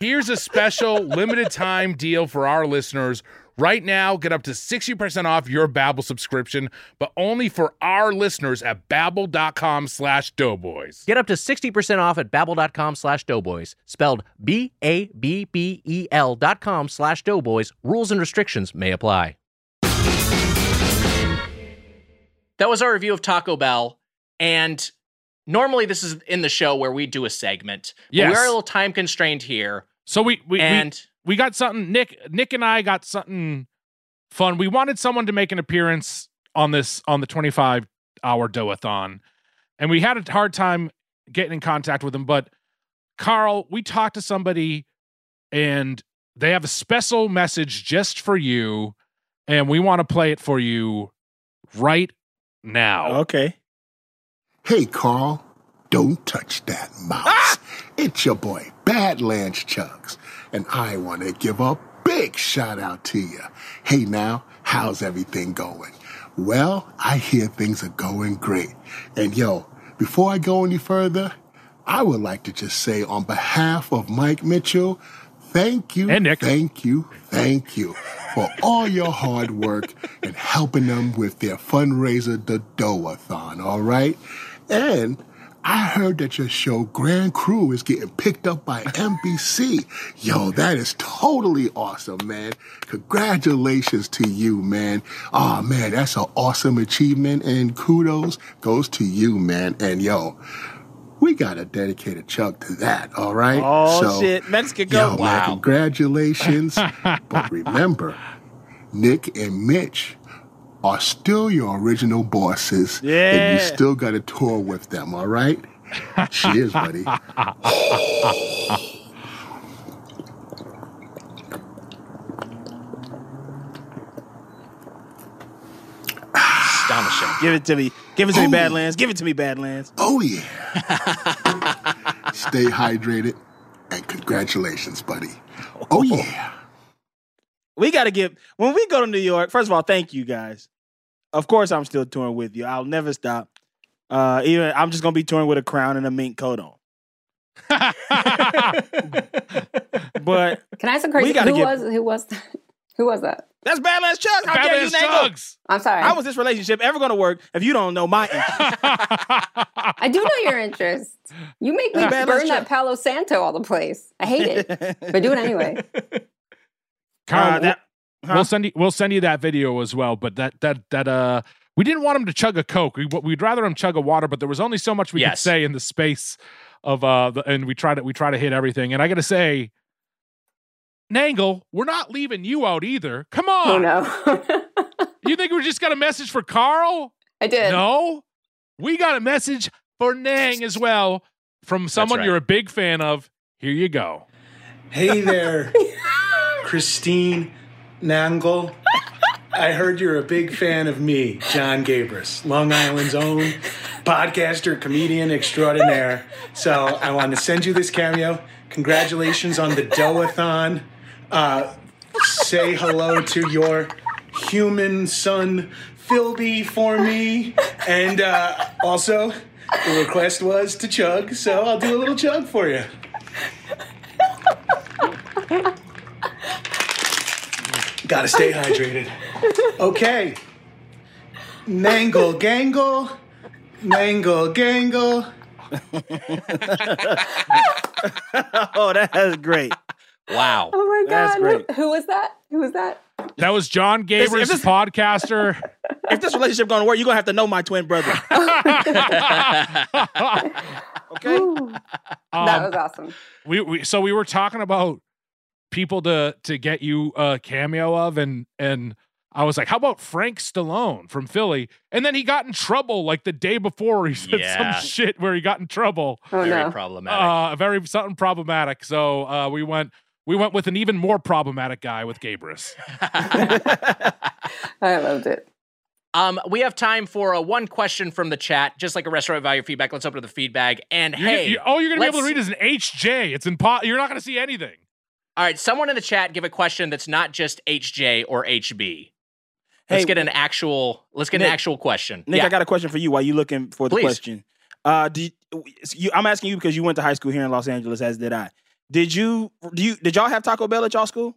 Speaker 4: Here's a special limited time deal for our listeners. Right now, get up to 60% off your Babbel subscription, but only for our listeners at babbel.com slash doughboys.
Speaker 3: Get up to 60% off at babbel.com slash doughboys, spelled B-A-B-B-E-L E dot com slash doughboys. Rules and restrictions may apply.
Speaker 1: That was our review of Taco Bell. And normally this is in the show where we do a segment. but
Speaker 2: Yes.
Speaker 1: we are a little time constrained here.
Speaker 2: So we we, we
Speaker 1: and
Speaker 2: we got something. Nick Nick and I got something fun. We wanted someone to make an appearance on this on the 25 hour doathon, and we had a hard time getting in contact with them. But Carl, we talked to somebody, and they have a special message just for you, and we want to play it for you right now.
Speaker 8: Okay.
Speaker 11: Hey, Carl, don't touch that mouse.
Speaker 12: Ah!
Speaker 11: It's your boy, Badlands Chunks, and I want to give a big shout out to you. Hey, now, how's everything going? Well, I hear things are going great. And yo, before I go any further, I would like to just say on behalf of Mike Mitchell, thank you, thank you, thank you for all your hard work and helping them with their fundraiser, the Doathon, all right? And I heard that your show, Grand Crew, is getting picked up by NBC. Yo, that is totally awesome, man. Congratulations to you, man. Oh, man, that's an awesome achievement, and kudos goes to you, man. And yo, we got to dedicate a chunk to that, all right?
Speaker 8: Oh
Speaker 11: So,
Speaker 8: shit, Mexican
Speaker 11: Yo,
Speaker 8: go.
Speaker 11: man, congratulations. but remember, Nick and Mitch are still your original bosses. And you
Speaker 8: Yeah.
Speaker 11: still got to tour with them, all right? Cheers, buddy.
Speaker 1: astonishing.
Speaker 8: Give it to me. Give it to me, Badlands. Give it to me, Badlands.
Speaker 11: Oh, yeah. Stay hydrated. And congratulations, buddy. Oh, yeah.
Speaker 8: We got to give when we go to New York. First of all, thank you guys. Of course, I'm still touring with you. I'll never stop. Uh, even I'm just gonna be touring with a crown and a mink coat on. but
Speaker 7: Can I ask a crazy?
Speaker 8: We gotta
Speaker 7: Who
Speaker 8: get-
Speaker 7: was who was who was that?
Speaker 8: that's Badlands Chugs. How dare you,
Speaker 2: Badlands
Speaker 8: Nangle?
Speaker 2: Chugs.
Speaker 7: I'm sorry. I,
Speaker 8: How is this relationship ever gonna work if you don't know my interest?
Speaker 7: do know your interest. You make me
Speaker 8: Hey, man, let's
Speaker 7: burn
Speaker 8: check.
Speaker 7: that Palo Santo all the place. I hate it, but do it anyway.
Speaker 2: Carl,
Speaker 8: Uh, that- huh?
Speaker 2: We'll send you. We'll send you that video as well. But that that that uh, we didn't want him to chug a coke. We, we'd rather him chug a water. But there was only so much we could
Speaker 1: Yes.
Speaker 2: say in the space of uh, the, and we try to we try to hit everything. And I gotta say, Nangle, we're not leaving you out either. Come
Speaker 7: Oh
Speaker 2: on,
Speaker 7: no,
Speaker 2: you think we just got a message for Carl?
Speaker 7: I did.
Speaker 2: No, we got a message for Nang as well from someone
Speaker 1: right.
Speaker 2: you're a big fan of. Here you go.
Speaker 13: Hey there, Christine Nangle. I heard you're a big fan of me, John Gabris, Long Island's own podcaster, comedian extraordinaire. So I want to send you this cameo. Congratulations on the Doathon. Uh, say hello to your human son, Philby, for me. And uh, also, the request was to chug, so I'll do a little chug for you. Gotta stay hydrated. Okay. Nangle gangle. Nangle gangle.
Speaker 8: oh, that is great.
Speaker 1: Wow.
Speaker 7: Oh my
Speaker 8: That's
Speaker 7: god, who, who was that? Who was that?
Speaker 2: That was John
Speaker 8: If- if
Speaker 2: Gaber's
Speaker 8: this-
Speaker 2: podcaster.
Speaker 8: If this relationship gonna work, you're gonna have to know my twin brother. Okay.
Speaker 7: Ooh, that
Speaker 2: Um,
Speaker 7: was awesome.
Speaker 2: we, we so we were talking about people to to get you a cameo of and and I was like, how about Frank Stallone from Philly? And then he got in trouble like the day before. He said
Speaker 1: Yeah.
Speaker 2: some shit where he got in trouble.
Speaker 7: Oh
Speaker 1: Very
Speaker 7: no,
Speaker 1: problematic.
Speaker 2: Uh, very something problematic. So uh, we went we went with an even more problematic guy with Gabrus.
Speaker 7: I loved it.
Speaker 2: Oh.
Speaker 1: um, we have time for uh, one question from the chat, just like a restaurant value feedback. Let's open to the feedback. And
Speaker 2: You're gonna-
Speaker 1: hey,
Speaker 2: you- all you're gonna be able to
Speaker 1: let's-
Speaker 2: read is an HJ. It's impo- You're not gonna see anything.
Speaker 1: All right, someone in the chat give a question that's not just HJ or HB. Let's
Speaker 8: Hey,
Speaker 1: get an actual. Let's get an
Speaker 8: Nick-
Speaker 1: actual question.
Speaker 8: Nick,
Speaker 1: yeah.
Speaker 8: I got a question for you while you're looking for the
Speaker 1: Please.
Speaker 8: question. Uh, do you, you- I'm asking you because you went to high school here in Los Angeles, as did I. Did you do you did y'all have Taco Bell at y'all school?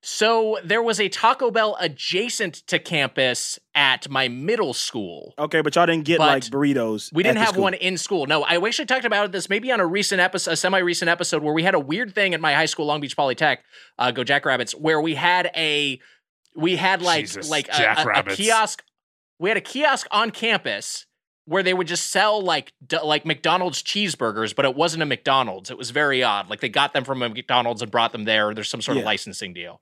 Speaker 1: so there was a Taco Bell adjacent to campus at my middle school.
Speaker 8: Okay, but y'all didn't get
Speaker 1: But
Speaker 8: like burritos.
Speaker 1: We
Speaker 8: at
Speaker 1: didn't
Speaker 8: the
Speaker 1: have
Speaker 8: school.
Speaker 1: one in school. No, I actually talked about this maybe on a recent episode, a semi-recent episode, where we had a weird thing at my high school, Long Beach Polytech, uh, go Jackrabbits, where we had a we had like
Speaker 2: Jesus,
Speaker 1: like a- a, a
Speaker 2: Jackrabbits.
Speaker 1: kiosk. We had a kiosk on campus where they would just sell like d- like McDonald's cheeseburgers, but it wasn't a McDonald's. It was very odd. Like they got them from a McDonald's and brought them there. There's some sort of
Speaker 8: Yeah.
Speaker 1: licensing deal.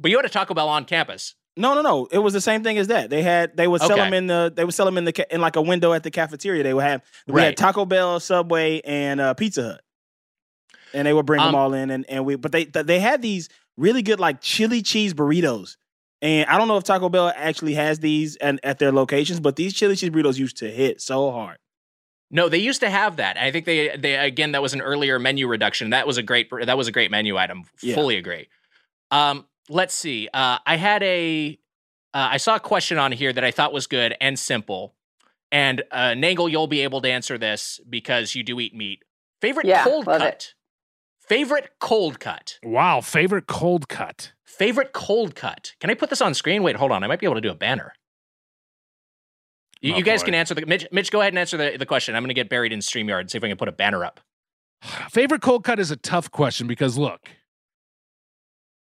Speaker 1: But you had a Taco Bell on campus.
Speaker 8: No, no, no. It was the same thing as that. They had they would sell
Speaker 1: Okay.
Speaker 8: them in the they would sell them in the ca- in like a window at the cafeteria. They would have we
Speaker 1: Right.
Speaker 8: had Taco Bell, Subway, and uh, Pizza Hut, and they would bring
Speaker 1: Um,
Speaker 8: them all in and and we. But they th- they had these really good like chili cheese burritos, and I don't know if Taco Bell actually has these and at their locations, but these chili cheese burritos used to hit so hard.
Speaker 1: No, they used to have that. I think they they again that was an earlier menu reduction. That was a great that was a great menu item.
Speaker 8: Yeah.
Speaker 1: Fully agree. Um, let's see. Uh, I had a uh, I saw a question on here that I thought was good and simple. And uh, Nangle, you'll be able to answer this because you do eat meat. Favorite
Speaker 7: Yeah,
Speaker 1: cold
Speaker 7: love
Speaker 1: cut. Favorite cold cut.
Speaker 2: Wow, favorite cold cut.
Speaker 1: Favorite cold cut. Can I put this on screen? Wait, hold on. I might be able to do a banner. You,
Speaker 2: Oh,
Speaker 1: you guys
Speaker 2: boy.
Speaker 1: can answer the Mitch. Mitch, go ahead and answer the, the question. I'm going to get buried in Streamyard and see if I can put a banner up.
Speaker 2: Favorite cold cut is a tough question because look,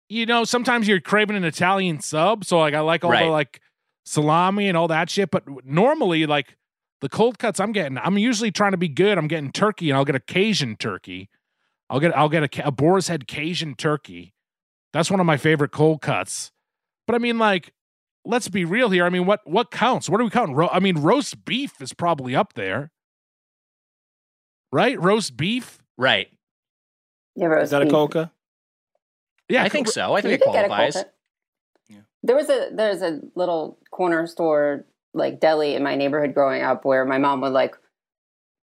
Speaker 2: you know, sometimes you're craving an Italian sub, so like I like all
Speaker 1: Right.
Speaker 2: the like salami and all that shit, but normally like the cold cuts I'm getting, I'm usually trying to be good. I'm getting turkey and I'll get a Cajun turkey. I'll get I'll get a, ca- a boar's head Cajun turkey. That's one of my favorite cold cuts. But I mean like let's be real here. I mean what what counts? What are we counting? Ro- I mean roast beef is probably up there. Right? Roast beef?
Speaker 1: Right.
Speaker 7: Yeah, roast
Speaker 8: Is that a
Speaker 7: beef.
Speaker 8: coca?
Speaker 2: Yeah,
Speaker 1: I think so. I think
Speaker 7: You
Speaker 1: it
Speaker 7: could get a cold
Speaker 1: qualifies.
Speaker 7: cut. There was a there's a little corner store like deli in my neighborhood growing up where my mom would like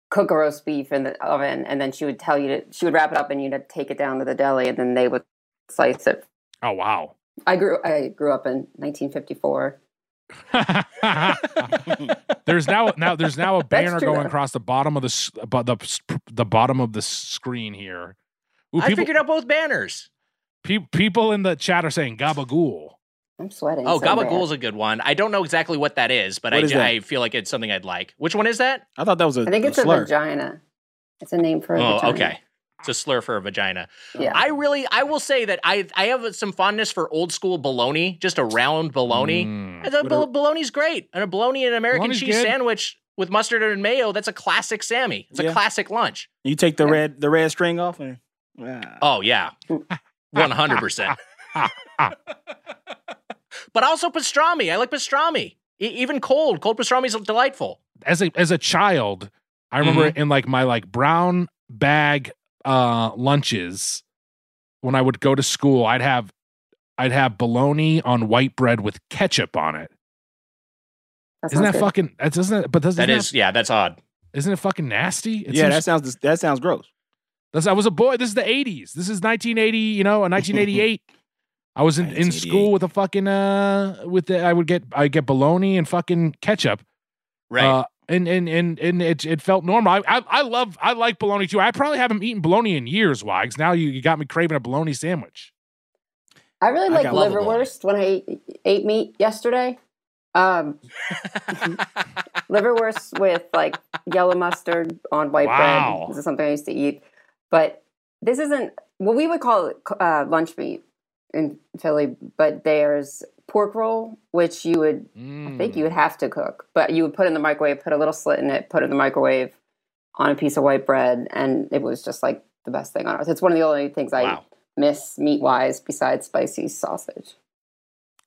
Speaker 7: cook a roast beef in the oven and then she would tell you to she would wrap it up and you'd have to take it down to the deli and then they would slice it.
Speaker 2: Oh wow.
Speaker 7: I grew I grew up in 1954.
Speaker 2: there's now now there's now a banner
Speaker 7: true,
Speaker 2: going
Speaker 7: though.
Speaker 2: across the bottom of the s- abo- the s- the bottom of the screen here. Ooh,
Speaker 1: I
Speaker 2: people,
Speaker 1: figured out both banners.
Speaker 2: pe- people in the chat are saying gabagool.
Speaker 7: I'm sweating.
Speaker 1: Oh,
Speaker 7: so
Speaker 1: Gabagool's a good one. I don't know exactly what that is, but I,
Speaker 8: What is
Speaker 1: ju-
Speaker 8: that?
Speaker 1: I feel like it's something I'd like. Which one is that?
Speaker 8: I thought that was a
Speaker 7: bad. I think
Speaker 8: a
Speaker 7: it's a,
Speaker 8: slur.
Speaker 7: vagina. It's a name for a
Speaker 1: Oh,
Speaker 7: vagina.
Speaker 1: okay. It's a slur for a vagina.
Speaker 7: Yeah.
Speaker 1: I really, I will say that I, I have some fondness for old school bologna, just a round bologna.
Speaker 2: Mm.
Speaker 1: I thought
Speaker 8: What are-
Speaker 1: bol- bologna's great, and a bologna and American
Speaker 2: Bologna's
Speaker 1: cheese
Speaker 2: good.
Speaker 1: sandwich with mustard and mayo. That's a classic Sammy. It's
Speaker 8: Yeah.
Speaker 1: a classic lunch.
Speaker 8: You take the red the red string off and ah.
Speaker 1: Oh yeah, one hundred percent. But also pastrami. I like pastrami, E- even cold. Cold pastrami is delightful.
Speaker 2: As a as a child, I remember in like my like brown bag uh lunches when I would go to school, I'd have I'd have bologna on white bread with ketchup on it.
Speaker 7: That
Speaker 2: Isn't
Speaker 7: sounds
Speaker 2: that
Speaker 7: good.
Speaker 2: fucking that's isn't that but doesn't
Speaker 1: That is, yeah, that's odd.
Speaker 2: isn't it fucking nasty? It
Speaker 8: yeah,
Speaker 2: seems-
Speaker 8: that sounds that sounds gross.
Speaker 2: That's I was a boy. This is the eighties. This is nineteen eighty. You know, in nineteen eighty eight. I was in, in
Speaker 8: 1988.
Speaker 2: school with a fucking uh with the I would get I get bologna and fucking ketchup.
Speaker 1: Right.
Speaker 2: Uh, and and and and it it felt normal. I, I I love I like bologna too. I probably haven't eaten bologna in years, Wags. Now you, you got me craving a bologna sandwich.
Speaker 7: I really
Speaker 8: I
Speaker 7: like
Speaker 8: got love
Speaker 7: liverwurst when I ate, ate meat yesterday. Um, liverwurst with like yellow mustard on white
Speaker 2: Wow.
Speaker 7: bread. This is something I used to eat, but this isn't what we would call uh, lunch meat in Philly. But there's pork roll, which you would
Speaker 2: Mm.
Speaker 7: I think you would
Speaker 8: Hmm.
Speaker 7: have to cook, but you would put it in the microwave, put a little slit in it, put it in the microwave on a piece of white bread, and it was just like the best thing on earth. It's one of the only things I
Speaker 1: Wow.
Speaker 7: miss meat wise besides spicy sausage.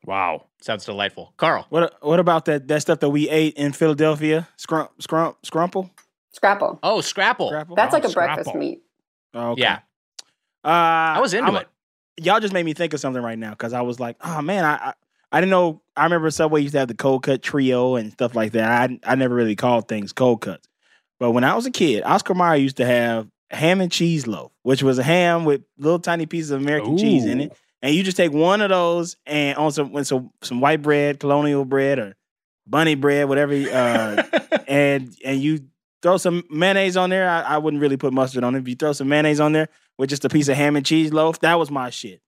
Speaker 2: Wow.
Speaker 1: Sounds delightful, Carl.
Speaker 8: What what about that that stuff that we ate in Philadelphia? Scrump scrump scrumple?
Speaker 7: Scrapple.
Speaker 1: Oh, Scrapple.
Speaker 8: Scrapple?
Speaker 7: That's
Speaker 2: Oh,
Speaker 7: like a breakfast
Speaker 2: scrapple.
Speaker 7: meat.
Speaker 8: Oh, okay.
Speaker 1: Yeah,
Speaker 8: Uh, I
Speaker 1: I was into it.
Speaker 8: Y'all just made me think of something right now because I was like, oh man, I, I I didn't know. I remember Subway used to have the cold cut trio and stuff like that. I I never really called things cold cuts, but when I was a kid, Oscar Mayer used to have ham and cheese loaf, which was a ham with little tiny pieces of American cheese in it. and you just take one of those and on some with some some white bread, colonial bread or bunny bread, whatever, uh, and and you throw some mayonnaise on there. I, I wouldn't really put mustard on it. If you throw some mayonnaise on there with just a piece of ham and cheese loaf, that was my shit.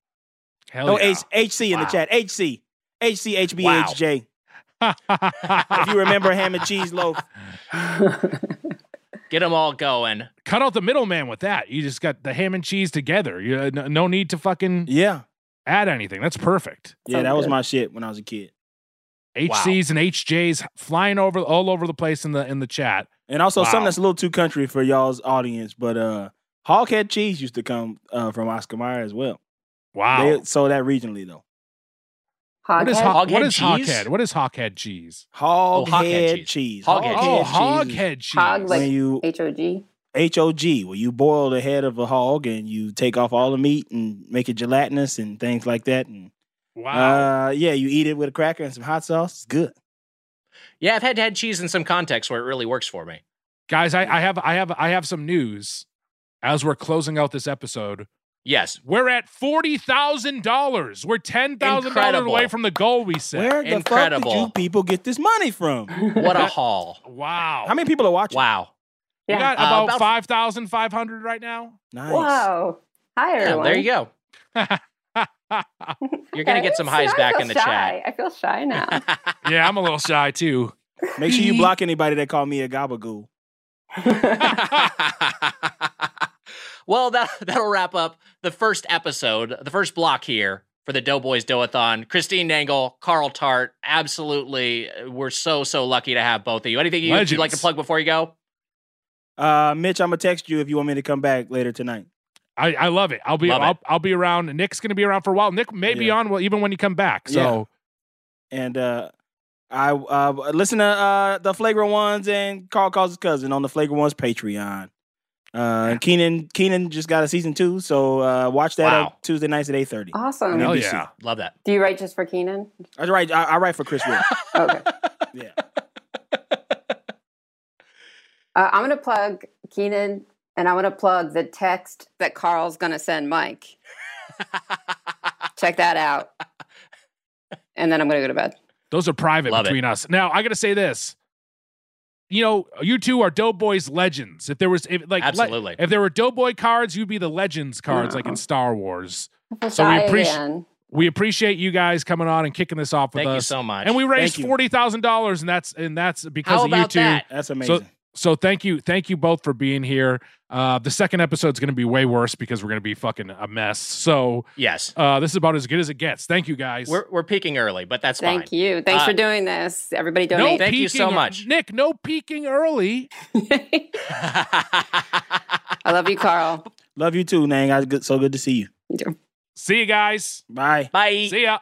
Speaker 2: Hell
Speaker 8: Oh,
Speaker 2: yeah.
Speaker 8: H- HC in the
Speaker 2: Wow.
Speaker 8: chat. HC. HC, HBHJ. If you remember ham and cheese loaf.
Speaker 1: Get them all going.
Speaker 2: Cut out the middleman with that. You just got the ham and cheese together. You uh, no, no need to fucking
Speaker 8: Yeah.
Speaker 2: add anything. That's perfect.
Speaker 8: Yeah,
Speaker 7: Sounds
Speaker 8: that was
Speaker 7: good.
Speaker 8: my shit when I was a kid.
Speaker 2: HCs and HJs flying over all over the place in the in the chat.
Speaker 8: And also
Speaker 2: Wow.
Speaker 8: something that's a little too country for y'all's audience, but uh Hoghead cheese used to come uh, from Oscar Mayer as well.
Speaker 2: Wow.
Speaker 8: They sold that regionally though.
Speaker 2: What is, ho- what
Speaker 8: Hoghead
Speaker 2: is
Speaker 8: cheese?
Speaker 2: hoghead? What is hoghead cheese?
Speaker 8: Hoghead,
Speaker 2: Oh, hoghead
Speaker 8: cheese.
Speaker 2: cheese.
Speaker 8: Hoghead
Speaker 2: Oh,
Speaker 8: cheese.
Speaker 2: hoghead cheese.
Speaker 7: Hog
Speaker 8: When
Speaker 7: like
Speaker 8: you
Speaker 7: H O G.
Speaker 8: H O G, where you boil the head of a hog and you take off all the meat and make it gelatinous and things like that. And
Speaker 2: Wow.
Speaker 8: uh, yeah, you eat it with a cracker and some hot sauce. It's good.
Speaker 1: Yeah, I've had to had cheese in some contexts where it really works for me.
Speaker 2: Guys, I, I have I have I have some news as we're closing out this episode.
Speaker 1: Yes.
Speaker 2: We're at forty thousand dollars. We're ten thousand dollars
Speaker 1: Incredible.
Speaker 2: away from the goal we set.
Speaker 8: Where the
Speaker 1: Incredible.
Speaker 8: fuck did you people get this money from?
Speaker 1: What a haul.
Speaker 2: Wow.
Speaker 8: How many people are watching?
Speaker 1: Wow.
Speaker 2: We got
Speaker 1: Uh,
Speaker 2: about,
Speaker 1: about-
Speaker 2: 5,500 right now.
Speaker 8: Nice.
Speaker 7: Whoa. Hi
Speaker 1: Yeah,
Speaker 7: everyone.
Speaker 1: there you go. You're going to get some highs back in the chat.
Speaker 7: I feel shy now.
Speaker 2: Yeah, I'm a little shy too.
Speaker 8: Make sure you block anybody that call me a gabagool.
Speaker 1: well, that that'll wrap up the first episode, the first block here for the Doughboys Doathon. Christine Nangle, Carl Tart, absolutely, uh, we're so so lucky to have both of you. Anything you, you'd like to
Speaker 2: Legends.
Speaker 1: plug before you go?
Speaker 8: Uh, Mitch, I'm gonna text you if you want me to come back later tonight.
Speaker 2: I, I love it. I'll be
Speaker 1: Love it.
Speaker 2: I'll, I'll be around. Nick's gonna be around for a while. Nick may be
Speaker 8: Yeah.
Speaker 2: on well, even when you come back. So
Speaker 8: And uh, I uh, listen to uh, the Flagrant Ones and Carl calls his cousin on the Flagrant Ones Patreon. Uh, and Keenan Keenan just got a season two, so uh, watch that
Speaker 1: Wow.
Speaker 8: on Tuesday nights at eight thirty.
Speaker 7: awesome.
Speaker 2: hell
Speaker 8: NBC.
Speaker 2: yeah.
Speaker 1: Love that.
Speaker 7: Do you write just for Keenan?
Speaker 8: I write I, I write for Chris Wood.
Speaker 7: Okay.
Speaker 8: yeah,
Speaker 7: Uh, I'm going to plug Keenan and I'm going to plug the text that Carl's going to send Mike. Check that out. And then I'm going to go to bed.
Speaker 2: those are private
Speaker 1: Love it.
Speaker 2: between us. Now I gotta say this. You know, you two are Doughboys legends. If there was if, like le-
Speaker 1: Absolutely. Uh-huh.
Speaker 2: if there were Doughboy cards, you'd be the legends cards, like in Star Wars.
Speaker 7: I feel
Speaker 2: So we
Speaker 7: shy
Speaker 2: appreciate-
Speaker 7: again.
Speaker 2: We appreciate you guys coming on and kicking this off with
Speaker 1: Thank
Speaker 2: us.
Speaker 1: you so much.
Speaker 2: And we raised
Speaker 8: Thank you.
Speaker 2: forty thousand dollars, and that's and that's because
Speaker 1: How
Speaker 2: of you
Speaker 1: about
Speaker 2: two.
Speaker 1: that?
Speaker 8: that's amazing.
Speaker 2: So, so thank you, thank you both for being here. Uh, the second episode's going to be way worse because we're going to be fucking a mess. So
Speaker 1: Yes.
Speaker 2: uh, this is about as good as it gets. Thank you guys.
Speaker 1: We're we're peaking early, but that's
Speaker 7: Thank
Speaker 1: fine.
Speaker 7: you. Thanks
Speaker 1: Uh,
Speaker 7: for doing this. Everybody donate.
Speaker 1: thank you so
Speaker 2: peeking- e-
Speaker 1: much.
Speaker 2: Nick. No peeking early.
Speaker 7: I love you, Carl.
Speaker 8: Love you too, Nang. I good, so good to see you.
Speaker 7: You too.
Speaker 2: See you guys.
Speaker 8: Bye.
Speaker 1: Bye.
Speaker 2: See ya.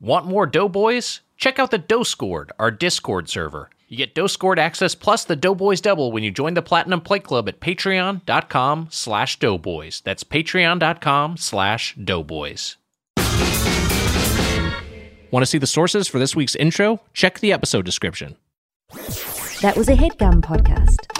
Speaker 3: Want more Doughboys? Check out the Doughscored, our Discord server. You get Doughscored access plus the Doughboys double when you join the Platinum Play Club at patreon.com slash doughboys. That's patreon.com slash doughboys. Want to see the sources for this week's intro? Check the episode description.
Speaker 14: That was a headgum podcast.